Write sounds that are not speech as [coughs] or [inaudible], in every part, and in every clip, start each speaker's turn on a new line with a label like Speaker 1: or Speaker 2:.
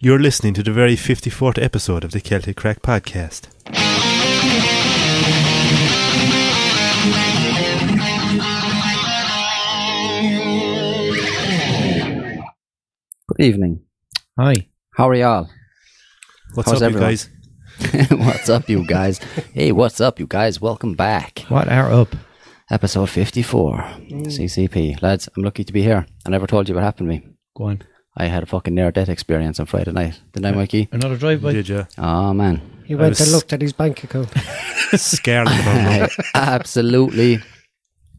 Speaker 1: You're listening to the very 54th episode of the Celtic Crack Podcast.
Speaker 2: Good evening.
Speaker 3: Hi.
Speaker 2: How are y'all?
Speaker 1: What's
Speaker 2: How's
Speaker 1: up,
Speaker 2: everyone?
Speaker 1: you guys?
Speaker 2: [laughs] what's up, you guys? Hey, what's up, you guys? Welcome back.
Speaker 3: What are up?
Speaker 2: Episode 54, Mm. CCP. Lads, I'm lucky to be here. I never told you what happened to me.
Speaker 3: Go on.
Speaker 2: I had a fucking near death experience on Friday night. Didn't [laughs] I, Mikey?
Speaker 3: Another drive by.
Speaker 1: Did you?
Speaker 2: Oh, man.
Speaker 4: He went and
Speaker 1: was-
Speaker 4: looked at his bank account.
Speaker 1: Scarlet
Speaker 2: [laughs]
Speaker 1: about
Speaker 2: I absolutely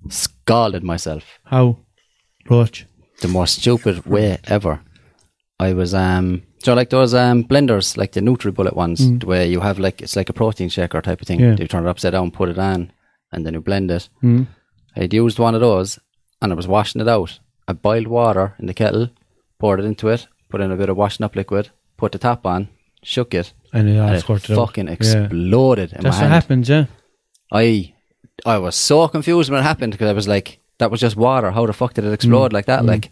Speaker 2: scalded myself.
Speaker 3: How? Roach.
Speaker 2: the most stupid way ever. I was um so like those um blenders, like the NutriBullet ones, where you have like it's like a protein shaker type of thing.
Speaker 3: Mm. Yeah. Mm.
Speaker 2: You turn it upside down, put it on, and then you blend it. I'd used one of those, and I was washing it out. I boiled water in the kettle, poured it into it, put in a bit of washing up liquid, put the tap on, shook it,
Speaker 3: And it all
Speaker 2: and it
Speaker 3: squirted out.
Speaker 2: fucking
Speaker 3: Yeah.
Speaker 2: exploded in
Speaker 3: That's
Speaker 2: my
Speaker 3: what
Speaker 2: hand.
Speaker 3: happens, yeah.
Speaker 2: I I was so confused when it happened because I was like, that was just water. How the fuck did it
Speaker 3: Mm.
Speaker 2: explode like that? Like,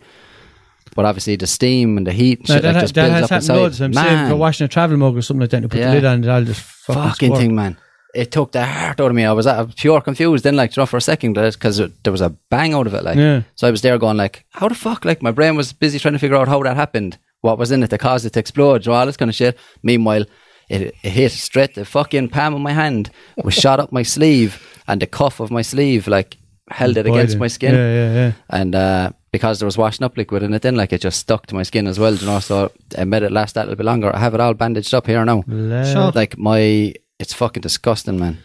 Speaker 2: but obviously the steam and the heat and
Speaker 3: No,
Speaker 2: shit
Speaker 3: that,
Speaker 2: like,
Speaker 3: ha-
Speaker 2: just
Speaker 3: that
Speaker 2: builds
Speaker 3: has
Speaker 2: up
Speaker 3: happened
Speaker 2: inside.
Speaker 3: loads. I'm saying if
Speaker 2: Man,
Speaker 3: you're washing a travel mug or something like that, and you put
Speaker 2: Yeah.
Speaker 3: the lid on it, I'll just fucking,
Speaker 2: fucking
Speaker 3: squirt.
Speaker 2: thing, man. It took the heart out of me. I was, I was pure confused. Then, like, you know, for a second, because there was a bang out of it. Like,
Speaker 3: Yeah.
Speaker 2: so I was there going, like, how the fuck? Like, my brain was busy trying to figure out how that happened, what was in it that caused it to explode, you know, all this kind of shit. Meanwhile, it, it hit straight the fucking palm of my hand, was shot up my sleeve, and the cuff of my sleeve, like, held it
Speaker 3: Boy,
Speaker 2: against
Speaker 3: then.
Speaker 2: my skin.
Speaker 3: Yeah, yeah, yeah.
Speaker 2: And uh, because there was washing up liquid in it, then like it just stuck to my skin as well, you know. So I made it last that little bit longer. I have it all bandaged up here now.
Speaker 3: Blood.
Speaker 4: Sure.
Speaker 2: Like my, it's fucking disgusting, man.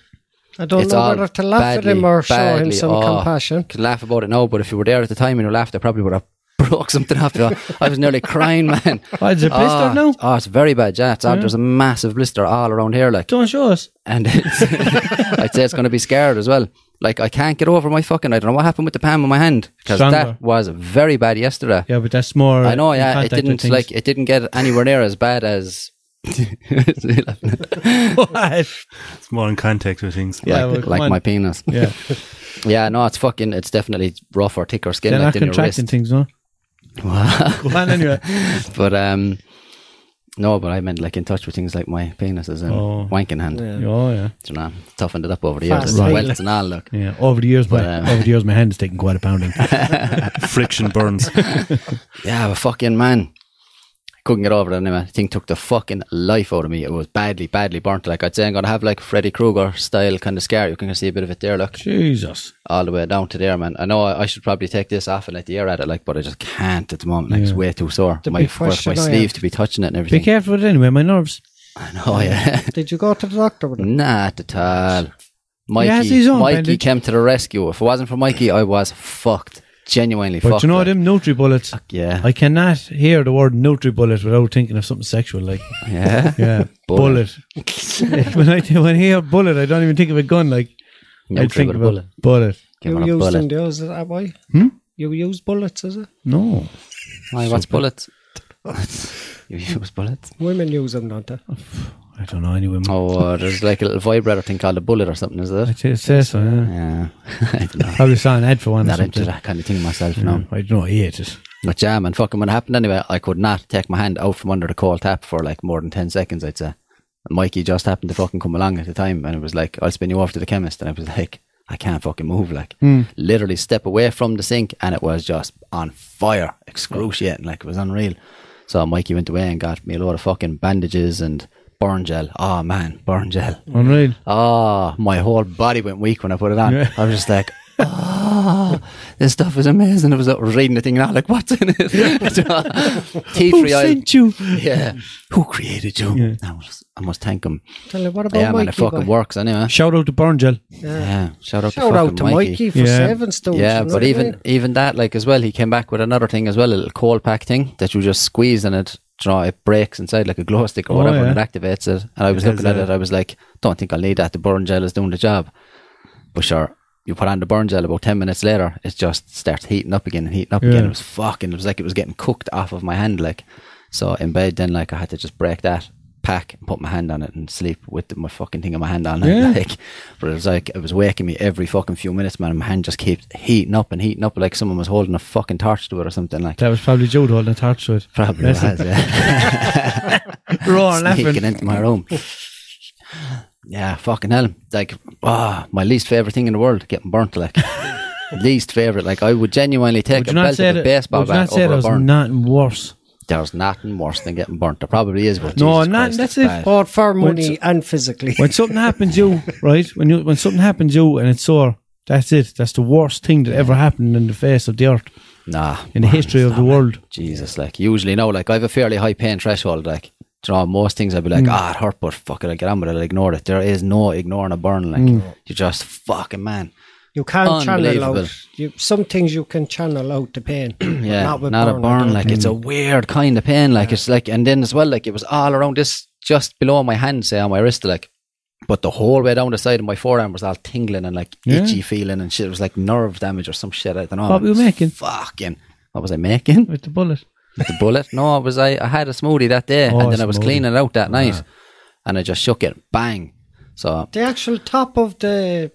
Speaker 4: I don't
Speaker 2: It's
Speaker 4: know
Speaker 2: all
Speaker 4: whether to laugh at him
Speaker 2: badly,
Speaker 4: or show him
Speaker 2: badly-
Speaker 4: some
Speaker 2: oh, [laughs]
Speaker 4: compassion.
Speaker 2: Could laugh about it now, but if you were there at the time and you laughed, I probably would have [laughs] broke something off. you. I was nearly crying, man.
Speaker 3: Oh, [laughs] is it blistered
Speaker 2: oh,
Speaker 3: now?
Speaker 2: Oh, it's very bad, yeah. It's, There's a massive blister all around here, like.
Speaker 3: Don't show us.
Speaker 2: and it's, I'd say it's [laughs] going to be scared as well. Like I can't get over my fucking. I don't know what happened with the palm of my hand because
Speaker 3: Stronger.
Speaker 2: that was very bad yesterday.
Speaker 3: Yeah, but that's more.
Speaker 2: I know,
Speaker 3: in
Speaker 2: yeah. It
Speaker 3: contact with
Speaker 2: didn't
Speaker 3: things.
Speaker 2: like it didn't get anywhere near as bad as.
Speaker 3: [laughs]
Speaker 2: [laughs]
Speaker 3: What?
Speaker 1: it. It's more in contact with things.
Speaker 3: Yeah, well,
Speaker 2: like, [laughs]
Speaker 3: come
Speaker 2: like
Speaker 3: on.
Speaker 2: my penis.
Speaker 3: yeah.
Speaker 2: Yeah, no, it's fucking. It's definitely rough or thicker skin
Speaker 3: They're
Speaker 2: like
Speaker 3: not
Speaker 2: than your
Speaker 3: contracting
Speaker 2: wrist.
Speaker 3: things, no? Go on anyway.
Speaker 2: [laughs] but um, no, but I meant like in touch with things like my penises and
Speaker 3: Oh.
Speaker 2: wanking hand.
Speaker 3: Oh, yeah.
Speaker 2: You know, toughened it up over the years.
Speaker 4: Fast
Speaker 2: It's
Speaker 4: healing.
Speaker 2: welts and all. Look,
Speaker 3: Yeah. Over the years, my,
Speaker 2: But, um,
Speaker 3: over the years, my hand is taking quite
Speaker 2: [laughs]
Speaker 3: a pounding.
Speaker 1: Friction burns.
Speaker 2: yeah, but fucking man. Couldn't get over it anyway. The thing took the fucking life out of me. It was badly, badly burnt. Like I'd say, I'm gonna have like Freddy Krueger style kind of scare. You can see a bit of it there. Look,
Speaker 3: Jesus.
Speaker 2: all the way down to there, man. I know I, I should probably take this off and let the air at it, like, but I just can't at the moment. Like, it's
Speaker 3: Yeah.
Speaker 2: way too sore.
Speaker 4: The
Speaker 2: my
Speaker 4: big
Speaker 2: for my
Speaker 4: question I
Speaker 2: sleeve
Speaker 4: have-
Speaker 2: to be touching it and
Speaker 3: oh, Be
Speaker 2: everything.
Speaker 3: careful with it anyway, my nerves.
Speaker 2: oh yeah,
Speaker 4: Did you go to the doctor with him?
Speaker 2: not at all.
Speaker 3: has
Speaker 2: Mikey,
Speaker 3: his own
Speaker 2: Mikey
Speaker 3: bandage.
Speaker 2: came to the rescue. If it wasn't for Mikey, I was fucked. Genuinely
Speaker 3: But
Speaker 2: fucked.
Speaker 3: you know
Speaker 2: like.
Speaker 3: them Nutri bullets.
Speaker 2: Yeah.
Speaker 3: I cannot hear the word Nutri bullet without thinking of something
Speaker 2: [laughs]
Speaker 3: sexual. Like
Speaker 2: yeah.
Speaker 3: yeah, bullet. [laughs] when I when I hear bullet, I don't even think of a gun. Like I
Speaker 2: Nutri
Speaker 3: think
Speaker 2: with
Speaker 3: of
Speaker 2: a
Speaker 3: a
Speaker 2: bullet.
Speaker 3: bullet.
Speaker 2: Mm, Give
Speaker 4: You
Speaker 2: him a
Speaker 4: used them,
Speaker 2: bullet.
Speaker 4: those, is that why?
Speaker 3: Hmm?
Speaker 4: You use bullets, is it?
Speaker 3: No,
Speaker 2: Why, what's bullet? [laughs] you use bullets?
Speaker 4: Women use them, don't they?
Speaker 3: I don't know. Anyway,
Speaker 2: Oh, uh, there's like a little vibrator thing called a bullet or something, is Eh,
Speaker 3: I
Speaker 2: it?
Speaker 3: t- it uh, says so. Yeah.
Speaker 2: [laughs] Yeah. I don't know.
Speaker 3: Probably saw an ad for one or
Speaker 2: Not into
Speaker 3: something.
Speaker 2: that kind of thing myself,
Speaker 3: Yeah,
Speaker 2: no.
Speaker 3: I don't know. I ate it.
Speaker 2: But yeah, man, fucking when it happened anyway, I could not take my hand out from under the cold tap for like more than 10 seconds, I'd say. And Mikey just happened to fucking come along at the time and it was like, I'll spin you off to the chemist. And I was [laughs] like, I can't fucking move. Like, literally step away from the sink and it was just on fire, excruciating. Like, it was unreal. So Mikey went away and got me a load of fucking bandages and burn gel. Oh, man, burn gel.
Speaker 3: Unreal.
Speaker 2: Oh, my whole body went weak when I put it on. I was just like, oh, this stuff is amazing. I was like, reading the thing [laughs] and I'm like, what's in [laughs] it? Tea
Speaker 3: Who
Speaker 2: tree oil.
Speaker 3: sent you?
Speaker 2: Yeah. Who created you? I, was, I must thank him.
Speaker 4: Tell you, what about
Speaker 2: Yeah,
Speaker 4: Mikey?
Speaker 2: man, it fucking
Speaker 4: boy?
Speaker 2: works anyway.
Speaker 3: Shout out to Burngel.
Speaker 2: Yeah. Shout out
Speaker 4: Shout
Speaker 2: to
Speaker 4: out
Speaker 2: fucking
Speaker 4: to Mikey, for
Speaker 3: Yeah.
Speaker 4: saving stones.
Speaker 2: Yeah,
Speaker 4: you know
Speaker 2: but
Speaker 4: what I
Speaker 2: even
Speaker 4: mean?
Speaker 2: even that, like as well, he came back with another thing as well, a little cold pack thing that you just squeeze and it, you know, it breaks inside like a glow stick or
Speaker 3: Oh,
Speaker 2: whatever, and
Speaker 3: yeah.
Speaker 2: it activates it. And I was
Speaker 1: It has
Speaker 2: looking at
Speaker 1: a-
Speaker 2: it, I was like, don't think I'll need that. The burn gel is doing the job. But sure, you put on the burn gel about ten minutes later, it just starts heating up again and heating up again.
Speaker 3: Yeah.
Speaker 2: It was fucking. It was like it was getting cooked off of my hand, like. So in bed, then like I had to just break that pack and put my hand on it and sleep with the- my fucking thing in my hand all night.
Speaker 3: Yeah.
Speaker 2: [laughs] Like, but it was like it was waking me every fucking few minutes, man. And my hand just kept heating up and heating up, like someone was holding a fucking torch to it or something. Like
Speaker 3: That was probably Jude holding a torch to it.
Speaker 2: probably was,
Speaker 3: That's it.
Speaker 2: yeah.
Speaker 3: Roaring
Speaker 2: Sneaking
Speaker 3: laughing.
Speaker 2: into my
Speaker 3: [laughs]
Speaker 2: room. Yeah, fucking hell. Like, ah, my least favorite thing in the world, getting burnt.
Speaker 3: [laughs]
Speaker 2: Like, least favorite. Like, I would genuinely take
Speaker 3: Would you
Speaker 2: a
Speaker 3: not
Speaker 2: belt
Speaker 3: say
Speaker 2: of a
Speaker 3: that?
Speaker 2: baseball
Speaker 3: Would you not
Speaker 2: bat
Speaker 3: say
Speaker 2: over
Speaker 3: there
Speaker 2: a
Speaker 3: was
Speaker 2: burn.
Speaker 3: nothing worse?
Speaker 2: There's nothing worse than getting burnt. There probably is, but
Speaker 3: No,
Speaker 2: Jesus
Speaker 3: not-
Speaker 2: Christ,
Speaker 3: that's
Speaker 2: it's
Speaker 3: it.
Speaker 2: bad.
Speaker 4: Bought for
Speaker 3: When
Speaker 4: money and physically.
Speaker 3: When something happens to you, right? When you when something happens to you and it's sore, that's it. That's the worst thing that ever happened in the face of the earth
Speaker 2: Nah,
Speaker 3: in the
Speaker 2: man,
Speaker 3: history of
Speaker 2: stop
Speaker 3: the
Speaker 2: it.
Speaker 3: world.
Speaker 2: Jesus, like usually, no, like I have a fairly high pain threshold. Like, do you know, most things I'd be
Speaker 3: Mm.
Speaker 2: like, ah, it hurt, but fuck it, I'll get on with it. I'll ignore it. There is no ignoring a burn. Like,
Speaker 3: Mm.
Speaker 2: you're just fucking man.
Speaker 4: [laughs] You can't channel
Speaker 2: Unbelievable.
Speaker 4: out. You, some things you can channel out the pain.
Speaker 2: [clears throat] Yeah, not,
Speaker 4: with
Speaker 2: a
Speaker 4: I
Speaker 2: burn.
Speaker 4: don't
Speaker 2: Like,
Speaker 4: think.
Speaker 2: it's a
Speaker 3: Mm.
Speaker 2: weird kind of pain. Like, it's like, and then as well, like it was all around this, just below my hand, say on my wrist, like. But the whole way down the side of my forearm was all tingling and like
Speaker 3: Yeah.
Speaker 2: itchy feeling and shit. It was like nerve damage or some shit. I don't know.
Speaker 3: What were you making?
Speaker 2: Fucking. What was I making? [laughs]
Speaker 3: With the bullet.
Speaker 2: the bullet. No, it was I, I had a smoothie that day
Speaker 3: Oh,
Speaker 2: and then I was
Speaker 3: smoothie. Ah.
Speaker 2: cleaning it out that night and I just shook it. Bang. So
Speaker 4: The actual top of the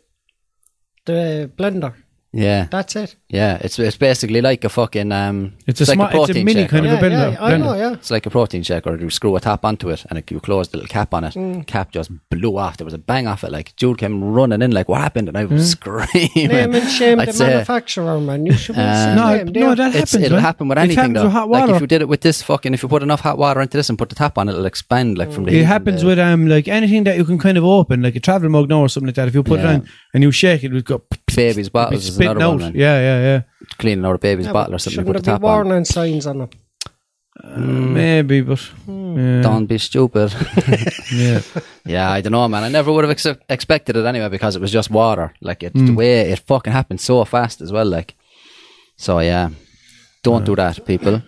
Speaker 4: the blender.
Speaker 2: yeah,
Speaker 4: That's it.
Speaker 2: yeah. It's it's basically like a fucking um
Speaker 3: It's a
Speaker 2: like
Speaker 3: small, it's a mini
Speaker 2: shake,
Speaker 3: kind
Speaker 2: or-
Speaker 3: of
Speaker 4: Yeah,
Speaker 3: a blender.
Speaker 4: yeah, I know,
Speaker 3: blender.
Speaker 4: yeah.
Speaker 2: it's like a protein shake, or you screw a top onto it, and it, you close the little cap on it.
Speaker 3: Mm.
Speaker 2: Cap just blew off. There was a bang off it. Like Jude came running in, like what happened, and I
Speaker 3: Mm.
Speaker 2: was screaming.
Speaker 4: Name and shame
Speaker 2: I'd
Speaker 4: the
Speaker 2: say-
Speaker 4: manufacturer, man. You should be
Speaker 2: Uh,
Speaker 3: Eh, No,
Speaker 4: name.
Speaker 3: no, that
Speaker 2: It's-
Speaker 3: happens.
Speaker 2: it'll
Speaker 3: man.
Speaker 2: happen with
Speaker 3: It
Speaker 2: anything
Speaker 3: happens
Speaker 2: though.
Speaker 3: with hot
Speaker 2: Like if
Speaker 3: water.
Speaker 2: you did it with this fucking, if you put enough hot water into this and put the tap on, it'll expand like from the. heat
Speaker 3: It
Speaker 2: and
Speaker 3: happens
Speaker 2: the-
Speaker 3: with um like anything that you can kind of open, like a travel mug now or something like that. If you put
Speaker 2: Yeah.
Speaker 3: it on and you shake it, it would go
Speaker 2: baby's bottles. Is
Speaker 3: spitting
Speaker 2: another
Speaker 3: out.
Speaker 2: one. man.
Speaker 3: yeah, yeah, yeah.
Speaker 2: Cleaning out a baby's bottle or something. You
Speaker 4: Shouldn't
Speaker 2: put the
Speaker 4: there be
Speaker 2: tap on.
Speaker 4: warning signs on them?
Speaker 2: Mm.
Speaker 3: Maybe, but yeah,
Speaker 2: Don't be stupid.
Speaker 3: [laughs]
Speaker 2: [laughs]
Speaker 3: yeah.
Speaker 2: yeah, I don't know, man. I never would have ex- expected it anyway because it was just water. Like it,
Speaker 4: Hmm.
Speaker 2: the way it fucking happened so fast as well. Like, so yeah, don't do that, people.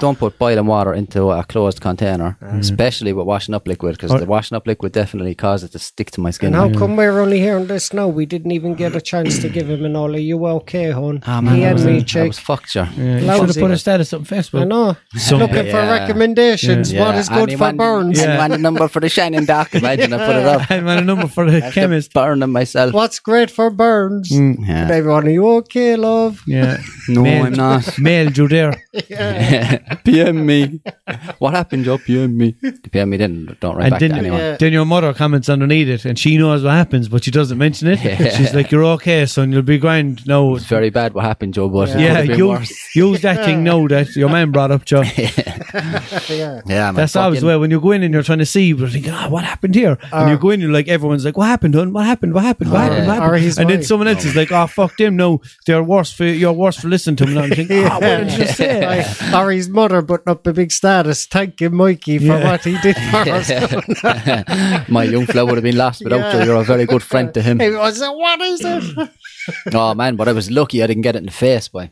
Speaker 2: don't put boiling water into a closed container, especially with washing up liquid, because
Speaker 4: Oh.
Speaker 3: Or-
Speaker 2: the washing up liquid definitely caused it to stick to my skin.
Speaker 4: And how
Speaker 3: Mm.
Speaker 4: come we're only hearing this now? We didn't even get a chance to give him an all. Are you okay, hon?
Speaker 2: Ah, man,
Speaker 4: he
Speaker 2: I,
Speaker 4: and
Speaker 2: was,
Speaker 4: me,
Speaker 2: I
Speaker 4: check.
Speaker 2: was fucked, sure.
Speaker 3: yeah. You
Speaker 4: Lousy.
Speaker 3: should have put a status on Facebook. [laughs]
Speaker 4: I know. Looking
Speaker 2: Yeah.
Speaker 4: for recommendations.
Speaker 2: Yeah,
Speaker 4: What is good
Speaker 2: anyone-
Speaker 4: for burns?
Speaker 2: Anyone number for the shining dark? Imagine I put it
Speaker 4: [laughs]
Speaker 2: up.
Speaker 3: I'm on a number for the chemist.
Speaker 2: Burning myself.
Speaker 4: What's great for burns?
Speaker 3: Mm,
Speaker 2: Yeah.
Speaker 4: And everyone, are you okay, love?
Speaker 3: Yeah,
Speaker 2: No,
Speaker 3: Mail-
Speaker 2: I'm not.
Speaker 3: Mail you there.
Speaker 2: [laughs] PM me. What happened, Joe? PM me. The PM me didn't. Don't write
Speaker 3: and
Speaker 2: back
Speaker 3: then,
Speaker 2: to anyone.
Speaker 4: Yeah.
Speaker 3: then your mother comments underneath it, and she knows what happens, but she doesn't mention it.
Speaker 2: Yeah.
Speaker 3: She's like, "You're okay, son. You'll be grand." No,
Speaker 2: It's very bad what happened, Joe, but yeah. it could
Speaker 3: yeah,
Speaker 2: have been
Speaker 3: use,
Speaker 2: worse.
Speaker 3: use that thing. No, that your man brought
Speaker 2: [laughs]
Speaker 3: up, Joe. [laughs]
Speaker 4: Yeah.
Speaker 2: Yeah, man,
Speaker 3: That's always the
Speaker 2: fucking-
Speaker 3: way when you go in and you're trying to see, you're thinking, ah, what happened here? and you go in, you're like, everyone's like, what happened, hon? What happened? What happened? What
Speaker 2: Oh,
Speaker 3: happened?
Speaker 2: yeah.
Speaker 3: What
Speaker 4: Uh, Or
Speaker 3: happened?
Speaker 4: he's
Speaker 3: And then
Speaker 4: right.
Speaker 3: someone else is like, oh, fuck them. No, they're worse for, you're worse for listening to them. And I'm
Speaker 4: [laughs]
Speaker 3: thinking, ah, what did you say?
Speaker 4: Like, or his mother putting up a big status. Thank you, Mikey, for
Speaker 3: Yeah.
Speaker 4: what he did for
Speaker 3: [laughs]
Speaker 2: [laughs]
Speaker 4: us.
Speaker 2: My young fella would have been lost without
Speaker 4: Yeah.
Speaker 2: you. You're a very good friend to
Speaker 4: [laughs]
Speaker 2: him.
Speaker 4: It was a, what is it?
Speaker 2: Oh, man, but I was lucky I didn't get it in the face, boy.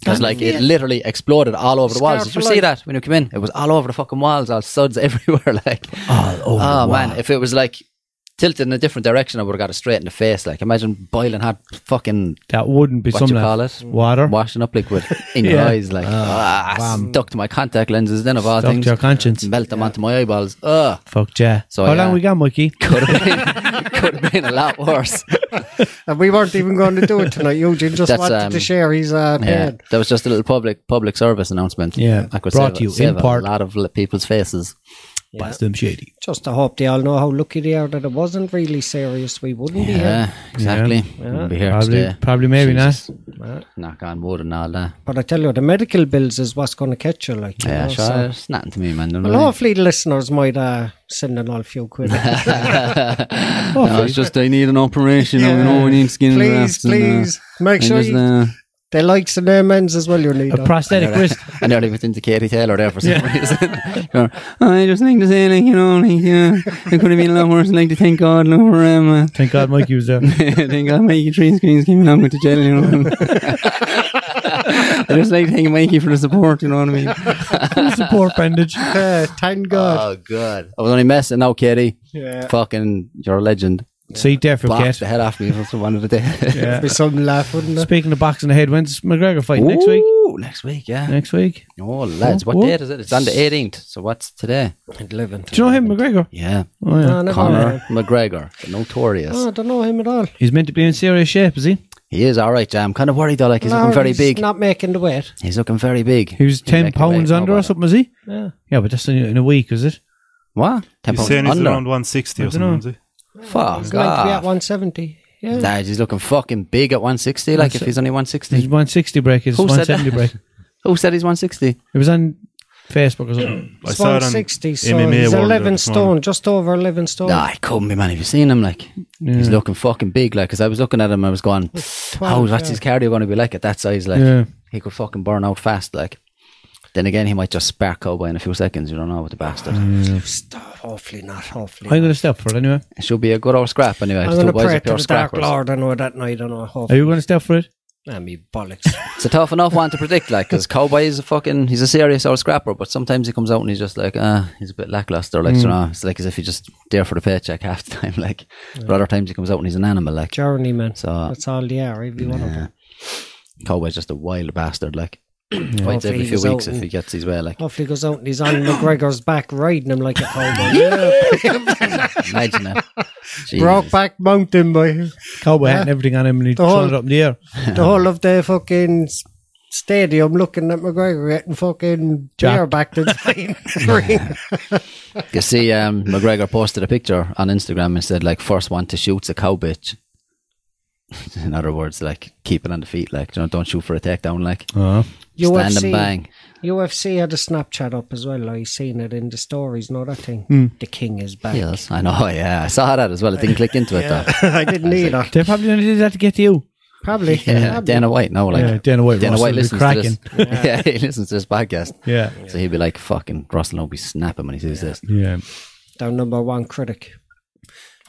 Speaker 2: Because, like, it literally exploded all over the walls. Did you
Speaker 4: Scarf
Speaker 2: see
Speaker 4: life.
Speaker 2: that when you came in? It was all over the fucking walls, all suds [laughs] everywhere. Like,
Speaker 3: All over
Speaker 2: oh,
Speaker 3: the
Speaker 2: man,
Speaker 3: wall.
Speaker 2: if it was like tilted in a different direction, I would have got it straight in the face. Like, imagine boiling hot fucking
Speaker 3: That wouldn't be
Speaker 2: What
Speaker 3: something.
Speaker 2: you call
Speaker 3: like-
Speaker 2: it?
Speaker 3: Water.
Speaker 2: washing up
Speaker 3: [laughs]
Speaker 2: liquid in your
Speaker 3: Yeah.
Speaker 2: eyes, like ah, stuck to my contact lenses. Then of all
Speaker 3: Stuck to
Speaker 2: things,
Speaker 3: your conscience.
Speaker 2: melt them onto my eyeballs. Ugh, [laughs]
Speaker 3: Fuck yeah.
Speaker 2: So,
Speaker 3: How
Speaker 2: yeah.
Speaker 3: long we got, Mikey?
Speaker 2: could have been, [laughs] could have been a lot
Speaker 3: [laughs]
Speaker 2: worse.
Speaker 4: And we weren't even going to do it tonight. Eugene
Speaker 2: [laughs]
Speaker 4: just
Speaker 2: That's,
Speaker 4: wanted
Speaker 2: um,
Speaker 4: to share his uh,
Speaker 2: Yeah,
Speaker 4: pain.
Speaker 2: that was just a little public public service announcement.
Speaker 3: Yeah,
Speaker 2: I could
Speaker 3: brought
Speaker 2: save,
Speaker 3: to you
Speaker 2: save
Speaker 3: in
Speaker 2: a
Speaker 3: part.
Speaker 2: lot of li- people's faces.
Speaker 3: Past them shady.
Speaker 4: Just to hope they all know how lucky they are that it wasn't really serious. We wouldn't be here.
Speaker 2: Yeah, exactly. Wouldn't be here
Speaker 3: Probably,
Speaker 2: today.
Speaker 3: probably maybe
Speaker 2: Jesus.
Speaker 4: Yeah.
Speaker 2: Knock on wood and all that.
Speaker 4: But I tell you, the medical bills is what's going to catch you. Like, you
Speaker 2: Yeah,
Speaker 4: know,
Speaker 2: sure.
Speaker 4: so-
Speaker 2: It's nothing to me, man.
Speaker 4: Well,
Speaker 3: oh,
Speaker 4: hopefully, the listeners might uh, send an all
Speaker 2: [laughs]
Speaker 4: few quid.
Speaker 3: oh,
Speaker 2: no, it's just I need an operation.
Speaker 4: you know, Yeah. we
Speaker 2: need skin
Speaker 4: please,
Speaker 2: uh,
Speaker 4: please make sure you, the likes and amens as well. You need.
Speaker 3: not. A
Speaker 4: them.
Speaker 3: prosthetic wrist.
Speaker 2: I nearly went into Katie Taylor there for some reason. [laughs] Going, I just think to say, like, you know, like, uh, it could have been a lot worse. Like, to thank God, look for him. [laughs] Uh,
Speaker 3: Thank God Mikey [laughs] was there.
Speaker 2: thank God, Mikey Tree Screens came along with the jail, you know. [laughs] I just like to thank Mikey for the support, you know what I mean?
Speaker 3: Support bandage.
Speaker 4: Uh, thank God.
Speaker 2: Oh, God. I was only messing out, Katie.
Speaker 4: yeah.
Speaker 2: Fucking, you're a legend.
Speaker 3: See, there
Speaker 2: Box
Speaker 3: forget.
Speaker 2: the head off me for one of the day.
Speaker 3: Yeah.
Speaker 4: Be some laugh, wouldn't it?
Speaker 3: Speaking of boxing ahead, when's McGregor fight? Next week?
Speaker 2: Ooh, Next week, yeah.
Speaker 3: Next week.
Speaker 2: Oh, lads, what
Speaker 3: Oh, oh.
Speaker 2: date is it? It's on the 18th. So what's today?
Speaker 4: Eleven.
Speaker 3: Do you know him, McGregor?
Speaker 2: Yeah.
Speaker 3: Oh, yeah.
Speaker 4: No, I never heard of
Speaker 2: Conor
Speaker 4: him.
Speaker 2: McGregor, the notorious.
Speaker 4: Oh, I don't know him at all.
Speaker 3: He's meant to be in serious shape, is he?
Speaker 2: He is all right, yeah. I'm kind of worried though. Like he's
Speaker 4: No,
Speaker 2: looking very
Speaker 4: he's
Speaker 2: big.
Speaker 4: Not making the weight.
Speaker 2: He's looking very big.
Speaker 3: He was
Speaker 2: He's
Speaker 3: 10
Speaker 2: making weight,
Speaker 3: pounds
Speaker 2: no
Speaker 3: under or
Speaker 2: bother.
Speaker 3: something, was he?
Speaker 4: Yeah.
Speaker 3: Yeah, but that's in, in a week, is it?
Speaker 2: What? Ten
Speaker 1: He's
Speaker 2: pounds
Speaker 1: saying he's
Speaker 2: under.
Speaker 1: around 160
Speaker 3: I
Speaker 1: or something.
Speaker 3: dunno.
Speaker 1: is he?
Speaker 2: Fuck
Speaker 4: He's meant to be at
Speaker 2: off.
Speaker 4: one seventy. Yeah.
Speaker 2: Nah, he's looking fucking big at 160. Like if he's only 160.
Speaker 3: His 160 break is
Speaker 2: Who said
Speaker 3: 170
Speaker 2: that?
Speaker 3: break.
Speaker 2: Who said he's 160?
Speaker 3: It was on Facebook
Speaker 1: [clears throat]
Speaker 3: or something.
Speaker 1: I
Speaker 4: It's
Speaker 1: saw it on
Speaker 4: 160, so
Speaker 1: MMA
Speaker 4: he's
Speaker 1: World
Speaker 4: 11
Speaker 1: this morning.
Speaker 4: stone, just over 11 stone.
Speaker 2: Nah, it couldn't be, man. Have you seen him? Like he's
Speaker 3: Yeah.
Speaker 2: looking fucking big. Like, 'cause I was looking at him, I was going, "Oh,
Speaker 4: Twelve,
Speaker 2: what's
Speaker 4: yeah.
Speaker 2: his cardio going to be like at that size?" Like
Speaker 3: Yeah.
Speaker 2: he could fucking burn out fast. Like. Then again, he might just spark Cowboy in a few seconds. You don't know with the bastard.
Speaker 4: Mm. Stop. Hopefully not, hopefully.
Speaker 3: I'm going to step for it anyway.
Speaker 2: It should be a good old scrap anyway.
Speaker 4: I'm
Speaker 2: It's
Speaker 4: going
Speaker 2: two
Speaker 4: to
Speaker 2: boys
Speaker 4: pray
Speaker 2: are
Speaker 4: to
Speaker 2: pure
Speaker 4: the Dark
Speaker 2: scrappers.
Speaker 4: Lord I know that night, I know.
Speaker 3: Are
Speaker 4: Hopefully.
Speaker 3: you going to step for it?
Speaker 4: Ah, me
Speaker 2: [laughs]
Speaker 4: bollocks.
Speaker 2: It's a tough enough one to predict, like, because Cowboy is a fucking, he's a serious old scrapper, but sometimes he comes out and he's just like, ah, he's a bit lackluster, like,
Speaker 4: Hmm.
Speaker 2: you know, it's like as if he's just there for the paycheck half the [laughs] time, like, but other times he comes out and he's an animal, like,
Speaker 4: Journeyman.
Speaker 2: So-
Speaker 4: That's all they are, every one of them.
Speaker 2: Cowboy's just a wild bastard, like, [clears throat] fights
Speaker 4: Hopefully
Speaker 2: every few
Speaker 4: he's out
Speaker 2: weeks if
Speaker 4: and-
Speaker 2: he gets his way, like,
Speaker 4: Hopefully he goes out and he's on McGregor's back riding him like
Speaker 2: [laughs]
Speaker 4: a cowboy.
Speaker 2: imagine
Speaker 4: [laughs]
Speaker 2: that. Jesus.
Speaker 4: Broke back
Speaker 2: [laughs]
Speaker 4: mountain boy.
Speaker 3: Cowboy hat and everything on him and he
Speaker 4: The
Speaker 3: thrown
Speaker 4: whole-
Speaker 3: it up in the air.
Speaker 4: The whole of the fucking s- stadium looking at McGregor getting fucking
Speaker 3: Jacked.
Speaker 4: beer back
Speaker 2: [laughs]
Speaker 4: to the [laughs] ring.
Speaker 2: You see, um, McGregor posted a picture on Instagram and said, like, first one to shoot's a cow bitch. [laughs] In other words, like, keep it on the feet, like, you know, don't shoot for a takedown, like,
Speaker 3: Oh.
Speaker 2: stand
Speaker 4: UFC.
Speaker 2: and bang.
Speaker 4: UFC had a Snapchat up as well. I seen it in the stories, no that thing. The king is back.
Speaker 2: Yes, I know. [laughs] Yeah, I saw that as well. I didn't click into it though.
Speaker 4: I didn't either.
Speaker 3: They probably only did that to get to you.
Speaker 4: Probably.
Speaker 2: Yeah,
Speaker 4: probably.
Speaker 2: Dana White. No, like
Speaker 3: Yeah, Dana White,
Speaker 2: Dana
Speaker 3: Russell
Speaker 2: White
Speaker 3: will be
Speaker 2: listens to this. [laughs] Yeah. he listens to this podcast,
Speaker 3: Yeah.
Speaker 2: so he'd be like, "Fucking Russell will be snapping when he sees this."
Speaker 3: Yeah.
Speaker 4: their number one critic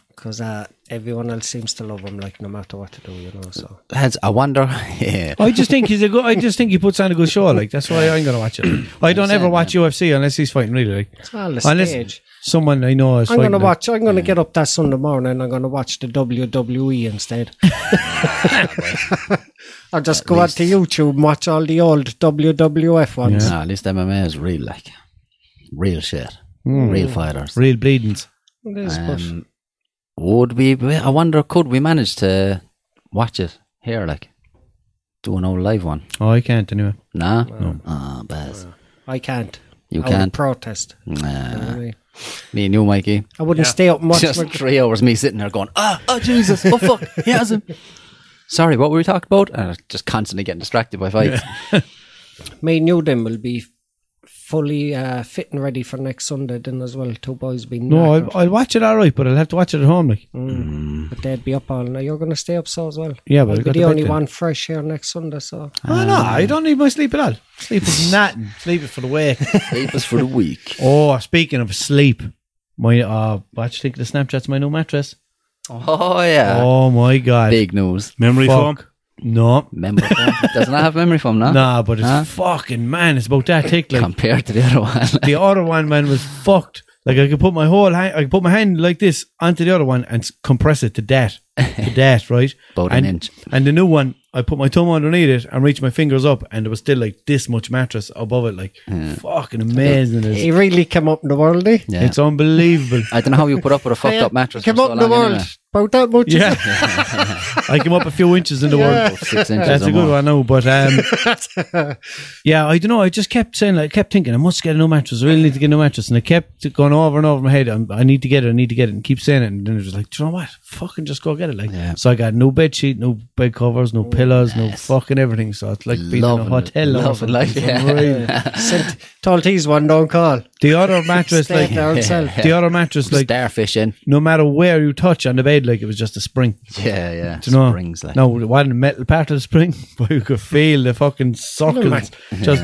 Speaker 4: because uh, everyone else seems to love him like no matter what to do you know so
Speaker 2: Lads, I wonder. [laughs] Yeah,
Speaker 3: I just think he's a good. I just think he puts on a good show. Like that's why I'm going to watch
Speaker 4: [clears throat]
Speaker 3: it. I don't ever watch UFC unless he's fighting really. Like
Speaker 4: it's all a
Speaker 3: unless
Speaker 4: stage
Speaker 3: someone I know is
Speaker 4: I'm
Speaker 3: fighting.
Speaker 4: gonna
Speaker 3: him.
Speaker 4: watch I'm gonna get up that Sunday morning and I'm gonna watch the WWE instead [laughs] I'll just go onto YouTube and watch all the old WWF ones
Speaker 2: no, at least MMA is real, like real shit,
Speaker 3: Hmm.
Speaker 2: real fighters.
Speaker 3: real bleedings.
Speaker 4: It is, but
Speaker 2: Um, would we? I wonder. Could we manage to watch it here, like do an old live one?
Speaker 3: Oh, I can't anyway.
Speaker 2: Nah, Ah, Baz,
Speaker 4: I can't
Speaker 2: you
Speaker 4: I would
Speaker 2: can't.
Speaker 4: protest
Speaker 2: Nah.
Speaker 4: I mean,
Speaker 2: Me and you, Mikey.
Speaker 4: I wouldn't stay up much
Speaker 2: just [laughs] three hours me sitting there going, ah, oh Jesus, oh fuck, [laughs] he has him. Sorry, what were we talking about? And I was just constantly getting distracted by fights. [laughs]
Speaker 4: me and you then will be fully uh, fit and ready for next Sunday then as well two boys being
Speaker 3: No, I'll, I'll watch it all right, but I'll have to watch it at home.
Speaker 4: Mm.
Speaker 3: Like
Speaker 4: But they'd be up all night. You're going to stay up so as well.
Speaker 3: Yeah, but
Speaker 4: I'll
Speaker 3: I've got
Speaker 4: be the
Speaker 3: the
Speaker 4: only
Speaker 3: bed then.
Speaker 4: one Ah. fresh here next Sunday. So
Speaker 3: oh no, I don't need my sleep at all. Sleep is nothing. sleep is for the
Speaker 4: [laughs]
Speaker 3: wake.
Speaker 2: Leave us for the week.
Speaker 3: Oh, speaking of sleep, my uh, watch think the Snapchat's my new mattress.
Speaker 2: Oh
Speaker 4: Uh,
Speaker 2: yeah,
Speaker 3: Oh my god,
Speaker 2: big news.
Speaker 1: Memory
Speaker 3: Fuck.
Speaker 1: foam.
Speaker 3: no,
Speaker 2: Memory foam does not have memory
Speaker 3: [laughs]
Speaker 2: foam now.
Speaker 3: nah, but it's
Speaker 2: Huh?
Speaker 3: fucking man, it's about that thick. Like
Speaker 2: Compared to the other one, [laughs]
Speaker 3: the other one, man, was fucked. Like I could put my whole hand, I could put my hand like this onto the other one and s- compress it to that,
Speaker 2: [laughs]
Speaker 3: to that, right?
Speaker 2: About an
Speaker 3: and,
Speaker 2: inch.
Speaker 3: And the new one, I put my thumb underneath it and reached my fingers up, and there was still like this much mattress above it. Like fucking amazing! it is.
Speaker 4: he really came up in the world, eh?
Speaker 2: yeah. [laughs]
Speaker 3: It's unbelievable.
Speaker 2: I don't know how you put up with a fucked up mattress.
Speaker 4: Came
Speaker 2: for
Speaker 4: up
Speaker 2: so
Speaker 4: in the
Speaker 2: long
Speaker 4: world.
Speaker 2: anyway.
Speaker 4: About that much. is
Speaker 3: yeah,
Speaker 4: it?
Speaker 3: I came up a few inches in
Speaker 2: [laughs]
Speaker 3: the world.
Speaker 2: About
Speaker 3: [laughs]
Speaker 2: six inches.
Speaker 3: That's
Speaker 2: or
Speaker 3: a
Speaker 2: more.
Speaker 3: good one, no, but um, yeah, I don't know. I just kept saying, like, kept thinking, I must get a new mattress. I really need to get a new mattress, and I kept going over and over in my head. i I need to get it. I need to get it, and keep saying it. And then it was like, do you know what? Fucking just go get it. Like,
Speaker 2: Yeah.
Speaker 3: so I got no bed sheet, no bed covers, no pillows, no fucking everything. So it's like being
Speaker 2: Loving
Speaker 3: in a
Speaker 2: it.
Speaker 3: hotel. or
Speaker 2: Loving
Speaker 3: something.
Speaker 2: life,
Speaker 3: It's
Speaker 2: yeah. [laughs]
Speaker 3: unreal. [laughs]
Speaker 4: [laughs] Sent, told he's one don't call.
Speaker 3: the other
Speaker 2: [laughs]
Speaker 3: mattress,
Speaker 4: Stay
Speaker 3: like
Speaker 4: there himself.
Speaker 3: the other mattress, like
Speaker 2: Starfish in.
Speaker 3: no matter where you touch on the bed, like it was just a spring.
Speaker 2: Yeah, yeah.
Speaker 3: Do you know?
Speaker 2: Springs like.
Speaker 3: No, it wasn't a metal part of the spring, [laughs] but you could feel the fucking circles. Just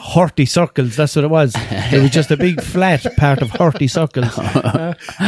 Speaker 3: hearty circles, that's what it was. It was just a big flat part of hearty circles.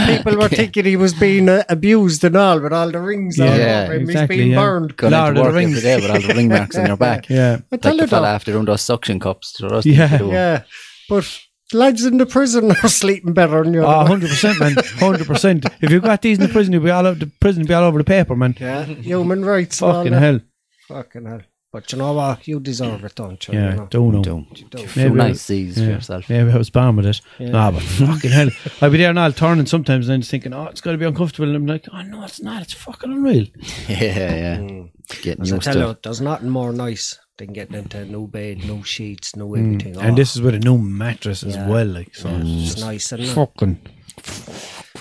Speaker 4: People were thinking he was being uh, abused and all, with all the rings all
Speaker 2: Yeah,
Speaker 4: over him.
Speaker 3: exactly,
Speaker 4: he's being
Speaker 3: yeah.
Speaker 4: burned.
Speaker 2: Going
Speaker 3: Lord
Speaker 2: into
Speaker 3: of the
Speaker 2: work
Speaker 3: Rings.
Speaker 2: every day with all the ring marks on your back.
Speaker 3: [laughs] Yeah.
Speaker 4: I
Speaker 2: Like
Speaker 4: tell
Speaker 2: the
Speaker 4: you
Speaker 2: fella
Speaker 4: though.
Speaker 2: after doing those suction cups.
Speaker 3: Yeah.
Speaker 2: Yeah.
Speaker 4: Yeah, but The lads in the prison are [laughs] sleeping better than you.
Speaker 3: Oh, 100%, man. 100%. If you got these in the prison, you'll be all over the prison, will be all over the paper, man.
Speaker 4: yeah, [laughs] human rights. and all
Speaker 3: Fucking
Speaker 4: that.
Speaker 3: hell.
Speaker 4: Fucking hell. But you know what? You deserve it, don't you?
Speaker 3: Yeah,
Speaker 4: You know?
Speaker 3: don't know.
Speaker 2: Don't.
Speaker 4: You don't.
Speaker 2: Feel
Speaker 3: Maybe-
Speaker 2: nice seas for
Speaker 3: Yeah.
Speaker 2: yourself. [laughs]
Speaker 3: Maybe I was born with it. Nah, but fucking hell. I'd be there and I'll turn and sometimes and then just thinking, oh, it's got to be uncomfortable. And I'm like, oh, no, it's not. It's fucking unreal.
Speaker 2: Yeah, yeah. Getting
Speaker 4: Mm. As I
Speaker 2: used
Speaker 4: tell
Speaker 2: to
Speaker 4: you,
Speaker 2: it.
Speaker 4: there's nothing more nice than getting into a new bed, new sheets, new everything. Oh,
Speaker 3: Mm. And this is with a new mattress as
Speaker 4: Yeah.
Speaker 3: well. Like, so it's
Speaker 4: it's nice, isn't
Speaker 3: just
Speaker 4: it?
Speaker 3: fucking.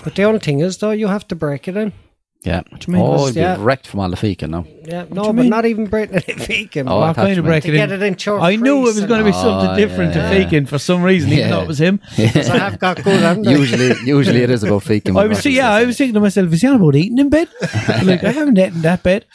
Speaker 4: But the only thing is, though, you have to break it in.
Speaker 2: Yeah.
Speaker 3: you mean?
Speaker 2: Oh, it'd
Speaker 4: Yeah.
Speaker 2: be wrecked from all the fecal
Speaker 4: [laughs]
Speaker 2: now.
Speaker 4: Yeah, no,
Speaker 3: you
Speaker 4: but
Speaker 3: mean?
Speaker 4: not even breaking it [laughs] if he can.
Speaker 2: Oh,
Speaker 3: What kind of
Speaker 2: attachment.
Speaker 3: break
Speaker 4: To
Speaker 3: it in?
Speaker 4: get it in short
Speaker 3: I knew it
Speaker 4: crease
Speaker 3: was
Speaker 4: and-
Speaker 3: going to be something
Speaker 2: Oh,
Speaker 3: different
Speaker 2: yeah.
Speaker 3: to faking for some reason, even
Speaker 2: Yeah.
Speaker 3: though it was him.
Speaker 2: [laughs]
Speaker 4: Because I have got
Speaker 3: [laughs]
Speaker 4: good, haven't I?
Speaker 2: usually, usually it is about fecal.
Speaker 3: I was, thi- yeah, I was thinking to myself, is he on about eating
Speaker 2: [laughs]
Speaker 3: in bed? like, I haven't eaten that bed.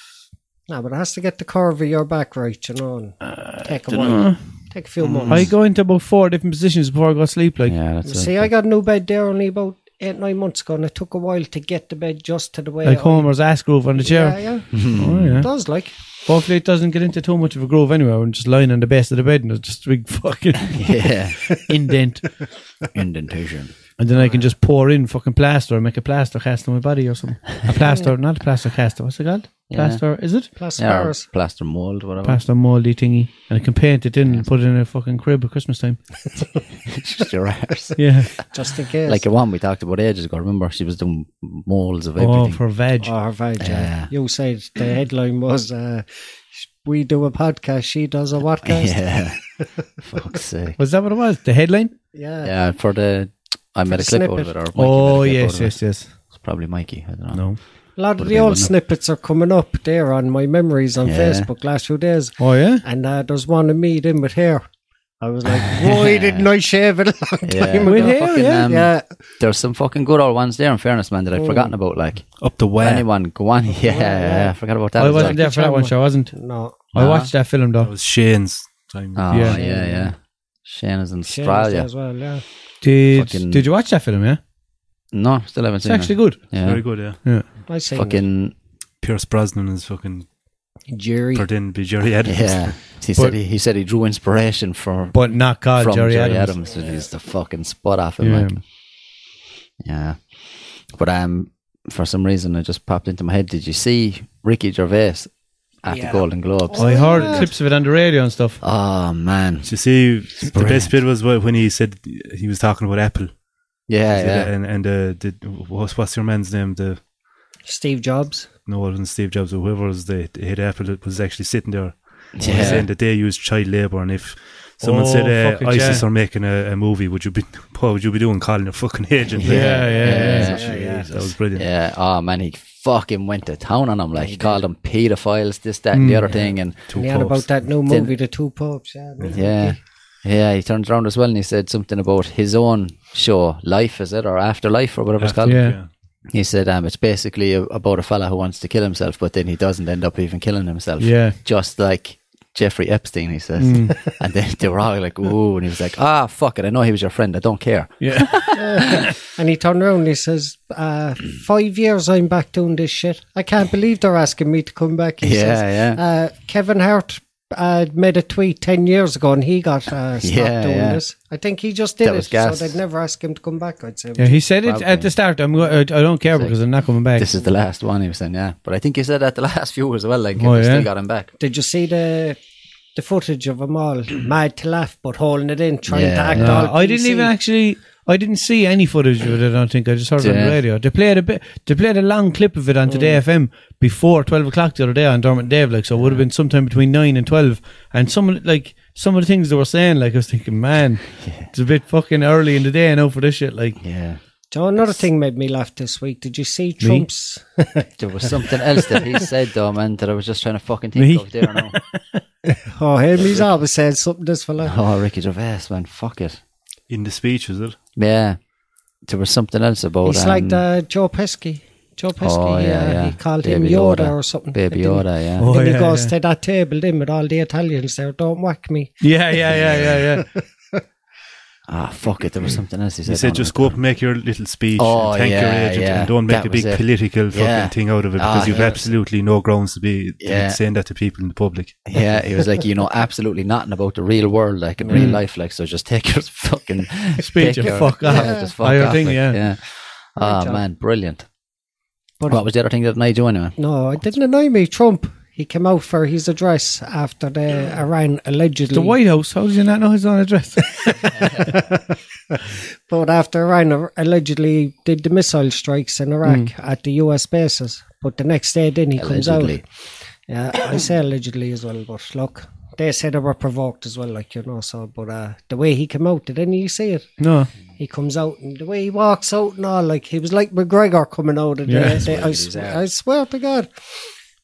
Speaker 4: No, but it has to get the curve of your back right, you know. And take a while. Take a few months.
Speaker 3: Uh, I go into about four different positions before I go to sleep. Like,
Speaker 2: Yeah,
Speaker 4: You
Speaker 2: that's
Speaker 4: See,
Speaker 2: it.
Speaker 4: I got a new bed there only about eight, nine months ago, and it took a while to get the bed just to the way
Speaker 3: like
Speaker 4: I-
Speaker 3: Homer's ass groove on the
Speaker 4: Yeah,
Speaker 3: chair.
Speaker 4: yeah.
Speaker 2: Mm-hmm.
Speaker 3: Oh, yeah.
Speaker 4: It does, like.
Speaker 3: Hopefully, it doesn't get into too much of a groove anyway. I'm just lying on the base of the bed and it's just a big fucking
Speaker 2: [laughs] Yeah,
Speaker 3: indent.
Speaker 4: [laughs]
Speaker 2: indentation.
Speaker 3: And then I can just pour in fucking plaster and make a plaster cast on my body or something.
Speaker 2: [laughs]
Speaker 3: A plaster, not a plaster cast. What's it called?
Speaker 2: Yeah.
Speaker 3: Plaster, is it?
Speaker 4: Plus,
Speaker 2: Yeah, or
Speaker 4: Paris.
Speaker 2: plaster mold, whatever.
Speaker 3: Plaster moldy thingy. And I can paint it in and put it in a fucking crib at Christmas time.
Speaker 2: [laughs] Just your
Speaker 4: [laughs]
Speaker 2: arse.
Speaker 3: Yeah.
Speaker 4: Just in case.
Speaker 2: Like the one we talked about ages ago. Remember, she was doing molds of everything.
Speaker 3: oh, for veg.
Speaker 4: Oh, her vag,
Speaker 2: Yeah.
Speaker 4: yeah. You said the headline was uh, sh- We do a podcast, she does a podcast. Yeah.
Speaker 2: [laughs]
Speaker 4: [laughs]
Speaker 2: yeah. Fuck's sake.
Speaker 3: Was that what it was? The headline?
Speaker 2: [laughs] Yeah, for the. I made a
Speaker 4: the
Speaker 2: clip out of it.
Speaker 4: snippet.
Speaker 2: Or Mikey
Speaker 3: oh,
Speaker 2: made a clip out
Speaker 3: yes,
Speaker 2: of it.
Speaker 3: yes, yes.
Speaker 2: It's probably Mikey. I don't know.
Speaker 3: No.
Speaker 4: A lot of
Speaker 2: Would've
Speaker 4: the
Speaker 2: been
Speaker 4: old
Speaker 2: one of-
Speaker 4: snippets are coming up there on my memories on
Speaker 2: Yeah.
Speaker 4: Facebook last few days.
Speaker 3: Oh, yeah?
Speaker 4: And uh, there's one of me in with hair. I
Speaker 2: [laughs]
Speaker 4: was like, why didn't I shave it a long time
Speaker 3: With
Speaker 4: ago?
Speaker 3: hair, yeah.
Speaker 2: um,
Speaker 4: yeah.
Speaker 2: There's some fucking good old ones there, in fairness, man, that
Speaker 4: Oh.
Speaker 2: I've forgotten about. Like,
Speaker 1: Up the
Speaker 3: Oh,
Speaker 1: web.
Speaker 2: anyone, go on. [laughs] Yeah, yeah, I forgot about that.
Speaker 3: I
Speaker 2: as
Speaker 3: Oh, wasn't
Speaker 2: well.
Speaker 3: there for that one, sure. I wasn't.
Speaker 4: No.
Speaker 3: I watched that film,
Speaker 1: That
Speaker 3: though.
Speaker 1: was Shane's time.
Speaker 2: Oh,
Speaker 3: Yeah.
Speaker 2: yeah, yeah. Shane is in
Speaker 4: Shane was there
Speaker 2: Australia.
Speaker 4: as well, yeah.
Speaker 3: Did,
Speaker 2: Fucking-
Speaker 3: did you watch that film, yeah?
Speaker 2: No, still haven't
Speaker 3: It's
Speaker 2: seen
Speaker 3: actually
Speaker 2: it.
Speaker 3: good.
Speaker 2: Yeah.
Speaker 1: Very good, yeah.
Speaker 4: I seen
Speaker 2: Fucking,
Speaker 1: Pierce Brosnan is fucking
Speaker 4: Jerry.
Speaker 1: pretend to be Jerry Adams.
Speaker 2: yeah. He
Speaker 3: But-
Speaker 2: said he, he said he drew inspiration for
Speaker 3: But not God,
Speaker 2: from
Speaker 3: Jerry,
Speaker 2: Jerry,
Speaker 3: Adams.
Speaker 2: Adams. which is the fucking spot off him. Yeah. Like, yeah. But um, for some reason, it just popped into my head. Did you see Ricky Gervais at the
Speaker 4: Yeah.
Speaker 2: Golden Globes?
Speaker 3: I heard clips of it on the radio and stuff.
Speaker 2: Oh man,
Speaker 1: Did you see, the best bit was when he said he was talking about Apple.
Speaker 2: yeah, yeah.
Speaker 1: And, and uh, did, what's, what's your man's name? The
Speaker 4: Steve Jobs.
Speaker 1: no, it wasn't Steve Jobs or whoever was the the head of Apple that was actually sitting there
Speaker 2: Yeah.
Speaker 1: saying that they used child labour. And if someone
Speaker 3: Oh,
Speaker 1: said
Speaker 3: fuck
Speaker 1: uh,
Speaker 3: it,
Speaker 1: ISIS
Speaker 3: yeah.
Speaker 1: are making a, a movie, would you be [laughs] what would you be doing calling a fucking agent?
Speaker 3: Yeah, yeah, yeah.
Speaker 2: Yeah.
Speaker 1: Jeez, that was brilliant.
Speaker 2: Yeah, oh man, he fucking went to town on him. Like, he called him pedophiles, this, that, and the other thing. And
Speaker 1: Two
Speaker 4: And he had
Speaker 1: popes.
Speaker 4: about that new
Speaker 2: Then-
Speaker 4: movie, The Two Popes. Yeah.
Speaker 2: yeah, yeah, he turned around as well and he said something about his own show, Life, is it, or Afterlife, or whatever it's called.
Speaker 3: Yeah.
Speaker 2: He said um, it's basically a, about a fella who wants to kill himself, but then he doesn't end up even killing himself.
Speaker 3: Yeah.
Speaker 2: Just like Jeffrey Epstein, he says. [laughs] And then they were all like, ooh. And he was like, ah, fuck it. I know he was your friend. I don't care.
Speaker 3: Yeah.
Speaker 4: And he turned around and he says, uh, Five years I'm back doing this shit. I can't believe they're asking me to come back. He
Speaker 2: Yeah,
Speaker 4: says,
Speaker 2: yeah.
Speaker 4: Uh, Kevin Hart uh, made a tweet 10 years ago and he got uh, stopped
Speaker 2: Yeah,
Speaker 4: doing
Speaker 2: yeah.
Speaker 4: this. I think he just did
Speaker 2: That
Speaker 4: it.
Speaker 2: was gas.
Speaker 4: So they'd never ask him to come back, I'd say.
Speaker 3: Yeah, he said it at
Speaker 2: Probably.
Speaker 3: the start. I'm, go- uh, I I don't care because I'm not coming back.
Speaker 2: This is the last one, he was saying, yeah. But I think he said that the [laughs] last few as well. Like,
Speaker 3: Oh,
Speaker 2: they
Speaker 3: yeah.
Speaker 2: still got him back.
Speaker 4: Did you see the. The footage of them all [clears throat] mad to laugh, but holding it in, trying to
Speaker 2: Yeah.
Speaker 4: act
Speaker 3: No,
Speaker 4: all.
Speaker 3: I didn't
Speaker 4: PC.
Speaker 3: even actually. I didn't see any footage of it. I don't think I just heard it on
Speaker 2: Yeah.
Speaker 3: the radio. They played a bit. They played a long clip of it on Today FM before twelve o'clock the other day on Dermot and Dave. Like so, it would have been sometime between nine and twelve. And some of the- like some of the things they were saying, like I was thinking, man, it's a bit fucking early in the day now for this shit. Like,
Speaker 2: Yeah.
Speaker 4: Joe, another thing made me laugh this week. Did you see Trump's?
Speaker 2: There was something else that he said, though, man, that I was just trying to fucking think
Speaker 3: Me?
Speaker 2: of there now.
Speaker 4: Oh, him, he's always said something this fella.
Speaker 2: Oh, Ricky Gervais, man, fuck it.
Speaker 1: in the speech, is it?
Speaker 2: Yeah. There was something else about
Speaker 4: He's
Speaker 2: um,
Speaker 4: like the Joe Pesky. Joe Pesky,
Speaker 2: oh, yeah,
Speaker 4: uh,
Speaker 2: yeah.
Speaker 4: he called
Speaker 2: Baby
Speaker 4: him Yoda,
Speaker 2: Yoda.
Speaker 4: or something.
Speaker 2: Baby
Speaker 4: And then-
Speaker 2: Yoda, yeah.
Speaker 3: Oh,
Speaker 4: then he
Speaker 3: yeah,
Speaker 4: goes
Speaker 3: yeah.
Speaker 4: to that table then with all the Italians there, don't whack me.
Speaker 3: yeah, yeah, yeah, yeah, yeah.
Speaker 2: Ah, fuck it. There was something else he said.
Speaker 1: He said,
Speaker 2: Oh,
Speaker 1: just
Speaker 2: no.
Speaker 1: go up and make your little speech
Speaker 2: Oh,
Speaker 1: and thank
Speaker 2: yeah,
Speaker 1: your agent
Speaker 2: yeah.
Speaker 1: and don't make
Speaker 2: That
Speaker 1: a big
Speaker 2: was it.
Speaker 1: political fucking
Speaker 2: Yeah.
Speaker 1: thing out of it
Speaker 2: Ah,
Speaker 1: because you've
Speaker 2: yeah.
Speaker 1: absolutely no grounds to be to be
Speaker 2: Yeah.
Speaker 1: saying that to people in the public.
Speaker 2: Yeah, he was like, you know, absolutely nothing about the real world, like in real life, like so. Just take your [laughs] fucking
Speaker 3: Speech
Speaker 2: take
Speaker 3: and
Speaker 2: your-
Speaker 3: Mm. fuck off.
Speaker 2: Yeah, just fuck
Speaker 3: Or your
Speaker 2: off,
Speaker 3: thing,
Speaker 2: like,
Speaker 3: yeah.
Speaker 2: Ah,
Speaker 4: job.
Speaker 2: man, brilliant.
Speaker 4: But-
Speaker 2: what was the other thing that made you anyway?
Speaker 4: No, it didn't annoy me. Trump. He came out for his address after the Iran allegedly.
Speaker 3: The White House. How did you not know his own address? [laughs]
Speaker 4: But after Iran ar- allegedly did the missile strikes in Iraq at the US bases. But the next day, then he
Speaker 2: Allegedly.
Speaker 4: comes out. Yeah, I say allegedly as well, but look, they say they were provoked as well, like you know. So, but uh, the way he came out, didn't you see it?
Speaker 3: no.
Speaker 4: He comes out and the way he walks out and all, like he was like McGregor coming out of
Speaker 3: Yeah.
Speaker 4: there. the. I,
Speaker 2: he's
Speaker 4: sw-
Speaker 2: out.
Speaker 4: I swear to God.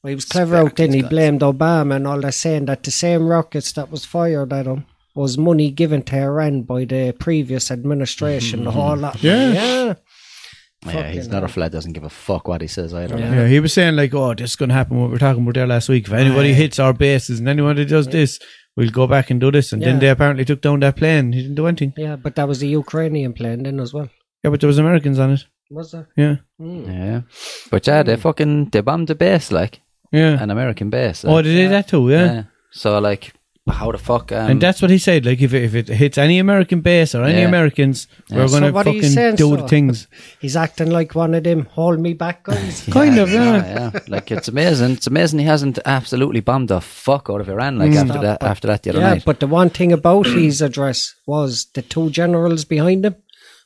Speaker 4: Well, he was clever out then. He blamed Obama and all that, saying that the same rockets that was fired at him was money given to Iran by the previous administration, the whole
Speaker 3: [laughs]
Speaker 4: lot.
Speaker 3: Yeah.
Speaker 4: Yeah.
Speaker 2: Yeah, he's not a flat. Doesn't give a fuck what he says either.
Speaker 4: Yeah.
Speaker 2: Yeah.
Speaker 3: Yeah, he was saying like, "Oh, this is going to happen." What we were talking about there last week. If anybody hits our bases and anyone that does this, we'll go back and do this. And then
Speaker 4: Yeah.
Speaker 3: they apparently took down that plane. He didn't do anything.
Speaker 4: Yeah, but that was the Ukrainian plane then as well.
Speaker 3: Yeah, but there was Americans on it.
Speaker 4: Was there?
Speaker 3: Yeah, Mm.
Speaker 2: But yeah, they fucking they bombed the base, like
Speaker 3: yeah.
Speaker 2: an American base.
Speaker 3: oh,
Speaker 2: like,
Speaker 3: they did that too. Yeah.
Speaker 2: yeah. So like, how the fuck? Um,
Speaker 3: and that's what he said. Like, if it, if it hits any American base or any
Speaker 2: Yeah.
Speaker 3: Americans, we're
Speaker 4: So
Speaker 3: going to
Speaker 4: what are you
Speaker 3: fucking
Speaker 4: saying,
Speaker 3: do the
Speaker 4: so?
Speaker 3: things.
Speaker 4: He's acting like one of them hold me back guys.
Speaker 3: kind of, yeah.
Speaker 2: yeah, yeah. Like it's amazing. It's amazing he hasn't absolutely bombed the fuck out of Iran. Like
Speaker 3: Mm.
Speaker 2: after that, after that the other
Speaker 4: yeah,
Speaker 2: night.
Speaker 4: but the one thing about his address was the two generals behind him.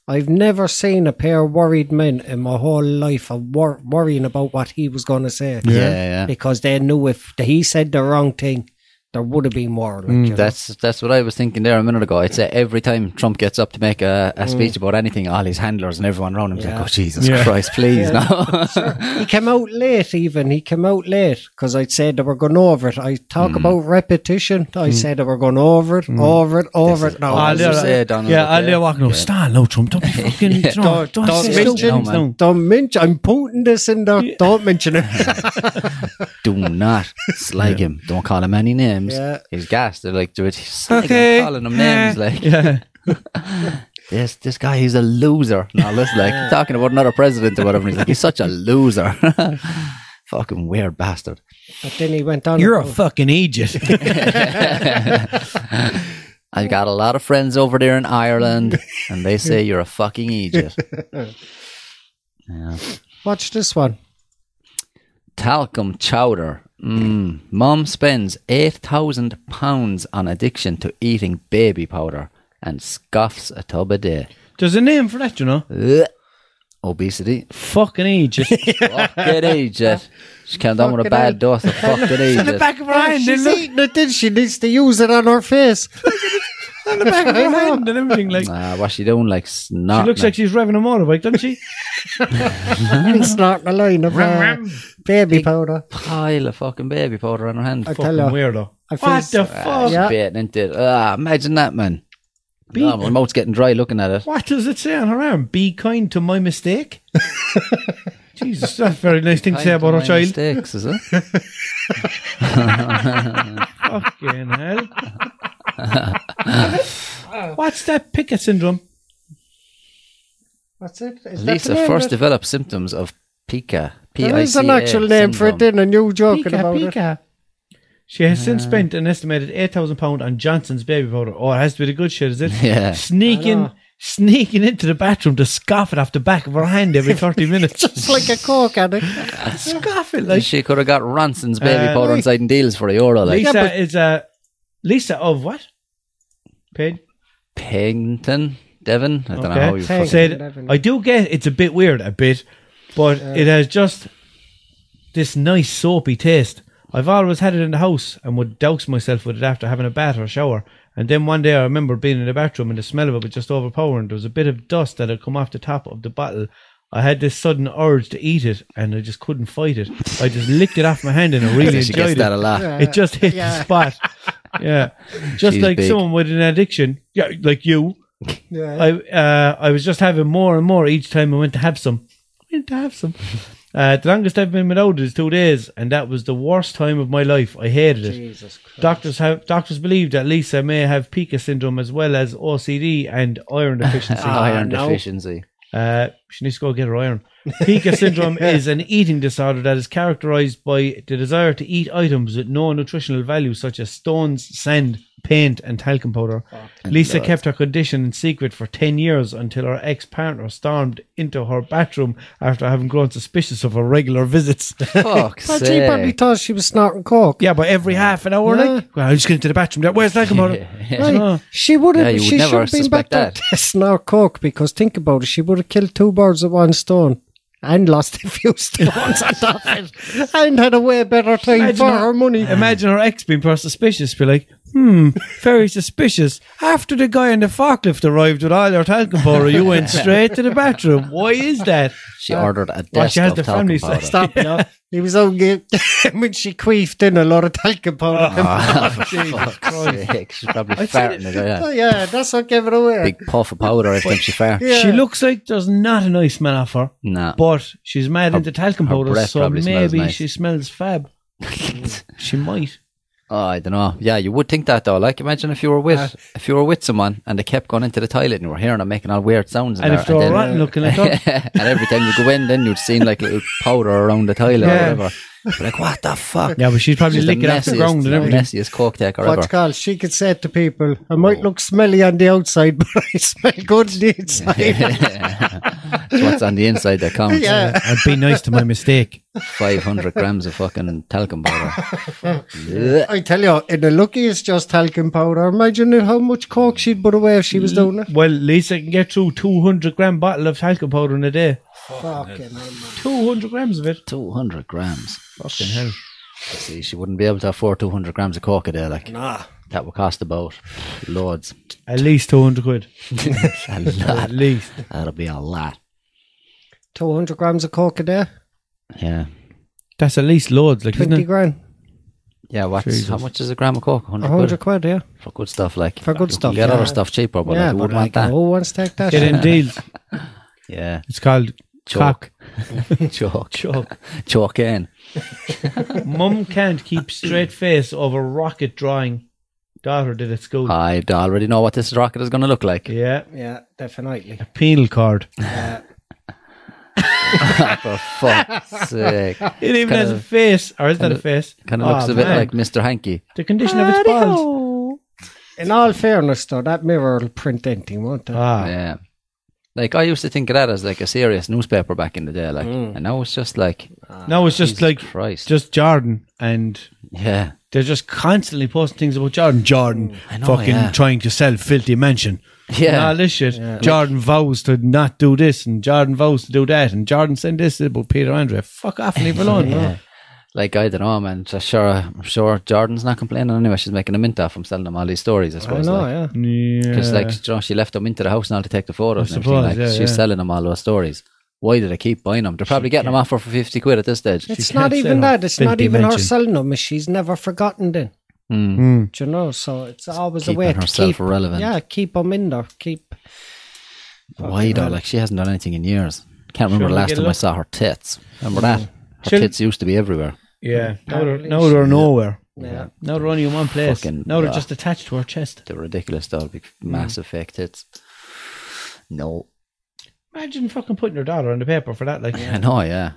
Speaker 4: I've never seen a pair of worried men in my whole life of wor- worrying about what he was going to say.
Speaker 2: Yeah, yeah.
Speaker 4: Because they knew if he said the wrong thing, there would have been more. Like, you know.
Speaker 2: That's that's what I was thinking there a minute ago. I'd say every time Trump gets up to make a, a speech about anything, all his handlers and everyone around him is like, "Oh Jesus
Speaker 3: Mm. Yeah.
Speaker 2: Christ, please no!"
Speaker 3: [laughs]
Speaker 4: he came out late, even. He came out late because I'd said they were going over it. I
Speaker 2: Mm.
Speaker 4: talk about repetition. I said they were going over it, over it, over it. Mm. No,
Speaker 3: Ah,
Speaker 2: As you
Speaker 3: they're-
Speaker 2: say, Donald,
Speaker 3: yeah, ah,
Speaker 2: yeah.
Speaker 3: they're walking up. Stand no,
Speaker 2: [laughs]
Speaker 3: Trump. Don't be fucking. Don't, don't,
Speaker 4: don't
Speaker 3: say
Speaker 4: mention-
Speaker 3: stupid
Speaker 2: No,
Speaker 3: things.
Speaker 4: don't mention. I'm putting this in there. Don't mention [laughs] it.
Speaker 2: Do
Speaker 3: [laughs]
Speaker 2: not slag him. Don't call him any names.
Speaker 4: Yeah.
Speaker 2: He's gassed. They're like, "Do it." Slag
Speaker 3: Okay.
Speaker 2: him, calling him names like
Speaker 3: Yeah.
Speaker 2: this. This guy, he's a loser. Now listen, like talking about another president or whatever. and He's like, he's such a
Speaker 3: [laughs]
Speaker 2: loser. Fucking weird bastard.
Speaker 4: But then he went
Speaker 3: [laughs]
Speaker 4: on.
Speaker 3: You're a
Speaker 4: about-
Speaker 3: fucking idiot.
Speaker 2: [laughs] I've got a lot of friends over there in Ireland, and they
Speaker 3: [laughs]
Speaker 2: say you're a fucking idiot. Yeah.
Speaker 4: Watch this one.
Speaker 2: Talcum chowder. Mm. Mom spends eight thousand pounds on addiction to eating baby powder and scoffs a tub a day.
Speaker 3: There's a name for that, you know.
Speaker 2: Ugh.
Speaker 3: [laughs]
Speaker 2: Obesity.
Speaker 3: Fucking idiot.
Speaker 4: [laughs]
Speaker 2: Fucking idiot. She came down with a
Speaker 4: Fucking
Speaker 2: bad dose of eh, fucking idiot.
Speaker 3: back of her hand,
Speaker 4: She's
Speaker 3: look.
Speaker 4: eating it, then she needs to use it on
Speaker 2: [laughs]
Speaker 4: her face.
Speaker 3: the back of
Speaker 4: [laughs]
Speaker 3: her hand and everything. Like
Speaker 2: Nah, what's she doing? Like
Speaker 3: she
Speaker 2: snot.
Speaker 3: looks like she's revving a motorbike, doesn't
Speaker 4: [laughs]
Speaker 3: she?
Speaker 4: it's not a line of uh, baby powder.
Speaker 2: pile of fucking baby powder on her hand.
Speaker 4: I tell
Speaker 3: Fucking
Speaker 4: you.
Speaker 3: weirdo.
Speaker 4: I feel
Speaker 3: What the
Speaker 4: so-
Speaker 3: fuck?
Speaker 4: Yeah.
Speaker 2: Bit into it. Ah, imagine that, man. Oh, my mouth's getting dry looking at it.
Speaker 3: What does it say on her arm? Be kind to my
Speaker 4: [laughs]
Speaker 3: mistake. Jesus, that's a very nice thing to say
Speaker 2: Kind of
Speaker 3: about her
Speaker 2: my
Speaker 3: child.
Speaker 2: Mistakes, is it?
Speaker 3: Fucking hell.
Speaker 2: [laughs]
Speaker 3: What's that picket syndrome?
Speaker 4: That's it. Is that the
Speaker 2: Lisa
Speaker 4: name
Speaker 2: first
Speaker 4: of it?
Speaker 2: developed symptoms of Pica.
Speaker 4: There is an actual name for it, then, and you joking
Speaker 3: Pika,
Speaker 4: about it.
Speaker 3: Pika. She has since spent an estimated eight thousand pound on Johnson's baby powder. Oh, it has to be the good shit, is it?
Speaker 2: Yeah.
Speaker 3: Sneaking, sneaking into the bathroom to scoff it off the back of her hand every thirty minutes.
Speaker 4: It's like a
Speaker 2: [laughs]
Speaker 4: coke addict.
Speaker 3: scoff it like
Speaker 2: she could have got Ranson's baby
Speaker 3: Uh,
Speaker 2: powder
Speaker 3: like-
Speaker 2: inside and deals for a euro, like
Speaker 3: Lisa
Speaker 4: Yeah, but-
Speaker 3: is a Lisa of what? Paid.
Speaker 2: Paddington, Devon. I don't know how you
Speaker 4: Peg.
Speaker 2: fucking.
Speaker 3: Said I do get it's a bit weird, a bit, but it has just this nice soapy taste. I've always had it in the house and would douse myself with it after having a bath or a shower. And then one day I remember being in the bathroom and the smell of it was just overpowering. There was a bit of dust that had come off the top of the bottle. I had this sudden urge to eat it and I just couldn't fight it. I just licked it off my hand
Speaker 2: [laughs]
Speaker 3: and I really
Speaker 2: She gets
Speaker 3: enjoyed
Speaker 2: that
Speaker 3: it.
Speaker 2: a lot.
Speaker 3: It just hit the spot. Yeah. Just
Speaker 2: She's
Speaker 3: like
Speaker 2: big.
Speaker 3: someone with an addiction. Yeah, like you.
Speaker 4: Yeah.
Speaker 3: [laughs] I uh, I was just having more and more each time I went to have some. I went to have some. Uh, the longest I've been without it is two days, and that was the worst time of my life. I hated it.
Speaker 4: Jesus Christ.
Speaker 3: Doctors have doctors believe that Lisa may have pica syndrome as well as OCD and iron deficiency.
Speaker 2: iron
Speaker 4: Ah, no. [laughs]
Speaker 2: deficiency.
Speaker 3: Uh, she needs to go get her [laughs] iron. Pica syndrome is an eating disorder that is characterized by the desire to eat items with no nutritional value, such as stones, sand, paint, and talcum powder. Lisa
Speaker 2: Lord.
Speaker 3: kept her condition in secret for 10 years until her ex partner stormed into her bathroom after having grown suspicious of her regular [laughs] visits.
Speaker 2: Fuck's
Speaker 4: Well, she probably
Speaker 2: sake.
Speaker 4: thought she was snorting coke.
Speaker 3: yeah, but every half an hour,
Speaker 4: Yeah.
Speaker 3: like, well, I'm just going to the bathroom. there. Where's talcum powder?
Speaker 4: Right.
Speaker 3: Yeah.
Speaker 4: She would
Speaker 2: Yeah,
Speaker 4: have.
Speaker 2: you would
Speaker 4: she
Speaker 2: never
Speaker 4: should have been back
Speaker 2: suspect
Speaker 4: there
Speaker 2: that.
Speaker 4: testing our coke because think about it. She would have killed two birds with one stone and lost a few [laughs] stones on top of it and had a way better time
Speaker 3: Imagine
Speaker 4: for
Speaker 3: her-
Speaker 4: her money.
Speaker 3: Imagine her ex being per suspicious, be like, hmm, very suspicious. After the guy in the forklift arrived with all your talcum powder, you went straight to the bathroom. Why is that?
Speaker 2: She ordered a desk
Speaker 3: Well, she has
Speaker 2: of
Speaker 3: the
Speaker 2: talcum
Speaker 3: family
Speaker 2: powder.
Speaker 3: size.
Speaker 4: Stop now. [laughs] He was all good. [laughs] when she queefed in a lot of talcum
Speaker 3: Ah,
Speaker 4: powder.
Speaker 2: [laughs] Oh, fuck's sake. She's
Speaker 4: [laughs]
Speaker 2: probably farting as well.
Speaker 4: Oh,
Speaker 2: yeah.
Speaker 4: yeah, that's what gave it away.
Speaker 2: Big puff of powder every time she farts.
Speaker 4: [laughs] Yeah.
Speaker 3: She looks like there's not a nice smell off her,
Speaker 2: No.
Speaker 3: but she's mad
Speaker 2: Her-
Speaker 3: into talcum
Speaker 2: her
Speaker 3: powder,
Speaker 2: breath
Speaker 3: so
Speaker 2: probably smells
Speaker 3: maybe
Speaker 2: nice.
Speaker 3: she smells fab.
Speaker 2: [laughs]
Speaker 3: she might.
Speaker 2: Oh, I don't know. Yeah, you would think that though. Like, imagine if you were with if you were with someone and they kept going into the toilet and you were hearing them making all weird sounds. in
Speaker 3: And
Speaker 2: there,
Speaker 3: if they're
Speaker 2: then-
Speaker 3: rotten looking
Speaker 2: [laughs]
Speaker 3: like that,
Speaker 2: and every time you go in, then you'd seen like little powder around the toilet
Speaker 3: Yeah.
Speaker 2: or whatever. You're like, what the fuck?
Speaker 3: yeah, but she's probably
Speaker 2: She's the
Speaker 3: licking off the
Speaker 2: messiest-
Speaker 3: ground and
Speaker 2: the
Speaker 3: everything.
Speaker 2: Messiest coke taker
Speaker 4: What's
Speaker 2: ever.
Speaker 4: called? She could say to people, I
Speaker 3: Oh.
Speaker 4: might look smelly on the outside, [laughs] but I smell good on the inside.
Speaker 3: [laughs]
Speaker 4: [laughs]
Speaker 2: It's what's on the inside that counts.
Speaker 4: yeah.
Speaker 3: I'd be nice to my
Speaker 2: [laughs]
Speaker 3: mistake.
Speaker 2: 500 grams of fucking talcum powder.
Speaker 4: I tell you, in the lucky it's just talcum powder. Imagine how much coke she'd put away if she was doing it.
Speaker 3: Well, Lisa can get through 200 gram bottle of talcum powder in a day.
Speaker 4: Fucking hell.
Speaker 3: 200 grams of it.
Speaker 2: 200 grams.
Speaker 3: Fucking hell.
Speaker 2: See, she wouldn't be able to afford 200 grams of coke a day. Like, nah. That would cost about loads.
Speaker 3: At least 200 quid.
Speaker 2: a lot.
Speaker 3: At least.
Speaker 2: That'll be a lot.
Speaker 4: 200 grams of coke a day,
Speaker 2: Yeah.
Speaker 3: That's at least loads, like,
Speaker 4: 20
Speaker 3: isn't it?
Speaker 4: grand,
Speaker 2: Yeah, what's, how much is a gram of coke? 100,
Speaker 4: 100
Speaker 2: quid?
Speaker 4: quid, yeah.
Speaker 2: For good stuff, like.
Speaker 4: For good
Speaker 2: you
Speaker 4: stuff,
Speaker 2: Can get
Speaker 4: yeah.
Speaker 2: other stuff cheaper, but
Speaker 4: yeah,
Speaker 2: like, you
Speaker 4: but
Speaker 2: wouldn't
Speaker 4: like, uh,
Speaker 2: want that.
Speaker 4: who wants to take that?
Speaker 3: Get
Speaker 4: shit?
Speaker 3: in deals.
Speaker 2: Yeah.
Speaker 3: It's called cock.
Speaker 2: Chalk. Chalk. [laughs] Chalk. Chalk in.
Speaker 3: Mum can't keep straight face over rocket drawing. Daughter did at school.
Speaker 2: I already know what this rocket is going to look like.
Speaker 3: Yeah.
Speaker 4: Yeah, definitely.
Speaker 3: Penal card.
Speaker 2: For fuck's
Speaker 3: [laughs]
Speaker 2: sake.
Speaker 3: It even has a face. Or is that a face?
Speaker 2: Kind of looks
Speaker 3: Oh,
Speaker 2: a bit
Speaker 3: man.
Speaker 2: like Mr. Hanky.
Speaker 3: The condition of its balls.
Speaker 4: In all fairness, though, that mirror will print anything, won't it?
Speaker 3: Ah.
Speaker 2: Yeah. Like, I used to think of that as like a serious newspaper back in the day. Like, and now it's just like,
Speaker 3: No, it's just
Speaker 2: Jesus
Speaker 3: Mm. like,
Speaker 2: Christ.
Speaker 3: just Jordan. And
Speaker 2: yeah.
Speaker 3: they're just constantly posting things about Jordan. Jordan
Speaker 2: Mm. I know,
Speaker 3: fucking
Speaker 2: yeah.
Speaker 3: trying to sell Filthy Mansion.
Speaker 2: Yeah.
Speaker 3: and all this shit. Jordan vows to not do this, and Jordan vows to do that, and Jordan said this about Peter Andre. Fuck off, leave alone.
Speaker 2: Like I don't know, man. So sure, I'm sure Jordan's not complaining anyway. She's making a mint off from selling them all these stories. I
Speaker 4: I
Speaker 2: suppose.
Speaker 4: know,
Speaker 2: like.
Speaker 4: yeah.
Speaker 3: Yeah.
Speaker 2: Because like you know, she left them into the house now to take the photos.
Speaker 3: I
Speaker 2: and everything. Like,
Speaker 3: suppose, yeah,
Speaker 2: she's
Speaker 3: yeah.
Speaker 2: selling them all those stories. Why do they keep buying them? They're probably getting them off her for fifty quid at this stage.
Speaker 4: It's
Speaker 3: can't
Speaker 4: not
Speaker 3: say
Speaker 4: even
Speaker 3: no.
Speaker 4: that. It's not
Speaker 3: Filthy
Speaker 4: even her
Speaker 3: mention.
Speaker 4: selling them. She's never forgotten them.
Speaker 2: Mm.
Speaker 4: Do you know? So it's always a
Speaker 2: keeping
Speaker 4: way to
Speaker 2: herself
Speaker 4: keep
Speaker 2: relevant.
Speaker 4: Yeah, keep them in there. Keep.
Speaker 2: Why though? Like she hasn't done anything in years. Can't remember
Speaker 3: Sure,
Speaker 2: the
Speaker 3: we
Speaker 2: last
Speaker 3: get
Speaker 2: time
Speaker 3: a
Speaker 2: I
Speaker 3: look.
Speaker 2: saw her tits. Remember that? Her
Speaker 3: She'll-
Speaker 2: tits used to be everywhere.
Speaker 3: yeah. Now they're, now they're nowhere.
Speaker 4: Yeah.
Speaker 3: Now they're only in one place.
Speaker 2: Fucking-
Speaker 3: now they're
Speaker 2: yeah.
Speaker 3: just attached to her chest.
Speaker 2: They were ridiculous. though. big massive fake tits. No,
Speaker 3: Imagine fucking putting your daughter on the paper for that. Like,
Speaker 2: I know. Yeah,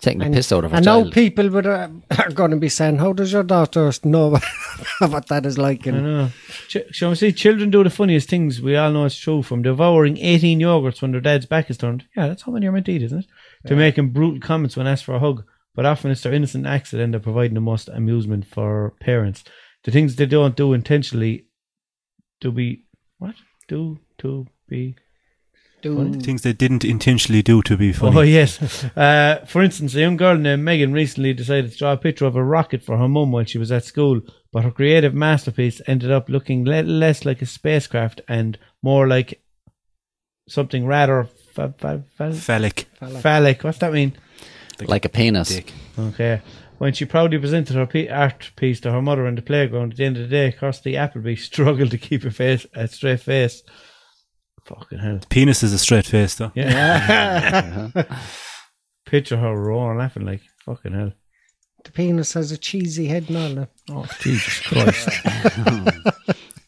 Speaker 2: taking the piss out of her.
Speaker 4: I know
Speaker 2: child.
Speaker 4: people would, uh, [coughs] are going to be saying, "How does your daughter know [laughs] what that is like?"
Speaker 3: I
Speaker 2: Mm-hmm.
Speaker 4: And
Speaker 3: know. Ch- shall we say, children do the funniest things. We all know it's true. From devouring 18 yogurts when their dad's back is turned. Yeah, that's how many are meant to eat, isn't it? To making brutal comments when asked for a hug. But often it's their innocent acts that end up providing the most amusement for parents. The things they don't do intentionally to be. What? Do to be.
Speaker 2: Mm.
Speaker 4: do
Speaker 1: Things they didn't intentionally do to be funny.
Speaker 3: Oh, yes. Uh, for instance, a young girl named Megan recently decided to draw a picture of a rocket for her mum while she was at school, but her creative masterpiece ended up looking le- less like a spacecraft and more like something rather fa- fa- fa-
Speaker 1: Phallic.
Speaker 3: phallic. What's that mean?
Speaker 2: like a penis.
Speaker 1: Dick.
Speaker 3: Okay. When she proudly presented her pe- art piece to her mother in the playground at the end of the day, Kirsty Appleby [laughs] struggled to keep a face a straight face. Fucking hell.
Speaker 1: Penis is a straight face, though.
Speaker 3: Yeah. [laughs] picture her roaring laughing like fucking hell.
Speaker 4: The penis has a cheesy head and all that.
Speaker 3: Oh [laughs] Jesus Christ!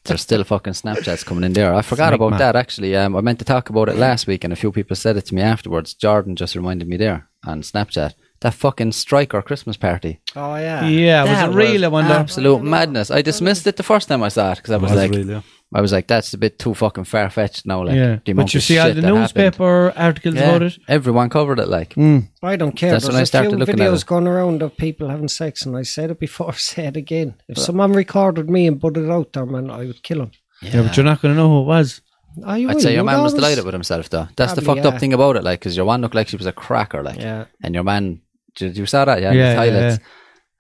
Speaker 2: There's still fucking Snapchats coming in there. I forgot
Speaker 3: Snake
Speaker 2: about
Speaker 3: man.
Speaker 2: that actually. Um, I meant to talk about it last week, and a few people said it to me afterwards. Jordan just reminded me there on Snapchat that fucking striker Christmas party.
Speaker 4: Oh, yeah.
Speaker 3: yeah, was
Speaker 2: That
Speaker 3: it real? I wonder.
Speaker 2: Absolute madness. I dismissed it the first time I saw it because I was,
Speaker 1: Was
Speaker 2: like,
Speaker 1: real, yeah.
Speaker 2: I was like, that's a bit too fucking far fetched now. Like,
Speaker 3: yeah,
Speaker 2: the amount
Speaker 3: but you
Speaker 2: of
Speaker 3: see all
Speaker 2: shit
Speaker 3: the
Speaker 2: that happened.
Speaker 3: newspaper Mm. articles
Speaker 2: Yeah,
Speaker 3: about it.
Speaker 2: everyone covered it. Like,
Speaker 4: I don't care.
Speaker 2: That's
Speaker 4: There's
Speaker 2: when I
Speaker 4: a
Speaker 2: started
Speaker 4: few
Speaker 2: looking at
Speaker 4: videos
Speaker 2: it.
Speaker 4: going around of people having sex, and I said it before, [laughs] I say it again. If someone recorded me and put it out there, man, I would kill him.
Speaker 3: Yeah, but you're not going to know who it was.
Speaker 4: I would.
Speaker 2: I'd say your man was
Speaker 4: always-
Speaker 2: delighted with himself though. That's the
Speaker 4: Probably,
Speaker 2: fucked up
Speaker 4: yeah.
Speaker 2: thing about it. Like, because your one looked like she was a cracker. Like,
Speaker 4: Yeah.
Speaker 2: and your man, you, you saw that, yeah, in
Speaker 3: Yeah,
Speaker 2: his
Speaker 3: yeah,
Speaker 2: highlights,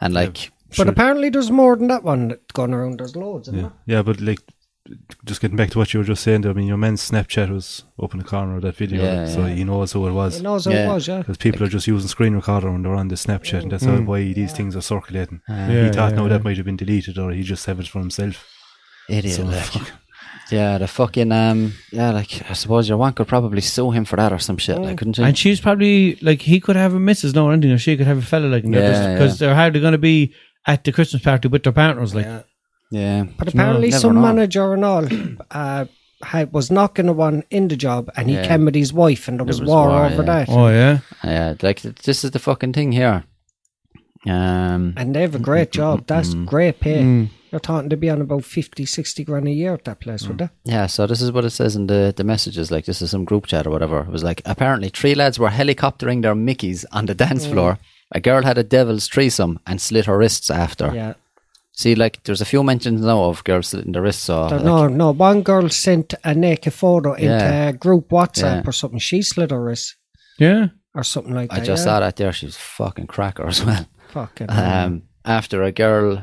Speaker 2: and like.
Speaker 4: But apparently, there's more than that one going around. There's loads, isn't
Speaker 1: yeah. Yeah, but like, just getting back to what you were just saying there, I mean, your man's Snapchat was up in the corner of that video,
Speaker 2: Yeah,
Speaker 1: like, so
Speaker 2: yeah.
Speaker 1: he knows who it
Speaker 4: there?
Speaker 1: was.
Speaker 4: It knows who
Speaker 2: Yeah.
Speaker 4: it was, yeah.
Speaker 1: Because people are just using screen recorder when they're on the Snapchat, and that's how,
Speaker 2: Mm.
Speaker 1: why these things are circulating.
Speaker 2: Ah.
Speaker 3: Yeah,
Speaker 1: he thought,
Speaker 3: yeah,
Speaker 1: no,
Speaker 3: yeah.
Speaker 1: that might have been deleted, or he just saved it for himself.
Speaker 2: Idiot.
Speaker 1: So,
Speaker 2: like. [laughs] Yeah, the fucking um, yeah, like I suppose your one could probably sue him for that or some shit, like couldn't you?
Speaker 3: And she's probably like he could have a missus now or anything, or she could have a fella like
Speaker 2: Yeah,
Speaker 3: because they're hardly going to be at the Christmas party with their partners. Like,
Speaker 2: yeah,
Speaker 4: But apparently,
Speaker 2: never
Speaker 4: some
Speaker 2: know.
Speaker 4: manager and all uh, had, was knocking the one in the job, and he
Speaker 2: Yeah.
Speaker 4: came with his wife, and there was,
Speaker 2: was
Speaker 4: war,
Speaker 2: war,
Speaker 4: over
Speaker 2: yeah.
Speaker 4: that.
Speaker 3: oh yeah,
Speaker 2: yeah, like th- this is the fucking thing here. Um,
Speaker 4: And they have a great job. That's
Speaker 2: Mm-hmm.
Speaker 4: great pay. You're talking to be on about 50, 60 grand a year at that place,
Speaker 2: Mm.
Speaker 4: would they?
Speaker 2: yeah, so this is what it says in the the messages. Like this is some group chat or whatever. It was like apparently three lads were helicoptering their mickeys on the dance floor. A girl had a devil's threesome and slit her wrists after.
Speaker 4: Yeah.
Speaker 2: See, like there's a few mentions now of girls slitting their wrists. So
Speaker 4: There-
Speaker 2: like,
Speaker 4: no, no. One girl sent a naked photo into
Speaker 2: Yeah.
Speaker 4: a group
Speaker 2: Yeah.
Speaker 4: WhatsApp or something. She slit her wrist
Speaker 3: yeah.
Speaker 4: or something like
Speaker 2: I
Speaker 4: that.
Speaker 2: just
Speaker 4: yeah.
Speaker 2: saw that there. She was fucking cracker as well.
Speaker 4: Fucking.
Speaker 2: um, after a girl.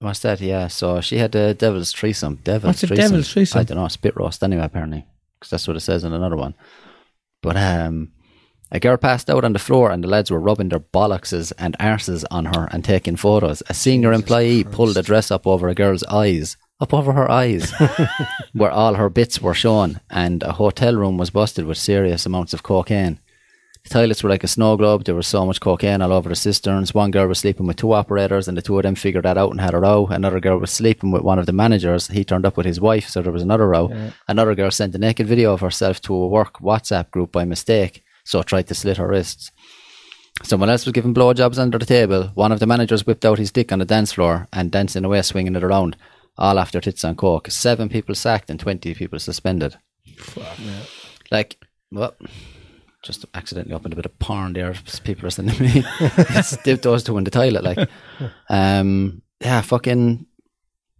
Speaker 2: What's that? Yeah, so she had a devil's threesome. Devil's
Speaker 3: What's a
Speaker 2: threesome.
Speaker 3: devil's threesome?
Speaker 2: I don't know. Spit roast anyway, apparently, because that's what it says in another one. But um, a girl passed out on the floor, and the lads were rubbing their bollockses and arses on her and taking photos. A senior employee pulled a dress up over a girl's eyes, up over her
Speaker 3: [laughs]
Speaker 2: eyes, where all her bits were shown, and a hotel room was busted with serious amounts of cocaine. The toilets were like a snow globe. There was so much cocaine all over the cisterns. One girl was sleeping with two operators, and the two of them figured that out and had a row. Another girl was sleeping with one of the managers. He turned up with his wife, so there was another row. Another girl sent a naked video of herself to a work WhatsApp group by mistake, so tried to slit her wrists. Someone else was giving blowjobs under the table. One of the managers whipped out his dick on the dance floor and dancing away, swinging it around, all after tits and coke. Seven people sacked and 20 people suspended. Like, what? just accidentally opened a bit of porn there. People are sending me [laughs] dipped those two in the toilet. Like, um, yeah, fucking,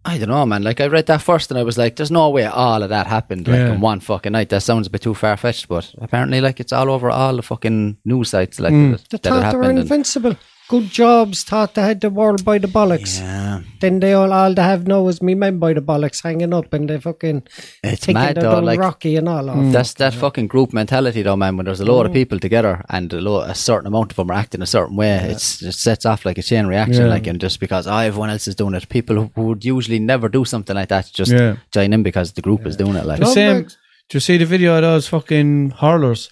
Speaker 2: I don't know, man. Like, I read that first and I was like, there's no way all of that happened like
Speaker 3: Yeah.
Speaker 2: in one fucking night. That sounds a bit too far fetched, but apparently, like, it's all over all the fucking news sites. Like,
Speaker 4: They
Speaker 2: that, that it
Speaker 4: thought they were
Speaker 2: happened. and-
Speaker 4: invincible. Good jobs thought they had the world by the bollocks.
Speaker 2: yeah,
Speaker 4: Then they all all they have now is me men by the bollocks hanging up and they fucking
Speaker 2: it's
Speaker 4: taking
Speaker 2: mad
Speaker 4: their
Speaker 2: though.
Speaker 4: done
Speaker 2: Like,
Speaker 4: Rocky and all off.
Speaker 3: Mm.
Speaker 2: That's that fucking group mentality, though, man. When there's a lot
Speaker 4: Mm.
Speaker 2: of people together and a, lot, a certain amount of them are acting a certain way, it's, it sets off like a chain reaction.
Speaker 3: Yeah.
Speaker 2: Like, and just because oh, everyone else is doing it, people who- who would usually never do something like that just
Speaker 3: Yeah.
Speaker 2: join in because the group is doing it. Like,
Speaker 3: The
Speaker 4: No,
Speaker 3: same.
Speaker 4: but-
Speaker 3: Do you see the video of those fucking hurlers?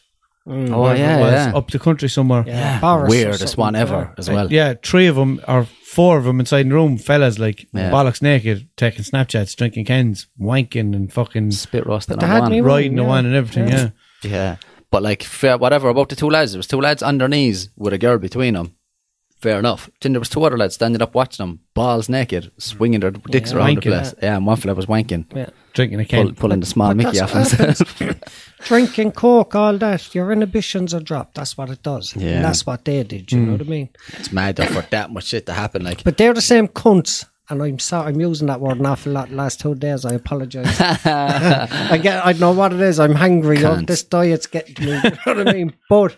Speaker 2: oh yeah,
Speaker 3: Was
Speaker 2: yeah,
Speaker 3: up the country somewhere.
Speaker 4: yeah, Boris or
Speaker 2: weirdest
Speaker 4: something.
Speaker 2: one ever as well.
Speaker 3: Yeah, three of them or four of them inside the room, fellas like
Speaker 2: Yeah.
Speaker 3: bollocks naked, taking Snapchats, drinking cans, wanking and fucking
Speaker 2: Spit roasting
Speaker 4: But they
Speaker 2: on
Speaker 4: had
Speaker 2: one.
Speaker 4: me
Speaker 3: riding the
Speaker 4: Yeah.
Speaker 3: one and everything. Yeah,
Speaker 2: Yeah, but like fair, whatever about the two lads. There was two lads on their knees with a girl between them. Fair enough. Then there was two other lads standing up watching them, balls naked, swinging their dicks around
Speaker 3: Wanking.
Speaker 2: the place. Yeah, and one fella was wanking,
Speaker 3: drinking a
Speaker 2: pull,
Speaker 3: can.
Speaker 2: pulling the small Mickey off [laughs]
Speaker 3: [laughs]
Speaker 4: that's
Speaker 2: himself.
Speaker 4: Drinking coke, all that, your inhibitions are dropped. That's what it does.
Speaker 2: Yeah. Mm.
Speaker 4: And that's what they did, you know what I mean?
Speaker 2: it's mad though for that much shit to happen. Like,
Speaker 4: But they're the same cunts. And I'm sorry, I'm using that word an awful lot the last two days. I
Speaker 2: [laughs]
Speaker 4: apologise. I get, I know what it is. I'm hungry. Oh,
Speaker 2: Cunts.
Speaker 4: this diet's getting to me. You know what I mean? But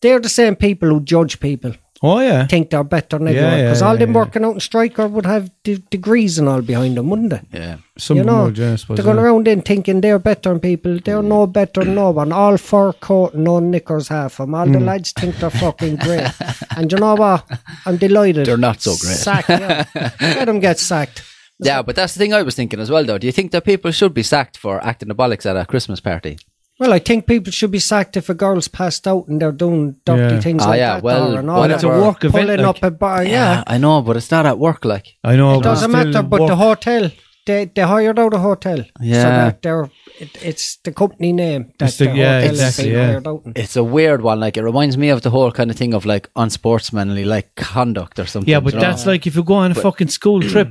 Speaker 4: they're the same people who judge people,
Speaker 3: Oh yeah,
Speaker 4: think they're better than
Speaker 3: Yeah,
Speaker 4: everyone.
Speaker 3: yeah,
Speaker 4: Because all
Speaker 3: yeah,
Speaker 4: them
Speaker 3: yeah.
Speaker 4: working out in striker would have de- degrees and all behind them, wouldn't they?
Speaker 2: yeah,
Speaker 3: some
Speaker 4: you
Speaker 3: of them
Speaker 4: know,
Speaker 3: were, yeah, I suppose,
Speaker 4: they're going
Speaker 3: yeah.
Speaker 4: around in thinking they're better than people. They're no better than no one. All fur coat, no knickers, half them. All
Speaker 3: Mm.
Speaker 4: the lads think they're fucking great. And you know what? I'm delighted.
Speaker 2: They're not so great.
Speaker 4: Sacked. Yeah. Let them get sacked.
Speaker 2: yeah. But that's the thing I was thinking as well, though. Do you think that people should be sacked for acting the bollocks at a Christmas party?
Speaker 4: Well, I think people should be sacked if a girl's passed out and they're doing dirty
Speaker 3: Yeah.
Speaker 4: things
Speaker 2: Ah,
Speaker 4: like
Speaker 2: yeah,
Speaker 4: that.
Speaker 2: well,
Speaker 4: or, and all
Speaker 2: well,
Speaker 4: that.
Speaker 2: it's a work
Speaker 3: event,
Speaker 4: Pulling
Speaker 3: like-
Speaker 4: up a bar, yeah.
Speaker 2: Uh, I know, but it's not at work. Like,
Speaker 3: I know.
Speaker 4: It doesn't matter, but the hotel, they, they hired out a hotel. So
Speaker 2: Yeah.
Speaker 4: that they're, it, it's the company name that
Speaker 3: It's the-
Speaker 4: the
Speaker 3: yeah,
Speaker 4: hotel
Speaker 3: exactly,
Speaker 4: is being
Speaker 3: yeah.
Speaker 4: hired out in.
Speaker 2: it's a weird one. Like, it reminds me of the whole kind of thing of like unsportsmanly like conduct or something.
Speaker 3: yeah, but
Speaker 2: you know?
Speaker 3: that's like if you go on a fucking
Speaker 2: [clears throat]
Speaker 3: school trip.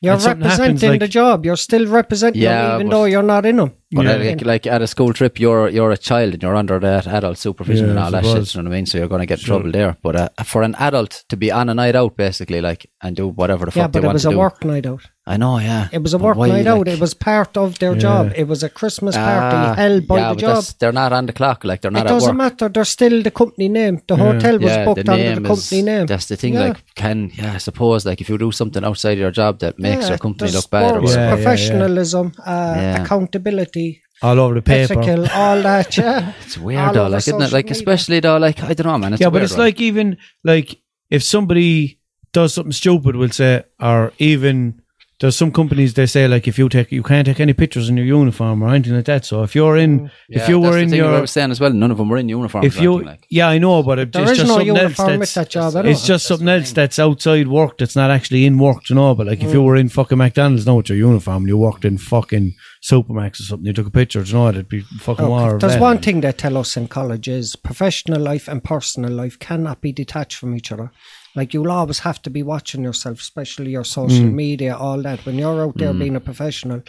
Speaker 4: You're
Speaker 3: and something
Speaker 4: representing
Speaker 3: happens, like-
Speaker 4: the job. You're still representing
Speaker 2: Yeah,
Speaker 4: them, even
Speaker 2: but-
Speaker 4: though you're not in them.
Speaker 2: But
Speaker 3: Yeah.
Speaker 2: like, like at a school trip, you're you're a child and you're under that adult supervision
Speaker 3: Yeah,
Speaker 2: and
Speaker 3: I
Speaker 2: all that
Speaker 3: suppose.
Speaker 2: shit. You know what I mean? So you're going to get in trouble there. But uh, for an adult to be on a night out, basically, like and do whatever the
Speaker 4: Yeah,
Speaker 2: fuck they
Speaker 4: but it
Speaker 2: want
Speaker 4: was
Speaker 2: to
Speaker 4: a
Speaker 2: do.
Speaker 4: work night out.
Speaker 2: I know, yeah.
Speaker 4: It was a
Speaker 2: But
Speaker 4: work
Speaker 2: why,
Speaker 4: night out.
Speaker 2: like-
Speaker 4: It was part of their
Speaker 3: Yeah.
Speaker 4: job. It was a Christmas party
Speaker 2: Ah,
Speaker 4: held by
Speaker 2: yeah,
Speaker 4: the
Speaker 2: but
Speaker 4: job.
Speaker 2: that's- They're not on the clock. Like they're
Speaker 4: It
Speaker 2: not at
Speaker 4: doesn't
Speaker 2: work.
Speaker 4: matter. They're still the company name. The hotel was
Speaker 2: yeah,
Speaker 4: booked
Speaker 2: the
Speaker 4: under
Speaker 2: name
Speaker 4: the company
Speaker 2: is,
Speaker 4: name.
Speaker 2: That's the thing.
Speaker 4: Yeah.
Speaker 2: Like, can yeah, I suppose like if you do something outside your job that makes
Speaker 4: Yeah,
Speaker 2: your company
Speaker 4: there's
Speaker 2: look bad or
Speaker 4: sports,
Speaker 2: whatever.
Speaker 3: Yeah, yeah, yeah.
Speaker 4: professionalism, Uh,
Speaker 2: Yeah.
Speaker 4: accountability,
Speaker 3: All over the paper.
Speaker 4: ethical, all that.
Speaker 2: [laughs]
Speaker 4: Yeah.
Speaker 2: It's weird
Speaker 4: All
Speaker 2: though,
Speaker 4: over
Speaker 2: like isn't it?
Speaker 4: social
Speaker 2: Like
Speaker 4: media.
Speaker 2: especially though, like I don't know, man. It's
Speaker 3: yeah,
Speaker 2: a
Speaker 3: but
Speaker 2: weird
Speaker 3: it's
Speaker 2: one.
Speaker 3: like even like if somebody does something stupid, we'll say, or even there's some companies they say like if you take you can't take any pictures in your uniform or anything like that. So if you're in,
Speaker 2: Yeah,
Speaker 3: if you
Speaker 2: that's
Speaker 3: were
Speaker 2: the
Speaker 3: in
Speaker 2: thing I
Speaker 3: your,
Speaker 2: was saying as well, none of them were in uniform.
Speaker 3: if you,
Speaker 2: like.
Speaker 3: yeah, I know, but it,
Speaker 4: There
Speaker 3: it's
Speaker 4: is
Speaker 3: just
Speaker 4: no
Speaker 3: something else
Speaker 4: uniform
Speaker 3: that's.
Speaker 4: with that job at all.
Speaker 3: It's just something else that's outside work that's not actually in work, you know. But like,
Speaker 4: Mm.
Speaker 3: if you were in fucking McDonald's now with your uniform, and you walked in fucking Supermax or something, you took a picture, you know, it'd be fucking war.
Speaker 4: Look,
Speaker 3: of
Speaker 4: Oh, there's
Speaker 3: that.
Speaker 4: one thing they tell us in college is professional life and personal life cannot be detached from each other. Like you'll always have to be watching yourself, especially your social
Speaker 3: Mm.
Speaker 4: media, all that. When you're out there being a professional,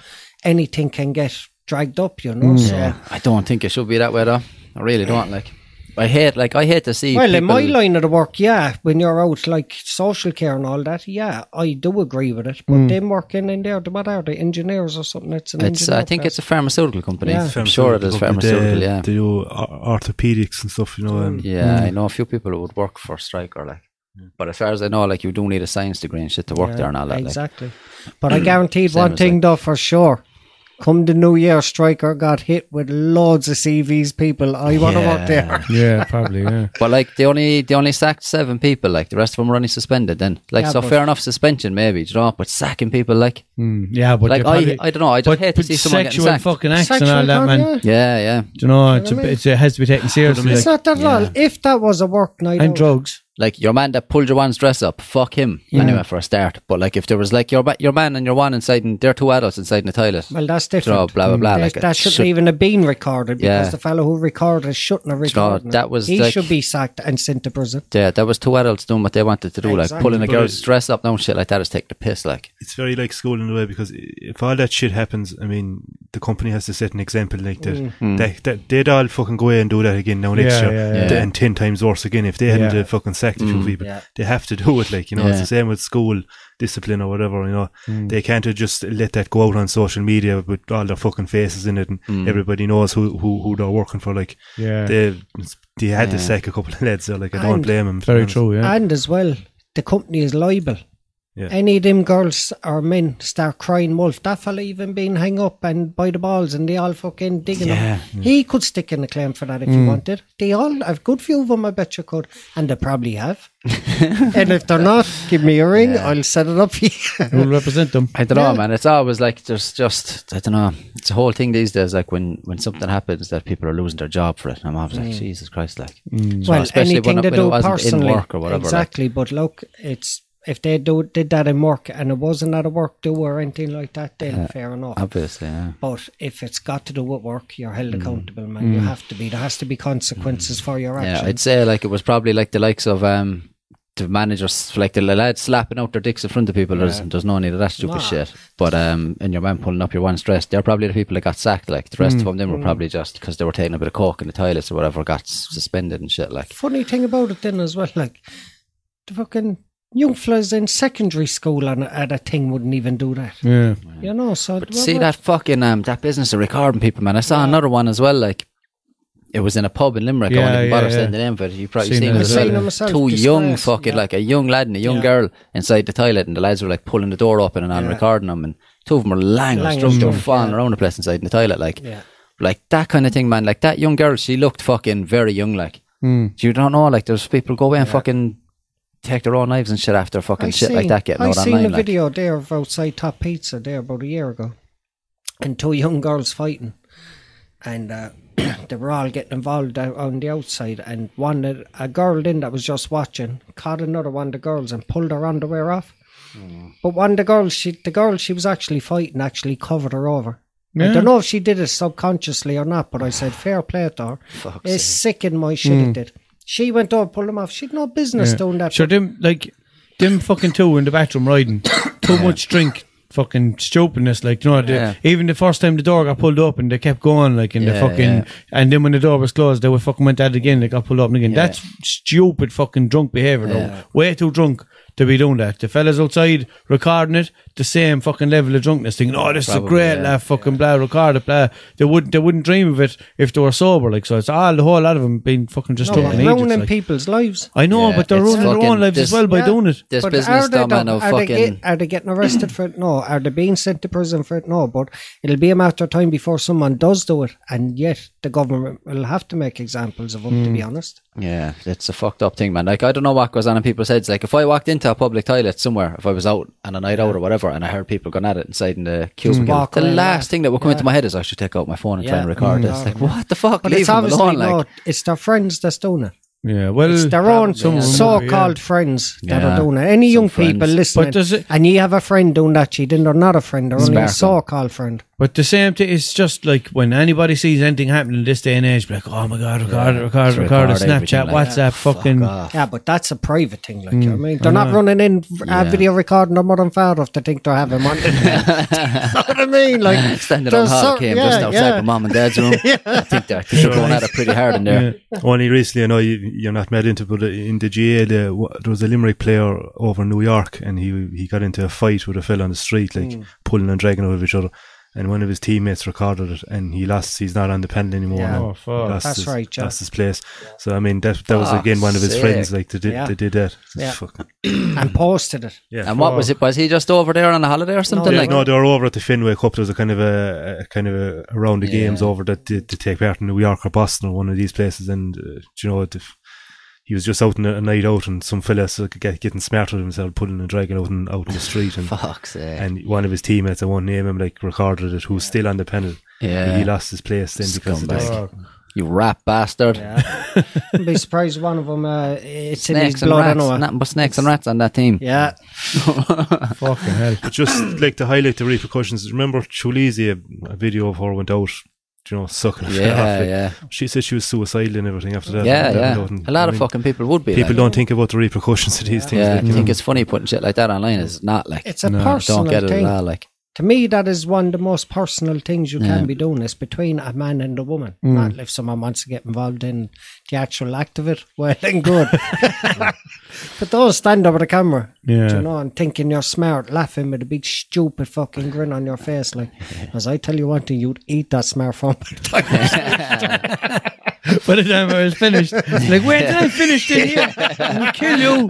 Speaker 4: anything can get dragged up, you
Speaker 3: Mm.
Speaker 4: know. So
Speaker 2: I don't think it should be that way though. I really don't. Like, I hate like I hate to see.
Speaker 4: Well, in my
Speaker 2: people-
Speaker 4: line of the work, yeah, when you're out like social care and all that, yeah, I do agree with it. But
Speaker 3: Mm.
Speaker 4: them working in there, what are they, engineers or something? It's an
Speaker 2: It's uh,
Speaker 4: engineer
Speaker 2: I think
Speaker 4: place.
Speaker 2: it's a pharmaceutical company.
Speaker 4: Yeah.
Speaker 2: I'm sure it is pharmaceutical.
Speaker 1: They,
Speaker 2: yeah,
Speaker 1: They do or- orthopedics and stuff, you know. Um,
Speaker 2: yeah.
Speaker 4: Hmm.
Speaker 2: I know a few people who would work for Striker. Like, but as far as I know, like you do need a science degree and shit to work there and all that. Like.
Speaker 4: Exactly. But I guaranteed
Speaker 2: Same
Speaker 4: one
Speaker 2: as
Speaker 4: thing though for sure. Come the new year, Striker got hit with loads of CVs. People, I want to
Speaker 3: [laughs]
Speaker 4: work there.
Speaker 3: yeah, probably,
Speaker 4: [laughs]
Speaker 3: yeah.
Speaker 2: But like they only they only sacked seven people. Like the rest of them were only suspended. Then like
Speaker 4: Yeah,
Speaker 2: so
Speaker 4: but- Hmm.
Speaker 2: fair enough suspension maybe. Do you know? But sacking people like
Speaker 3: Mm, yeah, but
Speaker 2: Like,
Speaker 3: you
Speaker 2: I-
Speaker 3: probably-
Speaker 2: I dunno, I just
Speaker 3: but-
Speaker 2: hate to
Speaker 3: but
Speaker 2: see someone getting
Speaker 3: sexual
Speaker 2: sacked.
Speaker 3: fucking acts and
Speaker 4: Sexual
Speaker 3: all that,
Speaker 4: con-
Speaker 3: man.
Speaker 4: yeah.
Speaker 2: yeah yeah
Speaker 3: Do you know, it's
Speaker 4: what I
Speaker 3: a,
Speaker 4: mean?
Speaker 3: it's, it has to be taken seriously.
Speaker 4: It's
Speaker 3: like,
Speaker 4: not that at all. If that was a work night, oh,
Speaker 3: and
Speaker 4: out,
Speaker 3: drugs.
Speaker 2: like your man that pulled your one's dress up, fuck him anyway for a start. But like if there was like your ma- your man and your one inside and they're two adults inside in the toilet,
Speaker 4: well, that's
Speaker 2: draw,
Speaker 4: different.
Speaker 2: blah blah blah.
Speaker 4: They-
Speaker 2: like
Speaker 4: that
Speaker 2: it
Speaker 4: shouldn't
Speaker 2: should-
Speaker 4: even have been recorded because
Speaker 2: Yeah.
Speaker 4: the fellow who recorded it shouldn't have
Speaker 2: you know,
Speaker 4: recorded. it.
Speaker 2: that was
Speaker 4: he
Speaker 2: like-
Speaker 4: should be sacked and sent to prison.
Speaker 2: yeah, there was two adults doing what they wanted to do, like
Speaker 4: Exactly.
Speaker 2: pulling a
Speaker 1: But
Speaker 2: girl's
Speaker 1: it-
Speaker 2: dress up now and shit like that is taking the piss. Like
Speaker 1: It's very like school in a way because i- if all that shit happens, I mean, the company has to set an example like that.
Speaker 2: Hmm.
Speaker 1: They, that they'd all fucking go away and do that again now next
Speaker 3: Mm. Yeah,
Speaker 1: year,
Speaker 3: yeah,
Speaker 2: yeah.
Speaker 1: Th- and ten times worse again if they hadn't
Speaker 3: Yeah.
Speaker 1: uh, fucking sacked a few people.
Speaker 2: yeah.
Speaker 1: They have to [laughs] do it, like you know. It's
Speaker 2: Hmm. Yeah.
Speaker 1: the same with school discipline or whatever. You know,
Speaker 3: Hmm.
Speaker 1: they can't uh, just let that go out on social media with all their fucking faces in it, and
Speaker 2: Hmm.
Speaker 1: everybody knows who, who who they're working for. Like
Speaker 3: Yeah.
Speaker 1: they they had
Speaker 2: Yeah.
Speaker 1: to sack a couple of lads. So like I don't
Speaker 4: And-
Speaker 1: blame them.
Speaker 3: Very true, yeah.
Speaker 4: And as well, the company is liable.
Speaker 1: Yeah.
Speaker 4: Any of them girls or men start crying wolf, that fella even being hung up and by the balls and they all fucking digging him. He could stick in a claim for that if
Speaker 2: Mm.
Speaker 4: he wanted. They all, I've good few of them, I bet you could. And they
Speaker 2: [laughs]
Speaker 4: probably have. and if they're not, give me a ring, I'll set it up for you.
Speaker 3: Who will represent them?
Speaker 2: I don't know, man. It's always like there's just I don't know. It's a whole thing these days. Like when when something happens that people are losing their job for it, and I'm always like Jesus Christ, like So
Speaker 4: [laughs] well,
Speaker 2: Mm. especially
Speaker 4: anything
Speaker 2: when,
Speaker 4: they
Speaker 2: it- when it
Speaker 4: do
Speaker 2: wasn't in
Speaker 4: personally.
Speaker 2: work or whatever. like,
Speaker 4: exactly, but look, it's if they do did that in work and it wasn't at a work do or anything like that, then fair enough.
Speaker 2: obviously, yeah.
Speaker 4: But if it's got to do with work, you're
Speaker 2: Mm.
Speaker 4: held accountable, man. You have to be. There has to be consequences for your
Speaker 2: Yeah,
Speaker 4: actions.
Speaker 2: I'd say like it was probably like the likes of um the managers, like the lads slapping out their dicks in front of people. There's, there's no need of that stupid shit. But um, and your man pulling up your one stress, they're probably the people that got sacked. Like the rest of them were probably just because they were taking a bit of coke in the toilets or whatever, got s- suspended and shit. Like
Speaker 4: Funny thing about it then as well, like the fucking young fellas in secondary school and at a thing wouldn't even do that.
Speaker 3: Yeah.
Speaker 4: You know, so
Speaker 2: But see that fucking um that business of recording people, man. I saw another one as well. Like it was in a pub in Limerick.
Speaker 3: Yeah,
Speaker 2: I won't even
Speaker 3: yeah,
Speaker 2: bother
Speaker 3: yeah.
Speaker 2: saying the name, but you probably
Speaker 3: Seen
Speaker 2: seen,
Speaker 3: it
Speaker 2: it
Speaker 3: as
Speaker 2: as
Speaker 3: well.
Speaker 2: well.
Speaker 3: Seen it
Speaker 4: myself,
Speaker 2: Two
Speaker 4: disgrace,
Speaker 2: young fucking
Speaker 4: yeah.
Speaker 2: like a young lad and a young
Speaker 4: Yeah.
Speaker 2: girl inside the toilet, and the lads were like pulling the door open and on recording them, and two of them were lying,
Speaker 4: Lying
Speaker 2: or
Speaker 4: on
Speaker 3: Mm.
Speaker 2: drunk, they were
Speaker 4: drunk,
Speaker 2: falling
Speaker 4: yeah.
Speaker 2: around the place inside in the toilet, like.
Speaker 4: Yeah.
Speaker 2: Like that kind of thing, man. Like that young girl, she looked fucking very young. Like
Speaker 3: Mm.
Speaker 2: you don't know. Like there's people go away and fucking take their own knives and shit after fucking shit like that getting
Speaker 4: I
Speaker 2: out
Speaker 4: seen
Speaker 2: online.
Speaker 4: a
Speaker 2: like.
Speaker 4: video there of outside Top Pizza there about a year ago, and two young girls fighting, and uh, [clears throat] they were all getting involved out on the outside, and one of- a girl then that was just watching caught another one of the girls and pulled her underwear off.
Speaker 3: Mm.
Speaker 4: But one of the girls, she the girl she was actually fighting actually covered her over. I
Speaker 3: Yeah.
Speaker 4: don't know if she did it subconsciously or not, but I said fair play to her. it's sick in my shit it did. She went over, pulled him off. She'd no business doing that.
Speaker 3: Mm. Sure, them like them fucking two in the bathroom riding too much drink, fucking stupidness. Like you know, the,
Speaker 2: Yeah.
Speaker 3: even the first time the door got pulled open, they kept going like in the
Speaker 2: Yeah,
Speaker 3: fucking,
Speaker 2: yeah.
Speaker 3: and then when the door was closed, they were fucking went at it again. They got pulled open again. That's stupid fucking drunk behavior.
Speaker 2: Yeah.
Speaker 3: Though, way too drunk. To be doing that, the fellas outside recording it, the same fucking level of drunkenness, thinking, "Oh, this is a
Speaker 2: Probably,
Speaker 3: great
Speaker 2: yeah.
Speaker 3: laugh, fucking blah, record it, blah." They wouldn't, they wouldn't dream of it if they were sober, like so. It's all the whole lot of them being fucking just
Speaker 4: no,
Speaker 3: drunken
Speaker 4: ruining
Speaker 3: idiots, like.
Speaker 4: people's lives.
Speaker 3: I know,
Speaker 2: Yeah,
Speaker 3: but they're
Speaker 2: it's
Speaker 3: ruining their own
Speaker 2: fucking
Speaker 3: lives as
Speaker 2: dis-
Speaker 3: well by
Speaker 4: Yeah.
Speaker 3: doing it.
Speaker 2: This
Speaker 4: But
Speaker 2: business
Speaker 4: are they
Speaker 2: done man
Speaker 4: done-
Speaker 2: of
Speaker 4: are they get-
Speaker 2: fucking
Speaker 4: are they getting arrested for it? No. Are they being sent to prison for it? No. But it'll be a matter of time before someone does do it, and yet the government will have to make examples of them. To be
Speaker 3: Hmm.
Speaker 4: honest,
Speaker 2: Yeah, it's a fucked up thing, man. Like I don't know what goes on in people's heads. Like if I walked into a public toilet somewhere, if I was out on a night out or whatever, and I heard people going at it inside in the cubicle,
Speaker 4: Walk
Speaker 2: the
Speaker 4: around,
Speaker 2: last
Speaker 4: yeah.
Speaker 2: thing that would come into my head is I should take out my phone and try
Speaker 4: Yeah.
Speaker 2: and record
Speaker 4: Mm.
Speaker 2: this. Like what the fuck?
Speaker 4: but
Speaker 2: Leave
Speaker 4: it's
Speaker 2: them
Speaker 4: obviously
Speaker 2: alone. [laughs]
Speaker 4: no.
Speaker 2: Like
Speaker 4: It's their friends that's doing it.
Speaker 3: Yeah, well,
Speaker 4: It's their own
Speaker 3: some of them are, yeah.
Speaker 4: so-called friends that
Speaker 2: Yeah.
Speaker 4: are doing it. Any
Speaker 2: Some
Speaker 4: young
Speaker 2: friends.
Speaker 4: people listening,
Speaker 3: But does it-
Speaker 4: and you have a friend doing that, she then they're not a friend. They're only
Speaker 2: Sparkle.
Speaker 4: a so-called friend.
Speaker 3: But the same thing, it's just like when anybody sees anything happening in this day and age, be like, oh my god, record it, record
Speaker 2: Just
Speaker 3: it, record it,
Speaker 2: record
Speaker 3: Snapchat,
Speaker 2: everything like
Speaker 3: WhatsApp, fucking.
Speaker 4: Yeah, but that's a private thing. Like you know what Mm, I mean, they're not running in v- uh, video recording their mother and father if they think they're
Speaker 2: [laughs]
Speaker 4: having one. [laughs] you know what I mean? Like
Speaker 2: standing on
Speaker 4: there's
Speaker 2: hall
Speaker 4: so-
Speaker 2: cam
Speaker 4: yeah,
Speaker 2: just outside
Speaker 4: [laughs] yeah.
Speaker 2: my mom and dad's room. I think they're, I think they're going at it pretty hard in there.
Speaker 1: [laughs] Only recently, I know you, you're not mad into, but uh, in the GA, the, w- there was a Limerick player over in New York, and he he got into a fight with a fella on the street, like
Speaker 4: Hmm.
Speaker 1: pulling and dragging out of each other. And one of his teammates recorded it, and he lost. He's not on the panel anymore.
Speaker 4: Yeah.
Speaker 1: now.
Speaker 3: Oh, fuck.
Speaker 1: Lost
Speaker 4: That's
Speaker 1: his,
Speaker 4: right, yeah.
Speaker 1: Lost his place. So I mean, that that was
Speaker 2: Fuck's
Speaker 1: again one of his
Speaker 2: sake.
Speaker 1: friends. Like they did,
Speaker 4: Yeah.
Speaker 1: they did that. It's
Speaker 4: Yeah.
Speaker 1: fucking-
Speaker 4: and posted it.
Speaker 1: yeah.
Speaker 2: And what was it? Was he just over there on a holiday or something?
Speaker 1: Yeah,
Speaker 2: like
Speaker 1: no, they were over at the Fenway Cup. There was a kind of a, a kind of a, a round of games over that to, to take part in New York or Boston or one of these places. And uh, do you know, the, he was just out on a, a night out, and some fella so get, getting smarter than himself, pulling and dragging out in, out in the street, and
Speaker 2: fuck's sake.
Speaker 1: and one of his teammates, I won't name him, like recorded it, who's still on the penalty.
Speaker 2: Yeah.
Speaker 1: he lost his place then because of that.
Speaker 2: Scumbag. you rap bastard.
Speaker 4: I'd be surprised one of them. Uh, it's in his
Speaker 2: Snakes and
Speaker 4: blood
Speaker 2: rats.
Speaker 4: anyway.
Speaker 2: Nothing but snakes and rats on that team.
Speaker 4: Yeah,
Speaker 3: Fucking hell.
Speaker 1: But just like to highlight the repercussions. Remember Chulizi, a, a video of her went out. You know, sucking. her [laughs] off,
Speaker 2: Yeah,
Speaker 1: like,
Speaker 2: yeah.
Speaker 1: She said she was suicidal and everything after that.
Speaker 2: Yeah,
Speaker 1: That went
Speaker 2: yeah.
Speaker 1: out and-
Speaker 2: A lot
Speaker 1: I
Speaker 2: of
Speaker 1: mean,
Speaker 2: fucking people would be.
Speaker 1: People
Speaker 2: like,
Speaker 1: don't think about the repercussions of these things.
Speaker 2: Yeah, I
Speaker 1: like, you
Speaker 2: think
Speaker 1: know.
Speaker 2: it's funny putting shit like that online. It's not like
Speaker 4: it's a
Speaker 2: I
Speaker 4: personal
Speaker 2: don't get it
Speaker 4: thing.
Speaker 2: at all. Like,
Speaker 4: To me, that is one of the most personal things you
Speaker 2: Yeah.
Speaker 4: can be doing. It's between a man and a woman. Not if someone wants to get involved in the actual act of it, well [laughs] and good. but those stand over the camera,
Speaker 3: Yeah.
Speaker 4: do you know, and thinking you're smart, laughing with a big stupid fucking grin on your face. Like, as I tell you one thing, you'd eat that smartphone.
Speaker 3: [laughs]
Speaker 4: [laughs]
Speaker 3: By the time I was finished, like, wait till I finished in here.
Speaker 2: [laughs]
Speaker 3: I'll kill you.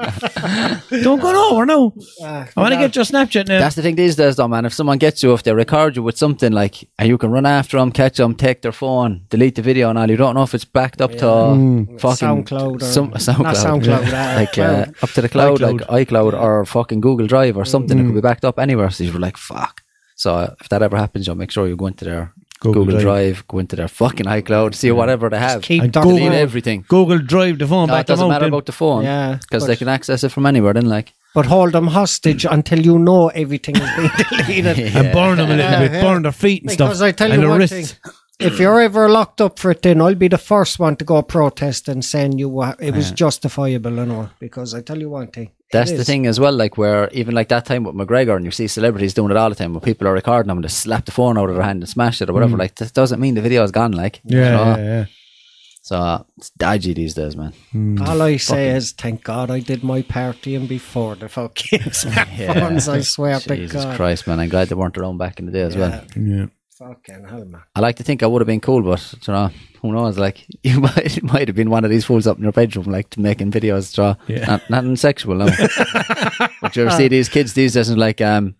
Speaker 3: Don't go over now. I want to get your Snapchat now.
Speaker 2: Ah, that's the thing these days, though, man. If someone gets you, if they record you with something like, and you can run after them, catch them, take their phone, delete the video, and all. You don't know if it's backed up to fucking
Speaker 4: SoundCloud or-
Speaker 2: some
Speaker 4: not
Speaker 2: SoundCloud, [laughs]
Speaker 4: SoundCloud, uh,
Speaker 2: like uh,
Speaker 4: cloud.
Speaker 2: up to the cloud, like iCloud or fucking Google Drive or something.
Speaker 4: Mm.
Speaker 2: It could be backed up anywhere. So you were like, fuck. So uh, if that ever happens, you'll make sure you go into their
Speaker 3: Google
Speaker 2: Google,
Speaker 3: Drive.
Speaker 2: Drive. go into their fucking iCloud, see whatever they have,
Speaker 4: keep
Speaker 2: and
Speaker 4: their
Speaker 2: delete
Speaker 4: phone.
Speaker 2: everything.
Speaker 3: Google Drive the phone
Speaker 2: No,
Speaker 3: back
Speaker 2: it
Speaker 3: them
Speaker 2: doesn't
Speaker 3: out.
Speaker 2: matter
Speaker 3: then.
Speaker 2: about the phone.
Speaker 4: Yeah,
Speaker 2: Because
Speaker 4: but-
Speaker 2: they can access it from anywhere, then, like.
Speaker 4: but hold them hostage until you know everything is being deleted.
Speaker 3: and burn them a little
Speaker 4: Yeah,
Speaker 3: bit,
Speaker 4: yeah.
Speaker 3: burn their feet and
Speaker 4: Because
Speaker 3: stuff,
Speaker 4: I tell
Speaker 3: and
Speaker 4: you
Speaker 3: their
Speaker 4: one
Speaker 3: wrists.
Speaker 4: thing. If you're ever locked up for it, then I'll be the first one to go protest and saying you wa- it was justifiable and all. Because I tell you one thing, it
Speaker 2: That's the
Speaker 4: is.
Speaker 2: thing as well, like where even like that time with McGregor, and you see celebrities doing it all the time, where people are recording them and they slap the phone out of their hand and smash it or whatever. Like that doesn't mean the video is gone. Like you know?
Speaker 3: Mm. Yeah, yeah, yeah.
Speaker 2: So uh, it's dodgy these days, man.
Speaker 4: All I say is, thank God I did my partying before
Speaker 2: [laughs]
Speaker 4: the fucking [laughs] smartphones. I swear to
Speaker 2: Jesus
Speaker 4: God,
Speaker 2: Christ, man! I'm glad they weren't around back in the day as well.
Speaker 3: yeah.
Speaker 4: fucking hell, man.
Speaker 2: I like to think I would have been cool, but you know, who knows? Like [laughs] you might might have been one of these fools up in your bedroom, like making videos. Draw,
Speaker 3: Yeah.
Speaker 2: not nothing sexual,
Speaker 4: [laughs]
Speaker 2: no. but you ever see these kids these days, and like um,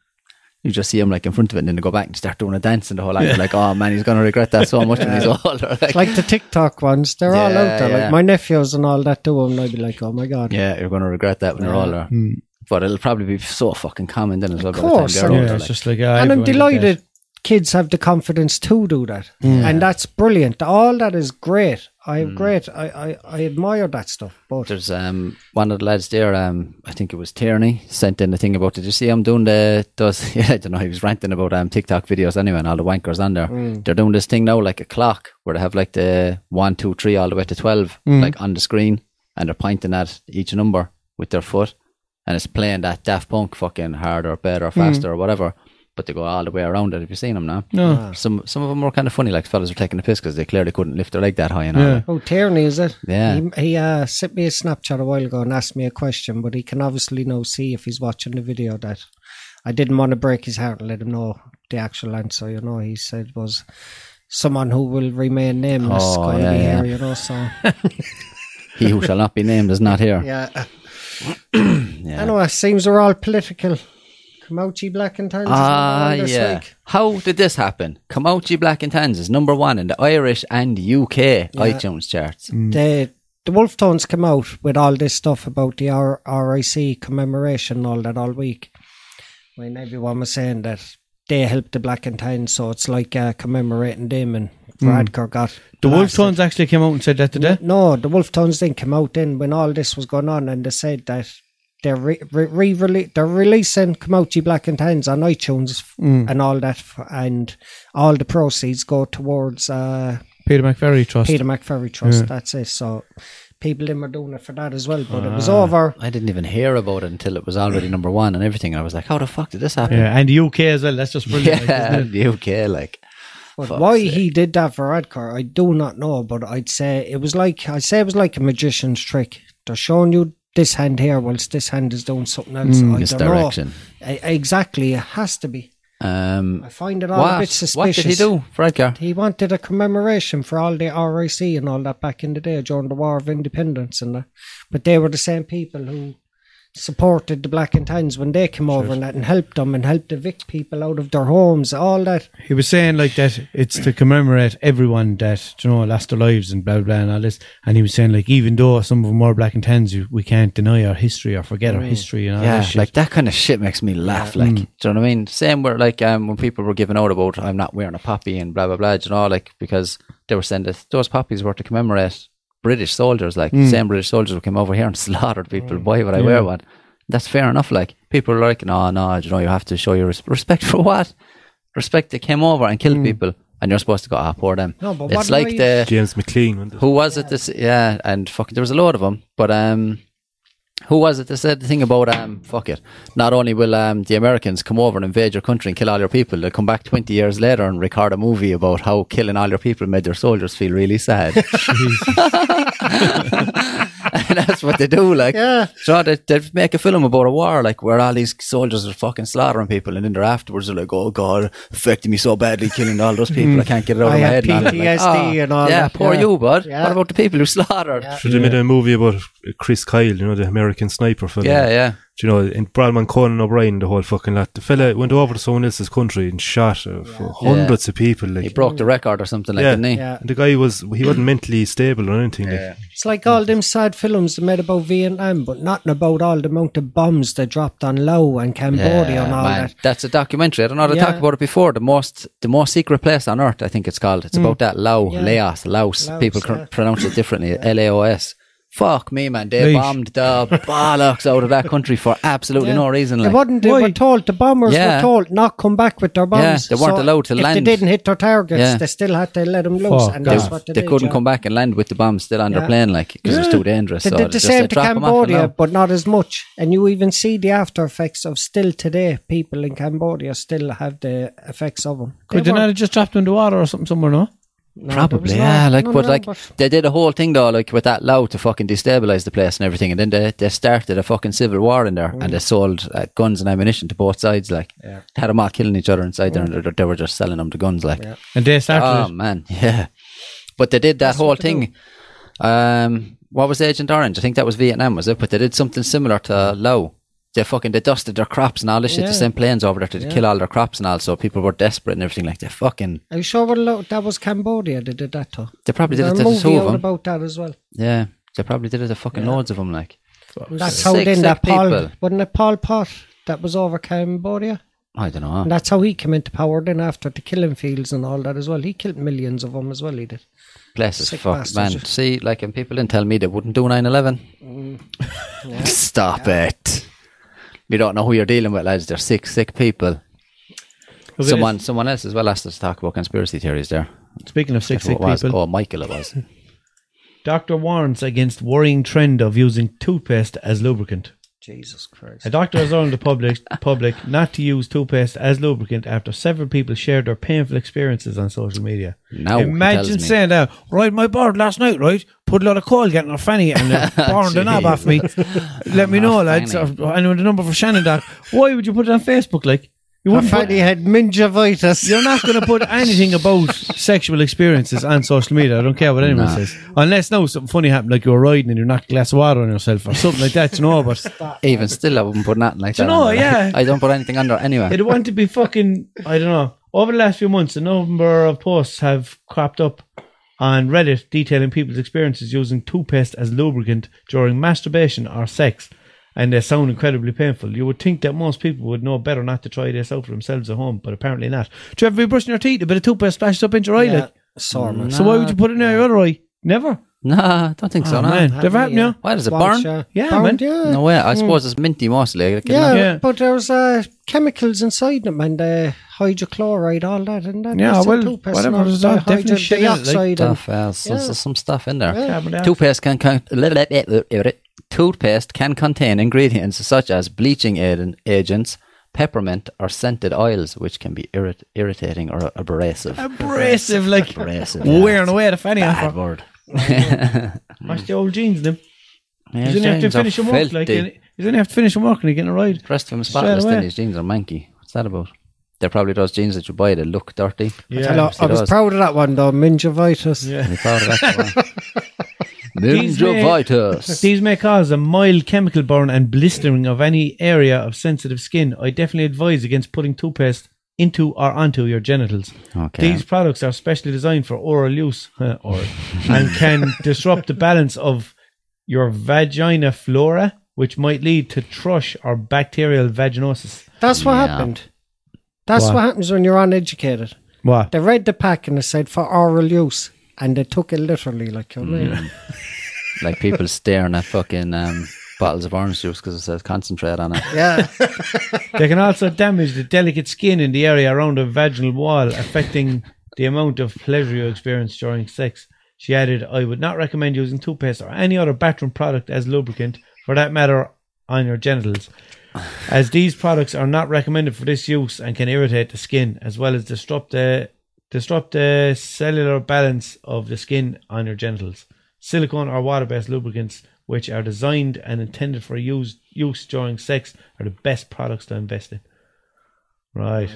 Speaker 2: you just see them like in front of it, and then they go back and start doing a dance and the whole lot. You're like, oh man, he's gonna regret that so much
Speaker 4: [laughs]
Speaker 2: when he's older. Like,
Speaker 4: Like the TikTok ones, they're all
Speaker 2: Yeah,
Speaker 4: out there.
Speaker 2: yeah.
Speaker 4: Like my nephews and all that do 'em, and I'd be like, oh my God.
Speaker 2: yeah, you're gonna regret that when you're older. But it'll probably be so fucking common then as well.
Speaker 4: Hmm. course,
Speaker 2: by the time
Speaker 4: I
Speaker 2: you're
Speaker 4: mean,
Speaker 3: Yeah,
Speaker 2: older,
Speaker 3: it's
Speaker 2: like,
Speaker 3: just like, "Ah,
Speaker 4: And I'm delighted kids have the confidence to do that, and that's brilliant. All that is great. I great. I, I I admire that stuff. But
Speaker 2: There's um one of the lads there, um I think it was Tierney, sent in a thing about did you see him doing the does [laughs] yeah, I don't know, he was ranting about um TikTok videos anyway and all the wankers on there.
Speaker 3: Mm.
Speaker 2: They're doing this thing now like a clock where they have like the one, two, three all the way to twelve,
Speaker 3: Mm.
Speaker 2: like on the screen and they're pointing at each number with their foot and it's playing that Daft Punk fucking harder, better,
Speaker 3: Mm.
Speaker 2: faster or whatever. But they go all the way around it. Have you seen them now?
Speaker 3: No.
Speaker 2: Some some of them were kind of funny. Like fellas were taking the piss because they clearly couldn't lift their leg that high. And all
Speaker 3: Yeah.
Speaker 2: that.
Speaker 4: oh, Tierney is it?
Speaker 2: Yeah.
Speaker 4: He, he uh, sent me a Snapchat a while ago and asked me a question, but he can obviously now see if he's watching the video that I didn't want to break his heart and let him know the actual answer. You know, he said was. Someone who will remain nameless
Speaker 2: Oh,
Speaker 4: going to
Speaker 2: yeah,
Speaker 4: be
Speaker 2: yeah.
Speaker 4: here, you know. So,
Speaker 2: He who shall not be named is not here. [coughs]
Speaker 4: yeah. Anyway, seems they're all political. Kamauchi Black and Tans.
Speaker 2: Ah, yeah. How did this happen? Kamauchi Black and Tans is number one in the Irish and UK iTunes charts.
Speaker 4: The the Wolf Tones come out with all this stuff about the R- RIC commemoration and all that all week. When everyone was saying that they helped the Black and Tans, so it's like uh, commemorating them and Radker got
Speaker 3: The Wolf
Speaker 4: blasted.
Speaker 3: Tones actually came out and said that today.
Speaker 4: No, the Wolf Tones didn't come out then when all this was going on, and they said that they're re, re, re-rele- they're releasing Kamauchi Black and Tans on iTunes f- and all that, f- and all the proceeds go towards uh,
Speaker 3: Peter McFerry Trust.
Speaker 4: Peter McFerry Trust. That's it. So people them are doing it for that as well. But it was over.
Speaker 2: I didn't even hear about it until it was already number one and everything. And I was like, how the fuck did this happen?
Speaker 3: Yeah, and the UK as well. That's just brilliant.
Speaker 2: [laughs]
Speaker 3: like,
Speaker 2: Yeah,
Speaker 3: isn't it?
Speaker 2: the UK, like,
Speaker 4: But
Speaker 2: Fuck's
Speaker 4: why he did that for Radcar, I do not know. But I'd say it was like I say it was like a magician's trick. They're showing you this hand here, whilst this hand is doing something else. I don't know.
Speaker 2: misdirection.
Speaker 4: E- exactly, it has to be.
Speaker 2: Um,
Speaker 4: I find it all a bit
Speaker 2: what?
Speaker 4: suspicious.
Speaker 2: what did he do, Fredgar?
Speaker 4: He wanted a commemoration for all the RIC and all that back in the day during the War of Independence and that. But they were the same people who supported the Black and Tans when they came over and that and helped them and helped evict people out of their homes, all that.
Speaker 3: He was saying like that it's to commemorate everyone that you know lost their lives and blah blah and all this. And he was saying like even though some of them were black and tans, you- we can't deny our history or forget our history and all
Speaker 2: Yeah,
Speaker 3: that shit. Mm.
Speaker 2: like that kind of shit makes me laugh. Like, do you know what I mean? Same where like um, when people were giving out about I'm not wearing a poppy and blah blah blah. Do you know, like because they were saying that those poppies were to commemorate British soldiers. Like
Speaker 3: Mm.
Speaker 2: same British soldiers who came over here and [laughs] slaughtered people. Why would I wear one? That's fair enough. Like people are like, no, no, do you know, you have to show your res- respect [laughs] for what? Respect. They came over and
Speaker 3: Mm.
Speaker 2: killed people, and you're supposed to go, ah, poor them.
Speaker 4: No, but
Speaker 2: it's
Speaker 4: what
Speaker 2: like
Speaker 4: am I-
Speaker 2: the
Speaker 1: James McLean. wasn't it?
Speaker 2: who was it? This yeah, and fucking there was a load of them. But um, who was it that said the thing about um, fuck it? Not only will um the Americans come over and invade your country and kill all your people, they'll come back twenty years later and record a movie about how killing all your people made their soldiers feel really
Speaker 4: [laughs]
Speaker 2: sad. [laughs] and that's what they do. Like,
Speaker 4: Yeah.
Speaker 2: so they they make a film about a war, like where all these soldiers are fucking slaughtering people, and then they're afterwards they're like, oh god, affected me so badly killing all those people, I can't get it out
Speaker 4: I
Speaker 2: of my head.
Speaker 4: had
Speaker 2: and all that. Like,
Speaker 4: PTSD
Speaker 2: "Ah,
Speaker 4: and all
Speaker 2: Yeah,
Speaker 4: that,
Speaker 2: poor
Speaker 4: yeah.
Speaker 2: you, bud.
Speaker 4: Yeah.
Speaker 2: What about the people who slaughtered? Yeah,
Speaker 1: Should have made a movie about Chris Kyle, you know, the American sniper film.
Speaker 2: yeah.
Speaker 1: Do you know, and Bradman Conan O'Brien, the whole fucking lot. The fella went over to someone else's country and shot uh, for hundreds of people. Like,
Speaker 2: He broke the record or something like
Speaker 1: yeah.
Speaker 2: that, didn't he?
Speaker 4: Yeah.
Speaker 1: And the guy was, he
Speaker 2: [clears throat]
Speaker 1: wasn't mentally stable or anything. Like,
Speaker 4: It's like all them sad films they made about Vietnam, but nothing about all the amount of bombs they dropped on Laos and Cambodia
Speaker 2: Yeah,
Speaker 4: and all
Speaker 2: man.
Speaker 4: that.
Speaker 2: Uh, That's a documentary. I don't know how to
Speaker 4: Yeah.
Speaker 2: talk about it before. The most, the most secret place on earth, I think it's called. It's about that Lao,
Speaker 4: Mm. Yeah.
Speaker 2: Laos, Laos.
Speaker 4: Laos,
Speaker 2: People cr-
Speaker 4: [laughs] yeah.
Speaker 2: pronounce it differently. L A O S. Fuck me, man. They
Speaker 3: Leash.
Speaker 2: bombed the bollocks out of that country for absolutely
Speaker 4: Yeah.
Speaker 2: no reason.
Speaker 4: They
Speaker 2: Like,
Speaker 4: wouldn't. They
Speaker 3: Why?
Speaker 4: were told the bombers
Speaker 2: Yeah.
Speaker 4: were told not come back with their bombs.
Speaker 2: they weren't allowed to
Speaker 4: if
Speaker 2: land.
Speaker 4: They didn't hit their targets.
Speaker 2: Yeah.
Speaker 4: They still had to let them loose,
Speaker 3: Fuck
Speaker 4: and
Speaker 3: that.
Speaker 4: that's
Speaker 2: they,
Speaker 4: what they,
Speaker 2: they
Speaker 4: did,
Speaker 2: couldn't
Speaker 4: yeah.
Speaker 2: come back and land with the bombs still on their
Speaker 4: Yeah.
Speaker 2: plane, like because it was too dangerous.
Speaker 4: They
Speaker 2: so
Speaker 4: did
Speaker 2: they
Speaker 4: the
Speaker 2: just
Speaker 4: same
Speaker 2: said,
Speaker 4: to
Speaker 2: "Drop 'em off in Lao."
Speaker 4: Cambodia, but not as much. And you even see the after effects of still today. People in Cambodia still have the effects of them.
Speaker 3: Could they not have just dropped him in the water or something somewhere? No.
Speaker 2: Probably,
Speaker 4: no-
Speaker 2: yeah. Like,
Speaker 4: no,
Speaker 2: but
Speaker 4: no,
Speaker 2: like
Speaker 4: but-
Speaker 2: they did a whole thing though, like with that loud to fucking destabilize the place and everything, and then they, they started a fucking civil war in there,
Speaker 4: Mm.
Speaker 2: and they sold uh, guns and ammunition to both sides. Like, they had them all killing each other inside there,
Speaker 4: Mm.
Speaker 2: and they, they were just selling them the guns. Like,
Speaker 3: And they started.
Speaker 2: oh
Speaker 3: it.
Speaker 2: man, [laughs] yeah. But they did that whole thing. Um, what was Agent Orange? I think that was Vietnam, was it? But they did something similar to Lao. They fucking they dusted their crops and all this shit. They
Speaker 4: Yeah.
Speaker 2: sent planes over there to kill all their crops and all. So people were desperate and everything. Like they fucking
Speaker 4: Are you sure what lo- that was Cambodia? They did that to.
Speaker 2: they probably did
Speaker 4: There's
Speaker 2: it to
Speaker 4: a
Speaker 2: the two
Speaker 4: movie
Speaker 2: of
Speaker 4: out
Speaker 2: them.
Speaker 4: about that as well.
Speaker 2: Yeah, they probably did it to fucking loads of them. Like,
Speaker 4: That's
Speaker 2: Sick,
Speaker 4: how then
Speaker 2: sick
Speaker 4: that Paul
Speaker 2: people.
Speaker 4: wasn't it Paul Pot that was over Cambodia.
Speaker 2: I don't know.
Speaker 4: And that's how he came into power then after the killing fields and all that as well. He killed millions of them as well, he did.
Speaker 2: Bless his
Speaker 4: Sick
Speaker 2: fuck,
Speaker 4: bastards,
Speaker 2: man.
Speaker 4: yeah.
Speaker 2: See, like, and people didn't tell me they wouldn't do 9 11.
Speaker 3: Mm.
Speaker 2: [laughs] Stop it. You don't know who you're dealing with, lads. They're sick, sick people.
Speaker 3: Look at
Speaker 2: Someone someone else as well asked us to talk about conspiracy theories there.
Speaker 3: this. Speaking of sick,
Speaker 2: That's what
Speaker 3: sick
Speaker 2: it was.
Speaker 3: people,
Speaker 2: Oh, Michael, it was.
Speaker 3: doctor warns against worrying trend of using toothpaste as lubricant.
Speaker 4: Jesus Christ.
Speaker 3: A doctor has warned the public, public not to use toothpaste as lubricant after several people shared their painful experiences on social media.
Speaker 2: Now he tells
Speaker 3: imagine
Speaker 2: me.
Speaker 3: saying that, right, my bird last night, right, put a lot of coal getting her fanny
Speaker 2: [laughs]
Speaker 3: and it burned the knob off me. Let me know, lads.
Speaker 2: fanny.
Speaker 3: or- I know the number for Shannon Doc. Why would you put it on Facebook? Like, you
Speaker 4: My
Speaker 3: wouldn't put,
Speaker 4: fatty had meningitis.
Speaker 3: [laughs] you're not going to put anything about sexual experiences on social media. I don't care what anyone says. Unless, no, something funny happened, like you were riding and you knocked a glass of water on yourself or something like that, you know, but.
Speaker 2: Even still, I wouldn't put nothing like
Speaker 3: Do
Speaker 2: that.
Speaker 3: you know,
Speaker 2: on there.
Speaker 3: yeah.
Speaker 2: [laughs] I don't put anything under anyway.
Speaker 3: It'd want to be fucking. I don't know. Over the last few months, a number of posts have cropped up on Reddit detailing people's experiences using toothpaste as lubricant during masturbation or sex, and they sound incredibly painful. You would think that most people would know better not to try this out for themselves at home, but apparently not. Do you ever be brushing your teeth? A bit of toothpaste splashes up into your eye,
Speaker 4: Yeah,
Speaker 3: like.
Speaker 4: sore, man.
Speaker 3: So why would you put it in your other eye? Never.
Speaker 2: Nah, I don't think so.
Speaker 3: Oh,
Speaker 2: no.
Speaker 3: man, never happened to you?
Speaker 2: Why does it
Speaker 4: Bounce,
Speaker 2: burn?
Speaker 3: Yeah,
Speaker 4: Bound,
Speaker 3: man.
Speaker 4: Yeah.
Speaker 2: No way. I suppose it's minty mostly. Like,
Speaker 4: Yeah,
Speaker 3: Yeah.
Speaker 4: but there's uh, chemicals inside them and uh, hydrochloride, all that, and that.
Speaker 3: Yeah,
Speaker 4: There's a
Speaker 3: well,
Speaker 4: toothpaste
Speaker 3: whatever,
Speaker 4: and all
Speaker 3: there's
Speaker 4: that,
Speaker 3: not definitely
Speaker 4: hydrogen
Speaker 3: shit in it, like
Speaker 4: dioxide and-
Speaker 2: Stuff else. There's,
Speaker 4: Yeah.
Speaker 2: there's some stuff in there.
Speaker 4: Yeah.
Speaker 3: Carbon dioxide.
Speaker 2: Toothpaste can con- toothpaste can contain ingredients such as bleaching aid- agents, peppermint, or scented oils, which can be irrit- irritating or abrasive.
Speaker 3: Abrasive, like
Speaker 2: Abrasive, yeah.
Speaker 3: wearing away the fanny off.
Speaker 2: Bad
Speaker 3: her.
Speaker 2: word.
Speaker 3: Watch the old jeans, them.
Speaker 2: Yeah,
Speaker 3: You didn't have to
Speaker 2: jeans are
Speaker 3: finish your work, like
Speaker 2: filthy.
Speaker 3: and you didn't have to finish your work and you're getting a ride.
Speaker 2: rest of them spotless.
Speaker 3: away.
Speaker 2: Then his jeans are manky. What's that about? They're probably those jeans that you buy that look dirty.
Speaker 4: I lo- I
Speaker 2: It
Speaker 4: was
Speaker 2: does.
Speaker 4: proud of that one though, meningitis.
Speaker 3: Yeah.
Speaker 2: Be proud of
Speaker 3: [laughs]
Speaker 2: that, Joanne.
Speaker 3: These
Speaker 2: Meningitis.
Speaker 3: These may cause a mild chemical burn and blistering of any area of sensitive skin. I definitely advise against putting toothpaste into or onto your genitals.
Speaker 2: Okay.
Speaker 3: These products are specially designed for oral use huh, oral, and can disrupt the balance of your vagina flora, which might lead to thrush or bacterial vaginosis.
Speaker 4: That's what
Speaker 2: Yeah.
Speaker 4: happened. That's
Speaker 3: What?
Speaker 4: what happens when you're uneducated.
Speaker 3: What?
Speaker 4: They read the pack and they said for oral use, and they took it literally, like you know. what I mean?
Speaker 2: like people staring at fucking um, bottles of orange juice because it says concentrate on it.
Speaker 4: Yeah,
Speaker 3: They can also damage the delicate skin in the area around the vaginal wall, affecting the amount of pleasure you experience during sex. She added, I would not recommend using toothpaste or any other bathroom product as lubricant, for that matter, on your genitals, as these products are not recommended for this use and can irritate the skin, as well as disrupt the, disrupt the cellular balance of the skin on your genitals. Silicone or water based lubricants, which are designed and intended for use, use during sex, are the best products to invest in. Right.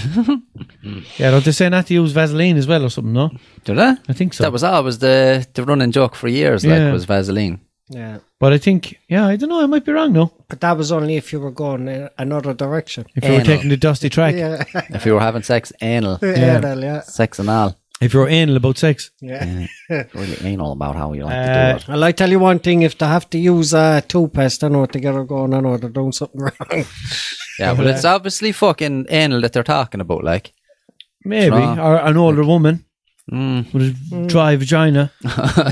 Speaker 3: [laughs] yeah, don't they say not to use Vaseline as well or something, no?
Speaker 2: Do they?
Speaker 3: I think so.
Speaker 2: That was always the the running joke for years.
Speaker 3: Yeah.
Speaker 2: Like was Vaseline.
Speaker 4: yeah.
Speaker 3: but I think, yeah, I don't know, I might be wrong, no?
Speaker 4: But that was only if you were going in another direction. [laughs]
Speaker 3: If you were
Speaker 2: Anal.
Speaker 3: taking the dusty track,
Speaker 4: Yeah,
Speaker 2: If you were having sex, anal,
Speaker 4: yeah, well, yeah.
Speaker 2: sex and all.
Speaker 3: if you were anal about sex.
Speaker 4: yeah.
Speaker 2: Really anal about how you like
Speaker 3: Uh,
Speaker 2: to do it.
Speaker 4: Well, I tell you one thing: if they have to use uh, toothpaste, I know what they get her going. I know they're doing something [laughs] wrong.
Speaker 2: Yeah, well, it's obviously fucking anal that they're talking about. Like, [laughs]
Speaker 3: Maybe.
Speaker 2: Tra-
Speaker 3: Or an older woman
Speaker 2: mm.
Speaker 3: with a dry vagina.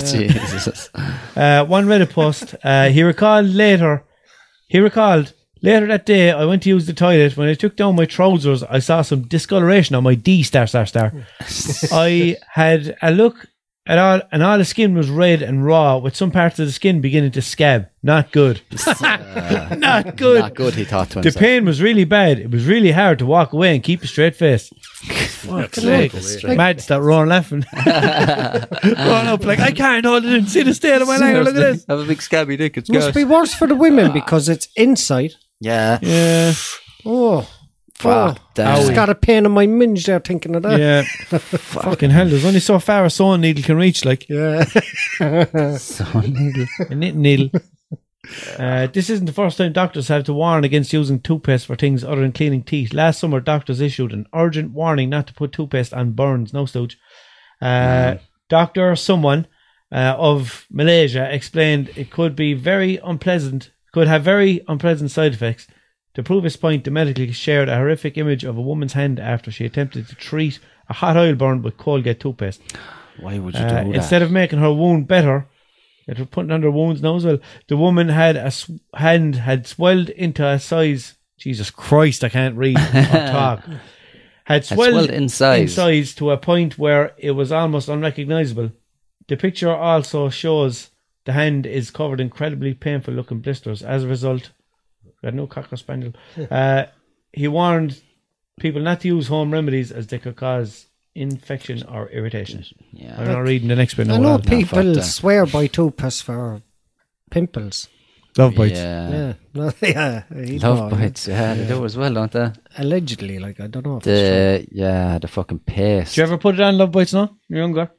Speaker 2: Jesus.
Speaker 3: Uh, one Reddit post. Uh, he recalled later. He recalled later that day. I went to use the toilet. When I took down my trousers, I saw some discoloration on my D star
Speaker 2: [laughs]
Speaker 3: star star. I had a look at all, and all the skin was red and raw, with some parts of the skin beginning to scab. Not
Speaker 2: [laughs]
Speaker 3: good. [laughs] not good.
Speaker 2: Not good. He thought to
Speaker 3: The
Speaker 2: himself.
Speaker 3: pain was really bad. It was really hard to walk away and keep a straight face. Fuck's sake. Mad start roaring laughing. Roaring up like, I can't hold it in. See the state of my language. Look at this.
Speaker 2: Have a big scabby dick. It's
Speaker 4: Must be worse for the women because it's inside.
Speaker 2: Yeah.
Speaker 3: Yeah.
Speaker 4: Oh,
Speaker 2: Fuck
Speaker 4: oh.
Speaker 2: that.
Speaker 4: I just got a pain in my minge there thinking of that.
Speaker 3: Yeah. Fucking hell. There's only so far a sewing needle can reach, like
Speaker 4: Yeah.
Speaker 3: a knitting needle. Uh, this isn't the first time doctors have to warn against using toothpaste for things other than cleaning teeth. Last summer, doctors issued an urgent warning not to put toothpaste on burns. No stooge. Uh, Doctor, someone uh, of Malaysia explained it could be very unpleasant, could have very unpleasant side effects.
Speaker 5: To
Speaker 3: The
Speaker 5: prove his point, the medical shared a horrific image of a woman's hand after she attempted to treat a hot oil burn with Colgate toothpaste.
Speaker 2: Why would you do
Speaker 5: Uh,
Speaker 2: that?
Speaker 5: instead of making her wound better, it was putting under wounds now as well. The woman had a sw- hand had swelled into a size. Jesus Christ, I can't read
Speaker 2: [laughs]
Speaker 5: or talk. Had swelled,
Speaker 2: swelled in size.
Speaker 5: in size to a point where it was almost unrecognizable. The picture also shows the hand is covered in incredibly painful looking blisters. As a result, we had no cocker spaniel. Uh, he warned people not to use home remedies as they could cause infection or irritation.
Speaker 2: yeah.
Speaker 5: I'm not reading the next bit.
Speaker 4: [laughs] I
Speaker 5: now,
Speaker 4: know
Speaker 5: lad.
Speaker 4: people
Speaker 2: fuck that.
Speaker 4: swear by toothpaste for pimples.
Speaker 3: Love bites.
Speaker 2: Yeah.
Speaker 4: Yeah, [laughs] no, yeah, you
Speaker 2: Love
Speaker 4: know,
Speaker 2: bites, yeah, they do as well, don't they?
Speaker 4: Allegedly, like I don't know. If it's true.
Speaker 2: The yeah, the fucking paste.
Speaker 5: Do you ever put it on Love Bites now? You're younger.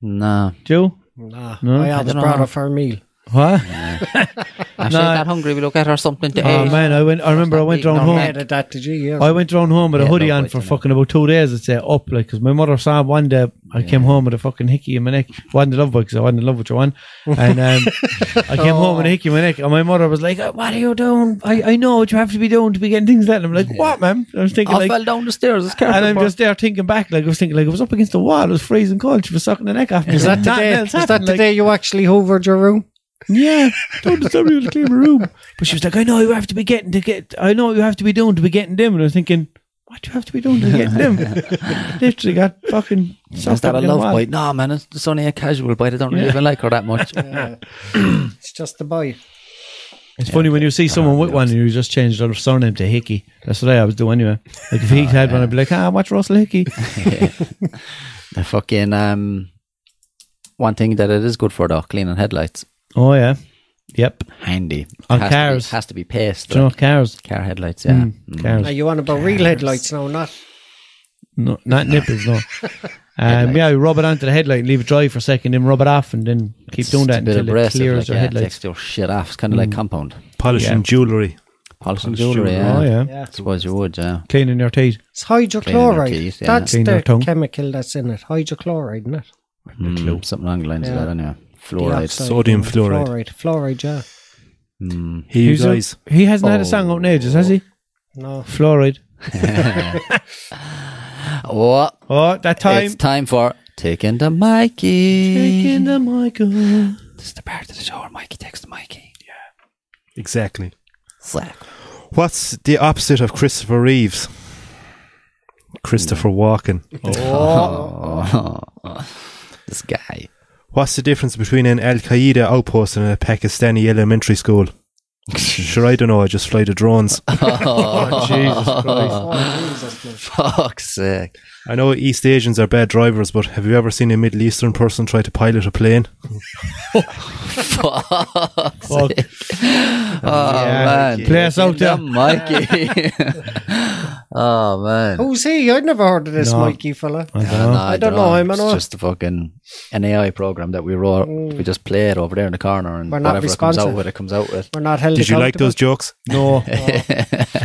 Speaker 2: no,
Speaker 5: Do you?
Speaker 4: Nah,
Speaker 5: No?
Speaker 4: I always
Speaker 2: don't
Speaker 4: brought
Speaker 2: know.
Speaker 4: her for a meal.
Speaker 3: What?
Speaker 2: I'm sure that hungry. We look at her something to
Speaker 3: Oh
Speaker 2: eat.
Speaker 3: man, I went. I remember I went
Speaker 2: beating
Speaker 3: round
Speaker 2: on
Speaker 3: home.
Speaker 2: that.
Speaker 4: Made it that did you? Yeah.
Speaker 3: I went round home with a
Speaker 2: Yeah,
Speaker 3: hoodie
Speaker 2: no
Speaker 3: on
Speaker 2: bites
Speaker 3: for
Speaker 2: on it.
Speaker 3: fucking about two days. I'd say up, like, because my mother saw one day I came home with a fucking hickey in my neck. Wasn't in love because I wasn't in love with your one. And um, I came home with a hickey in my neck, and my mother was like, "What are you doing? I, I know what you have to be doing to be getting things done." I'm like, "What, ma'am?" I was thinking
Speaker 2: I
Speaker 3: like.
Speaker 2: fell down the stairs. It's
Speaker 3: And I'm
Speaker 2: carpet
Speaker 3: just there thinking back, like I was thinking, like I was up against the wall, it was freezing cold. She was sucking the neck off me.
Speaker 4: is that the
Speaker 3: Nothing
Speaker 4: day?
Speaker 3: else
Speaker 4: Is that
Speaker 3: happened,
Speaker 4: the
Speaker 3: like-
Speaker 4: day you actually hoovered your room?
Speaker 3: yeah, don't disturb me to clean my room. But she was like, I know you have to be getting to get, I know what you have to be doing to be getting them. And I was thinking, what do you have to be doing to be getting
Speaker 2: [laughs]
Speaker 3: them? Literally got fucking.
Speaker 2: Is
Speaker 3: sucked
Speaker 2: that
Speaker 3: up
Speaker 2: a
Speaker 3: in the
Speaker 2: love
Speaker 3: wall.
Speaker 2: bite? No, man, it's, it's only a casual bite. I don't really even like her that
Speaker 3: [laughs]
Speaker 2: much.
Speaker 4: It's just the boy.
Speaker 3: It's funny when you see someone with one and you just change their surname to Hickey. That's what I always do anyway.
Speaker 2: [laughs]
Speaker 3: Like if
Speaker 2: Oh,
Speaker 3: he had one, I'd be like, ah, watch Russell Hickey.
Speaker 2: The fucking um, one thing that it is good for though, cleaning headlights,
Speaker 3: oh yeah, yep.
Speaker 2: handy.
Speaker 3: On
Speaker 2: Has to be-
Speaker 3: cars.
Speaker 2: has to be paste.
Speaker 3: Do you know
Speaker 2: like,
Speaker 3: cars?
Speaker 2: Car headlights, yeah.
Speaker 3: Mm,
Speaker 2: Mm.
Speaker 4: Are
Speaker 3: Cars.
Speaker 4: you on about real headlights now? Not
Speaker 3: No, not nipples.
Speaker 2: [laughs]
Speaker 3: No. Um, yeah, you rub it onto the headlight and leave it dry for a second, then rub it off, and then keep doing that
Speaker 2: It's a bit
Speaker 3: until it
Speaker 2: abrasive,
Speaker 3: clears
Speaker 2: like,
Speaker 3: your
Speaker 2: yeah, it
Speaker 3: headlights. Hmm.
Speaker 2: Takes your shit off. It's kind of like compound.
Speaker 1: polishing
Speaker 3: Yeah.
Speaker 1: jewellery.
Speaker 2: Polishing
Speaker 1: Polish jewellery.
Speaker 2: jewellery, yeah.
Speaker 3: Oh yeah.
Speaker 4: yeah.
Speaker 2: Suppose you would, yeah.
Speaker 3: cleaning your teeth.
Speaker 4: It's
Speaker 2: Cleaning your
Speaker 4: hydrochloride.
Speaker 2: teeth, yeah.
Speaker 4: That's
Speaker 3: Clean your
Speaker 4: the
Speaker 3: tongue.
Speaker 4: chemical that's in it. Hydrochloride, isn't it?
Speaker 2: Mm, something along the lines
Speaker 4: Yeah.
Speaker 2: of that, anyway.
Speaker 4: The
Speaker 2: Fluoride.
Speaker 4: oxide,
Speaker 1: Sodium
Speaker 4: yeah.
Speaker 1: fluoride.
Speaker 4: Fluoride, fluoride, yeah.
Speaker 2: Mm.
Speaker 1: Here you
Speaker 3: Who's a-
Speaker 1: guys.
Speaker 3: he hasn't had a song out in ages, has he?
Speaker 4: No.
Speaker 3: Fluoride.
Speaker 2: Oh,
Speaker 3: Oh, that time.
Speaker 2: it's time for taking the Mikey.
Speaker 3: Taking the Michael.
Speaker 2: This is the part of the show where Mikey takes the Mikey.
Speaker 1: Exactly.
Speaker 2: Slack.
Speaker 1: What's the opposite of Christopher Reeves? Christopher Walken.
Speaker 2: Oh. this guy.
Speaker 1: What's the difference between an Al Qaeda outpost and a Pakistani elementary school? sure, I don't know. I just fly the drones.
Speaker 2: Fuck's [laughs] sake.
Speaker 1: I know East Asians are bad drivers, but have you ever seen a Middle Eastern person try to pilot a plane?
Speaker 3: Fuck.
Speaker 2: Oh, man.
Speaker 3: Play us out there.
Speaker 2: The [laughs] Mikey. oh, man.
Speaker 4: [laughs] Who's he? I'd never heard of this
Speaker 3: No.
Speaker 4: Mikey fella.
Speaker 3: I
Speaker 2: No,
Speaker 3: don't know.
Speaker 4: I don't know him, I
Speaker 2: It's
Speaker 4: know.
Speaker 2: just a fucking an AI program that we wrote. We just play it over there in the corner, and
Speaker 4: Mm. We're not
Speaker 2: whatever it comes out
Speaker 4: responsive.
Speaker 2: with, it comes out with.
Speaker 4: We're not held
Speaker 1: Did you like
Speaker 4: accountable.
Speaker 1: those jokes?
Speaker 2: [laughs]
Speaker 3: No,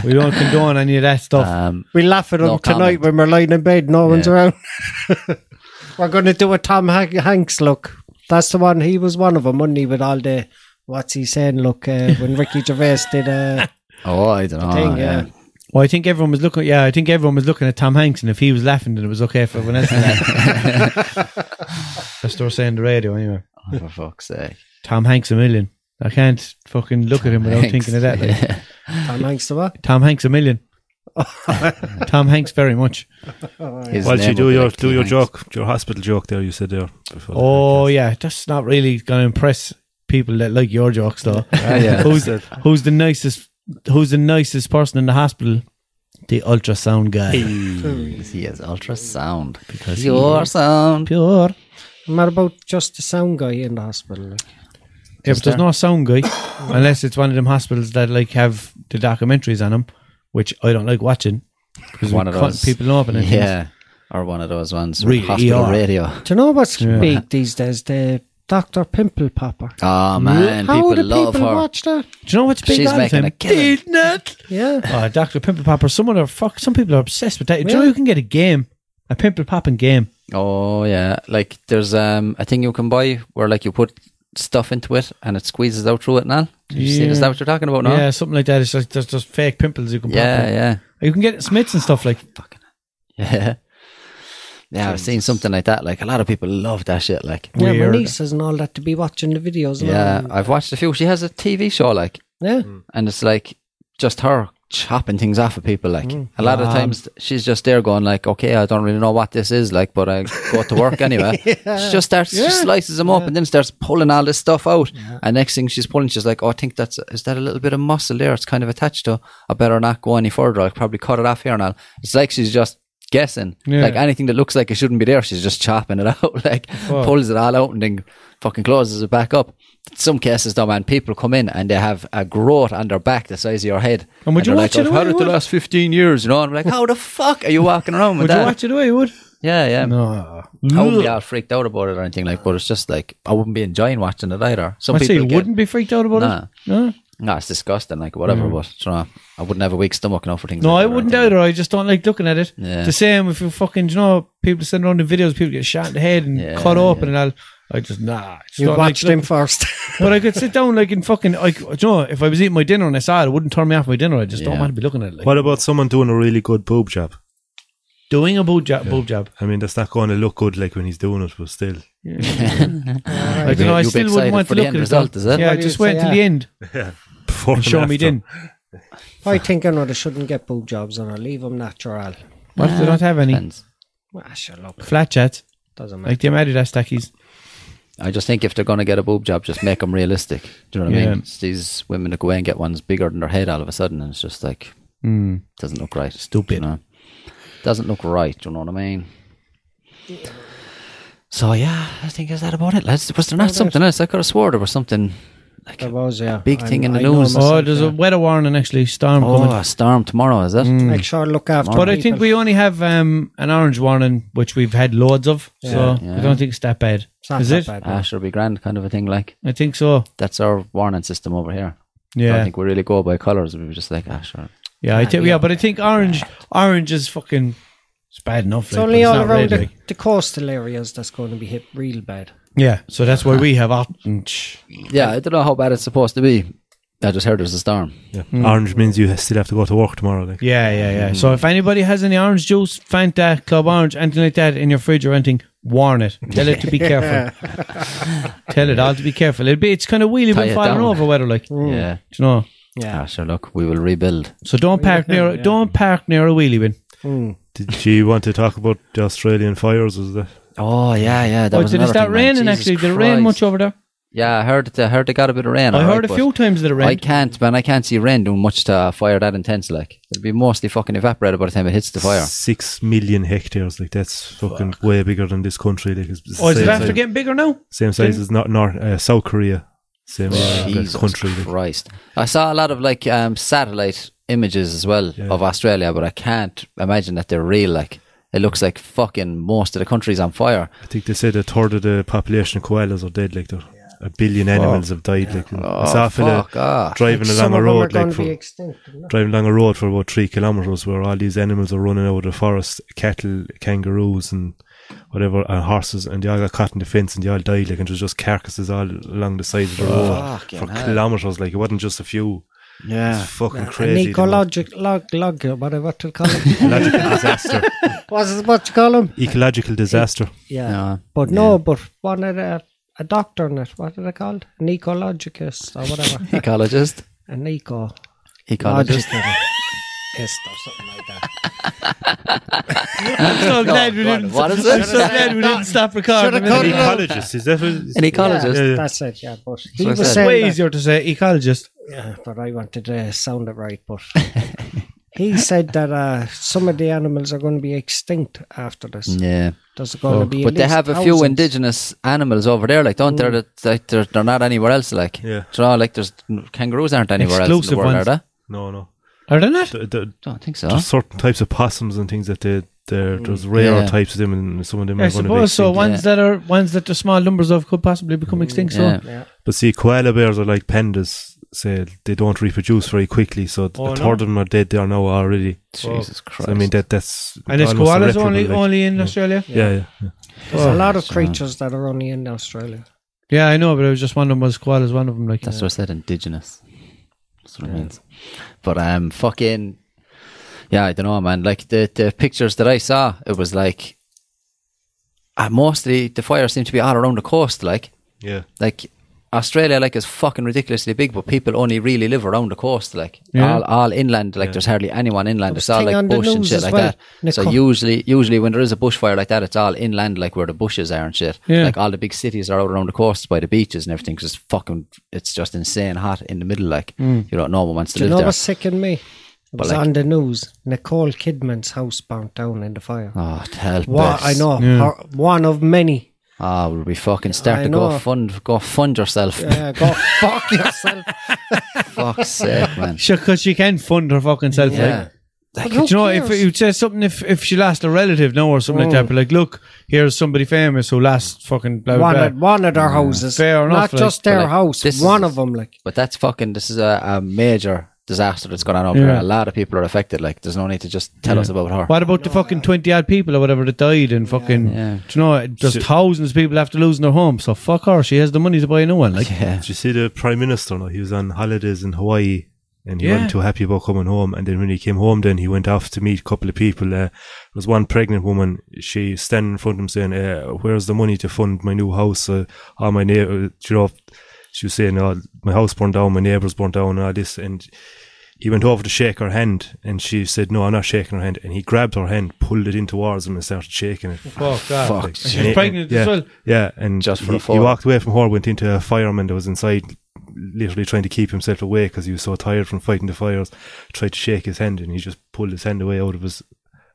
Speaker 3: we don't condone any of that stuff.
Speaker 2: Um,
Speaker 4: We laugh at him
Speaker 2: No
Speaker 4: tonight
Speaker 2: comment.
Speaker 4: when we're lying in bed, no one's
Speaker 2: Yeah.
Speaker 4: around. [laughs] we're going to do a Tom Han- Hanks look. That's the one. He was one of them, wasn't he, with all the what's he saying look uh, when Ricky Gervais
Speaker 2: [laughs]
Speaker 4: did uh,
Speaker 2: oh, I don't know.
Speaker 4: thing.
Speaker 2: yeah.
Speaker 4: yeah.
Speaker 3: well, I think everyone was looking. Yeah, I think everyone was looking at Tom Hanks, and if he was laughing, then it was okay for everyone else. to laugh. That's what we're saying on the radio anyway.
Speaker 2: Oh, for fuck's
Speaker 4: [laughs]
Speaker 2: sake.
Speaker 3: Tom Hanks a million. I can't fucking look at him without
Speaker 2: Hanks.
Speaker 3: thinking of that. like.
Speaker 4: Tom Hanks, the what?
Speaker 3: Tom Hanks a million. Tom Hanks very much.
Speaker 4: Oh,
Speaker 2: His
Speaker 1: While you
Speaker 2: name would
Speaker 1: do
Speaker 2: be
Speaker 1: your
Speaker 2: like
Speaker 1: do
Speaker 2: Tom
Speaker 1: your
Speaker 2: Hanks.
Speaker 1: joke, your hospital joke there you said there before. the
Speaker 3: Oh
Speaker 1: podcast.
Speaker 3: yeah, that's not really going to impress people that like your
Speaker 2: [laughs]
Speaker 3: jokes though.
Speaker 2: Ah, yeah.
Speaker 3: [laughs] who's who's the nicest? Who's the nicest person in the hospital? The ultrasound guy.
Speaker 2: He has ultrasound. your sound.
Speaker 3: Pure.
Speaker 4: And What about just the sound guy in the hospital?
Speaker 3: Yeah, but there's no sound guy [coughs] unless it's one of them hospitals that like have the documentaries on them, which I don't like watching because
Speaker 2: One of those.
Speaker 3: people open and things.
Speaker 2: Yeah. Or one of those ones.
Speaker 3: Really,
Speaker 1: E
Speaker 2: hospital
Speaker 3: ER.
Speaker 2: radio.
Speaker 4: Do you know what's big these days? The Dr. Pimple Popper.
Speaker 2: Oh, man.
Speaker 4: How
Speaker 2: people
Speaker 4: do
Speaker 2: love
Speaker 4: people
Speaker 2: her.
Speaker 4: watch that?
Speaker 3: Do you know what's big
Speaker 2: She's
Speaker 3: all the
Speaker 2: making
Speaker 3: time?
Speaker 2: a killing.
Speaker 3: Did not.
Speaker 4: Yeah.
Speaker 3: Oh, Doctor Pimple Popper. Someone are fuck. Some people are obsessed with that. Do you know
Speaker 4: Yeah.
Speaker 3: you can get a game, a pimple popping game?
Speaker 2: Oh yeah, like there's um a thing you can buy where like you put stuff into it and it squeezes out through it and all. Did you see, is that what you're talking about now?
Speaker 3: Yeah, something like that. It's like there's just fake pimples you can pop.
Speaker 2: yeah,
Speaker 3: in.
Speaker 2: yeah.
Speaker 3: You can get it at Smiths and stuff like
Speaker 2: Yeah. Yeah, I've seen something like that. Like a lot of people love that shit. Like,
Speaker 4: Yeah,
Speaker 3: Weird.
Speaker 4: my nieces and all that to be watching the videos. and all
Speaker 2: yeah,
Speaker 4: that.
Speaker 2: I've watched a few. She has a TV show, like,
Speaker 4: yeah.
Speaker 2: and it's like just her chopping things off of people. Like, a lot of times she's just there going, like, okay, I don't really know what this is, like, but I go to work anyway. She just starts, she slices them up and then starts pulling all this stuff out. And next thing she's pulling, she's like, oh, I think that's, is that a little bit of muscle there? It's kind of attached to, I better not go any further. I'll probably cut it off here and all. It's like she's just guessing.
Speaker 3: Yeah.
Speaker 2: Like anything that looks like it shouldn't be there, she's just chopping it [laughs] out. like pulls it all out and then fucking closes it back up. Some cases though, man, people come in and they have a growth on their back the size of your head.
Speaker 3: And would you
Speaker 2: they're
Speaker 3: watch
Speaker 2: like,
Speaker 3: it
Speaker 2: I've
Speaker 3: the way
Speaker 2: had
Speaker 3: you
Speaker 2: it the
Speaker 3: would?"
Speaker 2: last fifteen years, you know? And I'm like, how the fuck are you walking around with
Speaker 3: Would
Speaker 2: that?
Speaker 3: you watch it the way you would?
Speaker 2: Yeah, yeah.
Speaker 3: No.
Speaker 2: I wouldn't be all freaked out about it or anything like. But it's just like I wouldn't be enjoying watching it either. Some
Speaker 3: I'd say
Speaker 2: people
Speaker 3: you
Speaker 2: get-
Speaker 3: wouldn't be freaked out about
Speaker 2: Nah.
Speaker 3: it. No,
Speaker 2: No, it's disgusting. Like whatever, but you know, I wouldn't have a weak stomach now for things.
Speaker 3: no,
Speaker 2: like
Speaker 3: I
Speaker 2: that or
Speaker 3: wouldn't
Speaker 2: anything.
Speaker 3: either. I just don't like looking at it.
Speaker 2: Yeah.
Speaker 3: The same if you fucking, you know, people send around the videos, people get shot in the head and
Speaker 2: Yeah,
Speaker 3: cut open, and I'll, I just nah. I just
Speaker 4: You
Speaker 3: don't
Speaker 4: watched
Speaker 3: like
Speaker 4: him first. [laughs]
Speaker 3: But I could sit down like in fucking like you know if I was eating my dinner and I saw it, it wouldn't turn me off my dinner. I just don't
Speaker 2: Yeah.
Speaker 3: want to be looking at it. Like
Speaker 1: What about someone doing a really good boob job?
Speaker 3: doing a boob job? Boob job.
Speaker 1: I mean, that's not going to look good like when he's doing it, but still. [laughs]
Speaker 3: I don't know. I
Speaker 2: You'll be
Speaker 3: still
Speaker 2: excited
Speaker 3: wouldn't want
Speaker 2: for the
Speaker 3: to look at
Speaker 2: end
Speaker 3: it.
Speaker 2: result,
Speaker 3: though.
Speaker 2: is it?
Speaker 3: Yeah,
Speaker 4: Well,
Speaker 3: just
Speaker 4: you'd
Speaker 3: wait
Speaker 4: say,
Speaker 3: until the
Speaker 4: yeah.
Speaker 3: end
Speaker 1: Before
Speaker 3: and show me
Speaker 1: after.
Speaker 3: then.
Speaker 4: I think I know they shouldn't get boob jobs and I leave them natural.
Speaker 3: What if they don't have any
Speaker 2: Depends.
Speaker 4: Ah, sure, look,
Speaker 3: flat chats
Speaker 4: doesn't matter.
Speaker 3: like the Adidas stackies?
Speaker 2: I just think if they're going to get a boob job, just make them realistic. Do you know what I
Speaker 3: Yeah.
Speaker 2: mean? It's these women that go away and get ones bigger than their head all of a sudden, and it's just like doesn't look right. Hmm. Stupid. You know? Doesn't look right. Do you know what I mean? So yeah, I think is that about it, lads. Was there not something else? I could have swore there was something like
Speaker 4: There was, yeah.
Speaker 2: big thing in the
Speaker 4: know
Speaker 2: news.
Speaker 4: myself,
Speaker 3: Oh, there's a
Speaker 4: yeah.
Speaker 3: weather warning actually. Storm coming.
Speaker 2: oh Hmm. a storm tomorrow. Is that?
Speaker 4: Make sure I look after
Speaker 3: But I
Speaker 4: people.
Speaker 3: think we only have um, an orange warning, which we've had loads of. So
Speaker 2: Yeah.
Speaker 3: I don't think it's that bad.
Speaker 4: It's not
Speaker 3: is
Speaker 4: that
Speaker 3: it?
Speaker 4: bad, no.
Speaker 2: Ah, sure, be grand kind of a thing. Like
Speaker 3: I think so.
Speaker 2: that's our warning system over here. I don't
Speaker 3: Yeah,
Speaker 2: think we really go by colours. We were just like, ah, sure.
Speaker 3: yeah, I think yeah. But I think orange, orange is fucking. It's bad enough.
Speaker 4: It's only all around
Speaker 3: it.
Speaker 4: the, the coastal areas that's going to be hit real bad.
Speaker 3: Yeah, so that's why we have orange.
Speaker 2: Yeah, I don't know how bad it's supposed to be. I just heard there's a storm.
Speaker 1: Yeah. Orange means you still have to go to work tomorrow. Like.
Speaker 3: Mm. Yeah, yeah, yeah. So if anybody has any orange juice, Fanta, Club Orange, anything like that in your fridge or anything, warn it. Tell it to be careful. Tell it all to be careful. It'd be it's kind of wheelie
Speaker 2: Tie
Speaker 3: been
Speaker 2: it
Speaker 3: falling
Speaker 2: down.
Speaker 3: over weather like.
Speaker 2: Yeah.
Speaker 3: Do you know?
Speaker 2: Ah, sure. Look, we will rebuild.
Speaker 3: So don't park near don't park near a wheelie bin.
Speaker 1: Did you want to talk about the Australian fires? Was that?
Speaker 2: Oh yeah, yeah. That
Speaker 3: Oh,
Speaker 2: was
Speaker 3: did it
Speaker 2: another
Speaker 3: start
Speaker 2: thing, man.
Speaker 3: raining
Speaker 2: Jesus
Speaker 3: actually? Did it rain
Speaker 2: Christ.
Speaker 3: much over there?
Speaker 2: Yeah, I heard. It, I heard they got a bit of rain.
Speaker 3: I
Speaker 2: all
Speaker 3: heard
Speaker 2: right,
Speaker 3: a few
Speaker 2: but
Speaker 3: times that it
Speaker 2: I
Speaker 3: rained.
Speaker 2: can't, man. I can't see rain doing much to a fire that intense. Like it'll be mostly fucking evaporated by the time it hits the fire.
Speaker 1: Six million hectares. Like that's fucking way bigger than this country. Like it's it's
Speaker 3: Oh, is
Speaker 1: same
Speaker 3: it after
Speaker 1: size-
Speaker 3: getting bigger now?
Speaker 1: Same size as not North uh, South Korea. Same uh,
Speaker 2: Jesus
Speaker 1: country. like.
Speaker 2: Christ! I saw a lot of like um, satellite images as well of Australia, but I can't imagine that they're real. Like it looks like fucking most of the country's on [laughs] fire.
Speaker 1: I think they said a third of the population of koalas are dead. Like there, a billion animals have died. Like I saw a fella
Speaker 2: Oh, fuck off.
Speaker 1: driving along
Speaker 4: Some of
Speaker 1: a
Speaker 4: them are
Speaker 1: road,
Speaker 4: going
Speaker 1: like
Speaker 4: to be
Speaker 1: for,
Speaker 4: extinct. you know.
Speaker 1: driving along a road for about three kilometers, where all these animals are running out of the forest, cattle, kangaroos, and whatever, and horses, and they all got caught in the fence, and they all died. Like and there's just carcasses all along the side of the road
Speaker 2: Fucking
Speaker 1: for
Speaker 2: hell.
Speaker 1: kilometers. Like it wasn't just a few.
Speaker 2: Yeah.
Speaker 1: It's fucking crazy.
Speaker 4: An
Speaker 1: the amount-
Speaker 4: ecologic log, log, or whatever to call
Speaker 2: [laughs]
Speaker 4: it.
Speaker 1: ecological disaster.
Speaker 4: What's it what you call them?
Speaker 1: Ecological disaster.
Speaker 4: Yeah.
Speaker 2: Yeah.
Speaker 4: But no, but one of the, a doctor in it, what are they called? An ecologist or
Speaker 2: [laughs]
Speaker 4: whatever.
Speaker 2: Ecologist.
Speaker 4: An eco.
Speaker 2: Ecologist.
Speaker 4: Pissed or something like that.
Speaker 3: I'm [laughs] so glad we
Speaker 2: God,
Speaker 3: didn't.
Speaker 2: what is
Speaker 3: I'm
Speaker 2: it? [laughs]
Speaker 3: so glad we didn't stop
Speaker 4: Should've
Speaker 3: recording.
Speaker 4: cut
Speaker 1: An
Speaker 4: it out.
Speaker 1: ecologist. Is that what?
Speaker 2: An ecologist.
Speaker 4: Yeah,
Speaker 1: Yeah.
Speaker 4: That's it, yeah. But he
Speaker 2: So I
Speaker 4: was
Speaker 2: said-
Speaker 4: saying
Speaker 3: Way
Speaker 4: that-
Speaker 3: easier to say ecologist.
Speaker 4: Yeah, but I wanted to uh, sound it right. But he said that uh, some of the animals are going to be extinct after this.
Speaker 2: Yeah. Oh,
Speaker 4: There's going to be, at
Speaker 2: But they
Speaker 4: least
Speaker 2: have a few
Speaker 4: thousands.
Speaker 2: indigenous animals over there, like don't
Speaker 3: Mm.
Speaker 2: they? That like, they're, they're not anywhere else. Like,
Speaker 1: Yeah.
Speaker 2: so now, like there's kangaroos aren't anywhere else in the
Speaker 3: Exclusive
Speaker 2: world,
Speaker 3: ones.
Speaker 2: are they?
Speaker 1: No, no.
Speaker 3: Are they not?
Speaker 1: The- the-
Speaker 2: Don't think so.
Speaker 1: there's certain types of possums and things that they, they're, there's rarer
Speaker 2: Mm. Yeah.
Speaker 1: types of them, and some of them
Speaker 3: I
Speaker 1: are going to be
Speaker 3: suppose so.
Speaker 1: extinct.
Speaker 3: Ones that are ones that the small numbers of could possibly become extinct. So
Speaker 2: Mm, Yeah.
Speaker 4: Oh,
Speaker 1: But see, koala bears are like pandas. Say they don't reproduce very quickly, so
Speaker 3: Oh,
Speaker 1: a third of
Speaker 3: no.
Speaker 1: them are dead. They are now already.
Speaker 2: Jesus Christ!
Speaker 1: Oh, So, I mean that that's
Speaker 3: and it's
Speaker 1: almost
Speaker 3: koalas
Speaker 1: irreparable,
Speaker 3: only
Speaker 1: like.
Speaker 3: only in Australia.
Speaker 1: yeah, yeah.
Speaker 4: There's a lot of creatures that are only in Australia.
Speaker 3: Yeah, I know, but I was just wondering was koala is one of them. Like
Speaker 2: That's what I said, indigenous. That's what it means. But um, fucking, yeah, I don't know, man. Like the the pictures that I saw, it was like uh, mostly the fires seem to be all around the coast. Like,
Speaker 1: Yeah.
Speaker 2: like Australia, like is fucking ridiculously big, but people only really live around the coast. Like,
Speaker 3: Yeah.
Speaker 2: all all inland. Like, there's hardly anyone inland.
Speaker 4: was
Speaker 2: It's all
Speaker 4: thing
Speaker 2: like
Speaker 4: on the
Speaker 2: bush and
Speaker 4: news
Speaker 2: shit
Speaker 4: as
Speaker 2: like
Speaker 4: well,
Speaker 2: that. So
Speaker 4: Nicole.
Speaker 2: usually, usually when there is a bushfire like that, it's all inland, like where the bushes are and shit.
Speaker 3: Yeah.
Speaker 2: Like all the big cities are out around the coasts by the beaches and everything. Because it's fucking, it's just insane hot in the middle. Like
Speaker 3: Mm.
Speaker 2: you don't know what wants to
Speaker 4: Do you
Speaker 2: live
Speaker 4: know
Speaker 2: there.
Speaker 4: what's sick in me? It was
Speaker 2: like-
Speaker 4: on the news. Nicole Kidman's house burnt down in the fire.
Speaker 2: Oh, tell
Speaker 4: What I know, her- one of many.
Speaker 2: Ah, we'll be fucking start
Speaker 4: I
Speaker 2: to go
Speaker 4: know.
Speaker 2: fund, go fund yourself.
Speaker 4: Uh, go fuck yourself.
Speaker 2: [laughs] Fuck's sake,
Speaker 4: [laughs]
Speaker 2: man.
Speaker 3: because she can fund her fucking self. Like,
Speaker 2: Yeah.
Speaker 4: But
Speaker 3: Do
Speaker 4: who
Speaker 3: you know, if
Speaker 4: cares?
Speaker 3: you say something, if, if she lost a relative now or something like
Speaker 1: Mm.
Speaker 3: that, but like, look, here's somebody famous who lost fucking blah blah.
Speaker 4: one
Speaker 3: blah.
Speaker 4: of, one of their houses,
Speaker 3: Fair enough,
Speaker 4: not
Speaker 3: like,
Speaker 4: just
Speaker 2: but,
Speaker 4: their
Speaker 2: like,
Speaker 4: house,
Speaker 2: this is-
Speaker 4: one of them. Like
Speaker 2: But that's fucking. This is a, a major disaster that's going on over
Speaker 3: Yeah.
Speaker 2: there. A lot of people are affected. Like, there's no need to just tell us about her.
Speaker 3: What about the fucking twenty odd people or whatever that died and fucking?
Speaker 2: Yeah.
Speaker 3: Do you know, just thousands of people after losing their home. So fuck her. She has the money to buy a new one.
Speaker 1: [laughs]
Speaker 3: Like,
Speaker 2: Yeah.
Speaker 1: Did you see the prime minister? No, he was on holidays in Hawaii, and he
Speaker 3: Yeah.
Speaker 1: wasn't too happy about coming home. And then when he came home, then he went off to meet a couple of people. Uh, there was one pregnant woman. She standing in front of him saying, uh, "Where's the money to fund my new house? Uh, all my neighbor, you know." She was saying, oh, "My house burned down. My neighbors burned down. And all this." And he went over to shake her hand, and she said, "No, I'm not shaking her hand." And he grabbed her hand, pulled it in towards him, and started shaking it.
Speaker 5: Fuck that.
Speaker 2: Fuck.
Speaker 1: Like,
Speaker 5: She's
Speaker 1: and he-
Speaker 5: pregnant
Speaker 1: yeah,
Speaker 5: as well.
Speaker 1: Yeah, and
Speaker 2: Just for
Speaker 1: he,
Speaker 2: a fall.
Speaker 1: he walked away from her, went into a fireman that was inside, literally trying to keep himself away because he was so tired from fighting the fires. Tried to shake his hand, and he just pulled his hand away out of his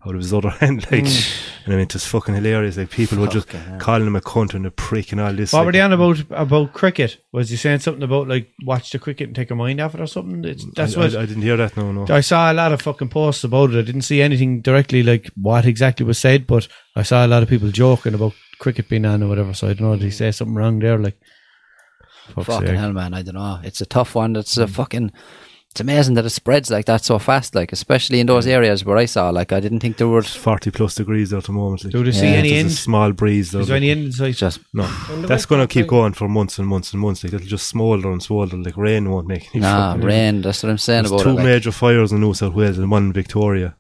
Speaker 1: out of his other [laughs] hand. Like,
Speaker 5: Mm.
Speaker 1: and I mean, it's just fucking hilarious. Like people were just calling him a cunt and a prick and all this.
Speaker 5: What
Speaker 1: like,
Speaker 5: were they on about about cricket? Was he saying something about like watch the cricket and take your mind off it or something? It's, that's
Speaker 1: I,
Speaker 5: what
Speaker 1: I, I didn't hear that. No, no.
Speaker 5: I saw a lot of fucking posts about it. I didn't see anything directly like what exactly was said, but
Speaker 3: I saw a lot of people joking about cricket being on or whatever. So I don't know. Did he say something wrong there? Like, fuck's
Speaker 2: fucking
Speaker 3: sake.
Speaker 2: hell, man. I don't know. It's a tough one. It's a fucking. It's amazing that it spreads like that so fast. Like, especially in those areas where I saw. Like, I didn't think there were
Speaker 1: It's forty plus degrees at the moment. Like,
Speaker 5: do they see
Speaker 2: Yeah.
Speaker 5: any
Speaker 1: there's a
Speaker 5: end? Is
Speaker 1: small breeze. Though,
Speaker 5: there
Speaker 1: like,
Speaker 5: any end in sight?
Speaker 2: just
Speaker 1: no, that's going to keep going for months and months and months. Like it'll just smolder and smolder. Like rain won't make any
Speaker 2: nah
Speaker 1: fucking-
Speaker 2: rain. That's what I'm saying
Speaker 1: There's
Speaker 2: about
Speaker 1: two
Speaker 2: it. like,
Speaker 1: major fires in New South Wales and one in Victoria,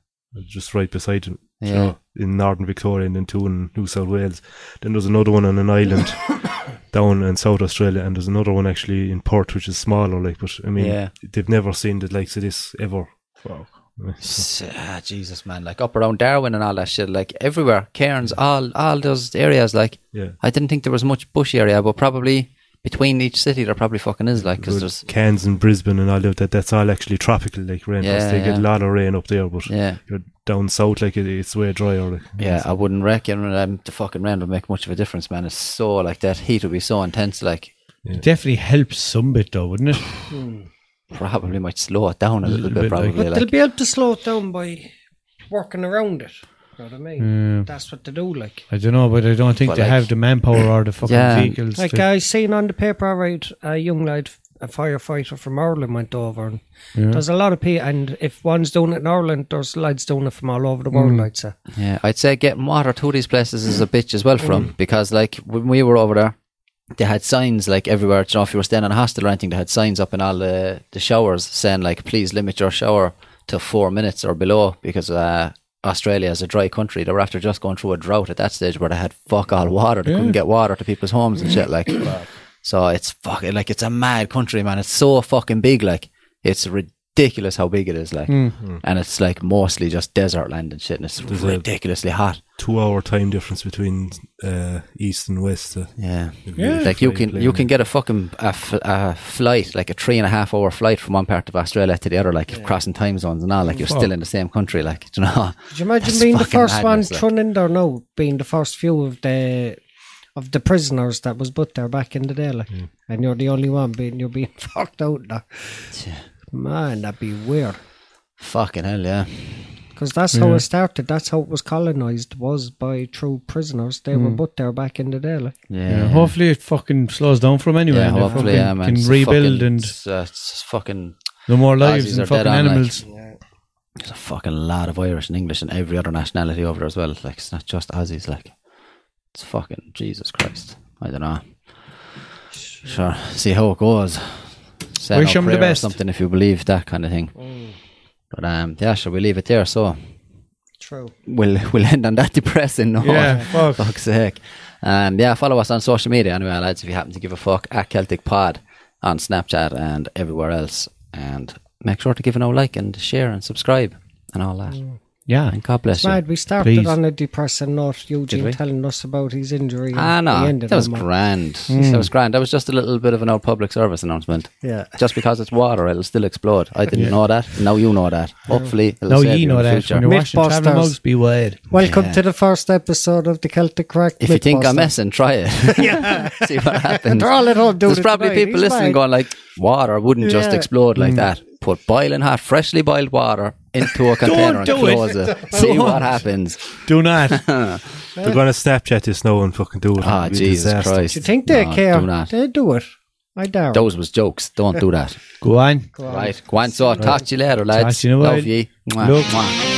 Speaker 1: just right beside them.
Speaker 2: Yeah.
Speaker 1: So, in northern Victoria and then two in New South Wales. Then there's another one on an
Speaker 2: [coughs]
Speaker 1: island down in South Australia, and there's another one actually in Port, which is smaller. Like, but I mean,
Speaker 2: Yeah.
Speaker 1: they've never seen the likes of this ever.
Speaker 2: S- ah, Jesus, man! Like up around Darwin and all that shit, like everywhere, Cairns, all all those areas. Like,
Speaker 1: Yeah.
Speaker 2: I didn't think there was much bush area, but probably between each city, there probably fucking is. Like, because there's
Speaker 1: Cairns and Brisbane and all of that. That's all actually tropical, like rain.
Speaker 2: Yeah,
Speaker 1: they get
Speaker 2: yeah.
Speaker 1: a lot of rain up there, but
Speaker 2: Yeah.
Speaker 1: you're down south, like it, it's way drier. Like.
Speaker 2: yeah, I wouldn't reckon um, the fucking rain would make much of a difference, man. It's so like that heat would be so intense, like
Speaker 3: It definitely helps some bit though, wouldn't it?
Speaker 2: probably might slow it down a little, bit,
Speaker 3: bit, like-
Speaker 2: probably.
Speaker 4: But they'll
Speaker 2: Like,
Speaker 4: be able to slow it down by working around it. You know what I mean? That's what they do. Like,
Speaker 3: I don't know, but I don't think
Speaker 2: But
Speaker 3: they
Speaker 2: like-
Speaker 3: have the manpower or the fucking
Speaker 2: Yeah.
Speaker 3: vehicles.
Speaker 4: like
Speaker 3: to,
Speaker 4: I seen on the paper, I read a young lad, a firefighter from Ireland, went over, and there's a lot of people. And if one's doing it in Ireland, there's lads doing it from all over the world.
Speaker 2: Mm. [laughs]
Speaker 4: I'd say.
Speaker 2: yeah, I'd say getting water to these places is a bitch as well, from because like when we were over there. They had signs like everywhere. You know, if you were staying in a hostel or anything, they had signs up in all the, the showers saying like, "Please limit your shower to four minutes or below," because uh, Australia is a dry country. They were after just going through a drought at that stage where they had fuck all water. They couldn't get water to people's homes and shit. Like, So it's fucking like it's a mad country, man. It's so fucking big, like it's ridiculous how big it is, like, and it's like mostly just desert land and shit, and it's
Speaker 1: a-
Speaker 2: ridiculously hot.
Speaker 1: Two hour time difference between uh, east and west. Uh,
Speaker 2: Yeah,
Speaker 1: Yeah.
Speaker 2: like you can
Speaker 1: Plane,
Speaker 2: you can get a fucking a, f- a flight, like a three and a half hour flight from one part of Australia to the other, like crossing time zones and all, like you're still in the same country, like do you know.
Speaker 4: Could you imagine
Speaker 2: That's
Speaker 4: being the
Speaker 2: fucking
Speaker 4: first one
Speaker 2: madness, like.
Speaker 4: thrown in there now, being the first few of the of the prisoners that was put there back in the day, like,
Speaker 2: Mm.
Speaker 4: and you're the only one being you're being [laughs] fucked out there. Man, that'd be weird.
Speaker 2: Fucking hell, yeah.
Speaker 4: Because that's how it started. That's how it was colonized. Was by true prisoners. They
Speaker 2: Hmm.
Speaker 4: were put there back in the day. Like.
Speaker 2: yeah,
Speaker 3: Yeah, hopefully it fucking slows down from anywhere.
Speaker 2: Yeah,
Speaker 3: and they
Speaker 2: hopefully,
Speaker 3: fucking
Speaker 2: yeah, man. It's
Speaker 3: Can
Speaker 2: a
Speaker 3: rebuild
Speaker 2: fucking-
Speaker 3: and
Speaker 2: it's, uh, it's fucking
Speaker 3: no more lives
Speaker 2: Aussies are
Speaker 3: and
Speaker 2: dead
Speaker 3: fucking
Speaker 2: on, like.
Speaker 3: animals.
Speaker 2: There's a fucking lot of Irish and English and every other nationality over there as well. Like it's not just Aussies. Like it's fucking Jesus Christ. I don't know. Sure. See how it goes. Send
Speaker 3: Wish
Speaker 2: out
Speaker 3: him the
Speaker 2: prayer or
Speaker 3: best. Mm.
Speaker 2: something if you believe that kind of thing. But um, yeah, shall we leave it there? So
Speaker 4: True.
Speaker 2: we'll [laughs] we'll end on that depressing note.
Speaker 5: Yeah, fuck.
Speaker 2: [laughs] Fuck's sake. Um, yeah, follow us on social media anyway, lads. If you happen to give a fuck, at Celtic Pod on Snapchat and everywhere else, and make sure to give it a like and share and subscribe and all that.
Speaker 3: Mm. Yeah.
Speaker 2: And God bless you.
Speaker 4: Mad, we started
Speaker 3: Please.
Speaker 4: on a depressing note.
Speaker 2: we?
Speaker 4: Eugene telling us about his injury.
Speaker 2: Ah,
Speaker 4: and we
Speaker 2: no,
Speaker 4: ended
Speaker 2: that was
Speaker 4: on one.
Speaker 2: grand. That was grand. That was just a little bit of an old public service announcement.
Speaker 4: Hmm. Yeah.
Speaker 2: Just because it's water, it'll still explode. I didn't know that. Now you know that. Hopefully, it'll
Speaker 3: Now
Speaker 2: save
Speaker 3: ye
Speaker 2: you in
Speaker 3: know
Speaker 2: the
Speaker 3: that
Speaker 2: future.
Speaker 3: from your washing travel
Speaker 4: Mythbusters.
Speaker 3: mugs, be wide.
Speaker 4: Welcome
Speaker 2: Yeah.
Speaker 4: to the first episode of the Celtic Crack.
Speaker 2: If you think I'm
Speaker 4: Mythbusters.
Speaker 2: messing, try
Speaker 4: [laughs]
Speaker 2: it. [laughs] See what happens.
Speaker 4: They're all at home doing
Speaker 2: There's
Speaker 4: it
Speaker 2: probably
Speaker 4: tonight.
Speaker 2: people
Speaker 4: He's
Speaker 2: listening
Speaker 4: mad.
Speaker 2: going like, water wouldn't just
Speaker 4: Yeah. Hmm.
Speaker 2: explode like that. Put boiling hot, freshly boiled water
Speaker 4: [laughs]
Speaker 2: into a container and
Speaker 3: do it.
Speaker 2: close it. See what
Speaker 3: Don't.
Speaker 2: happens.
Speaker 3: Do
Speaker 2: [laughs]
Speaker 3: not.
Speaker 1: They're going to Snapchat this now and fucking do it.
Speaker 2: Ah,
Speaker 1: It'll be a
Speaker 2: Jesus
Speaker 1: disaster.
Speaker 2: Christ.
Speaker 4: Do you think they
Speaker 2: No,
Speaker 4: care?
Speaker 2: Do not.
Speaker 4: They do it. I doubt.
Speaker 2: Those was jokes. Don't do that.
Speaker 4: [laughs]
Speaker 3: Go on.
Speaker 4: Go on.
Speaker 2: Right. Go on, so talk to you later, lads.
Speaker 3: Talk to you in a
Speaker 2: Love
Speaker 3: while.
Speaker 2: ye. Mwah,
Speaker 3: Love.
Speaker 2: mwah.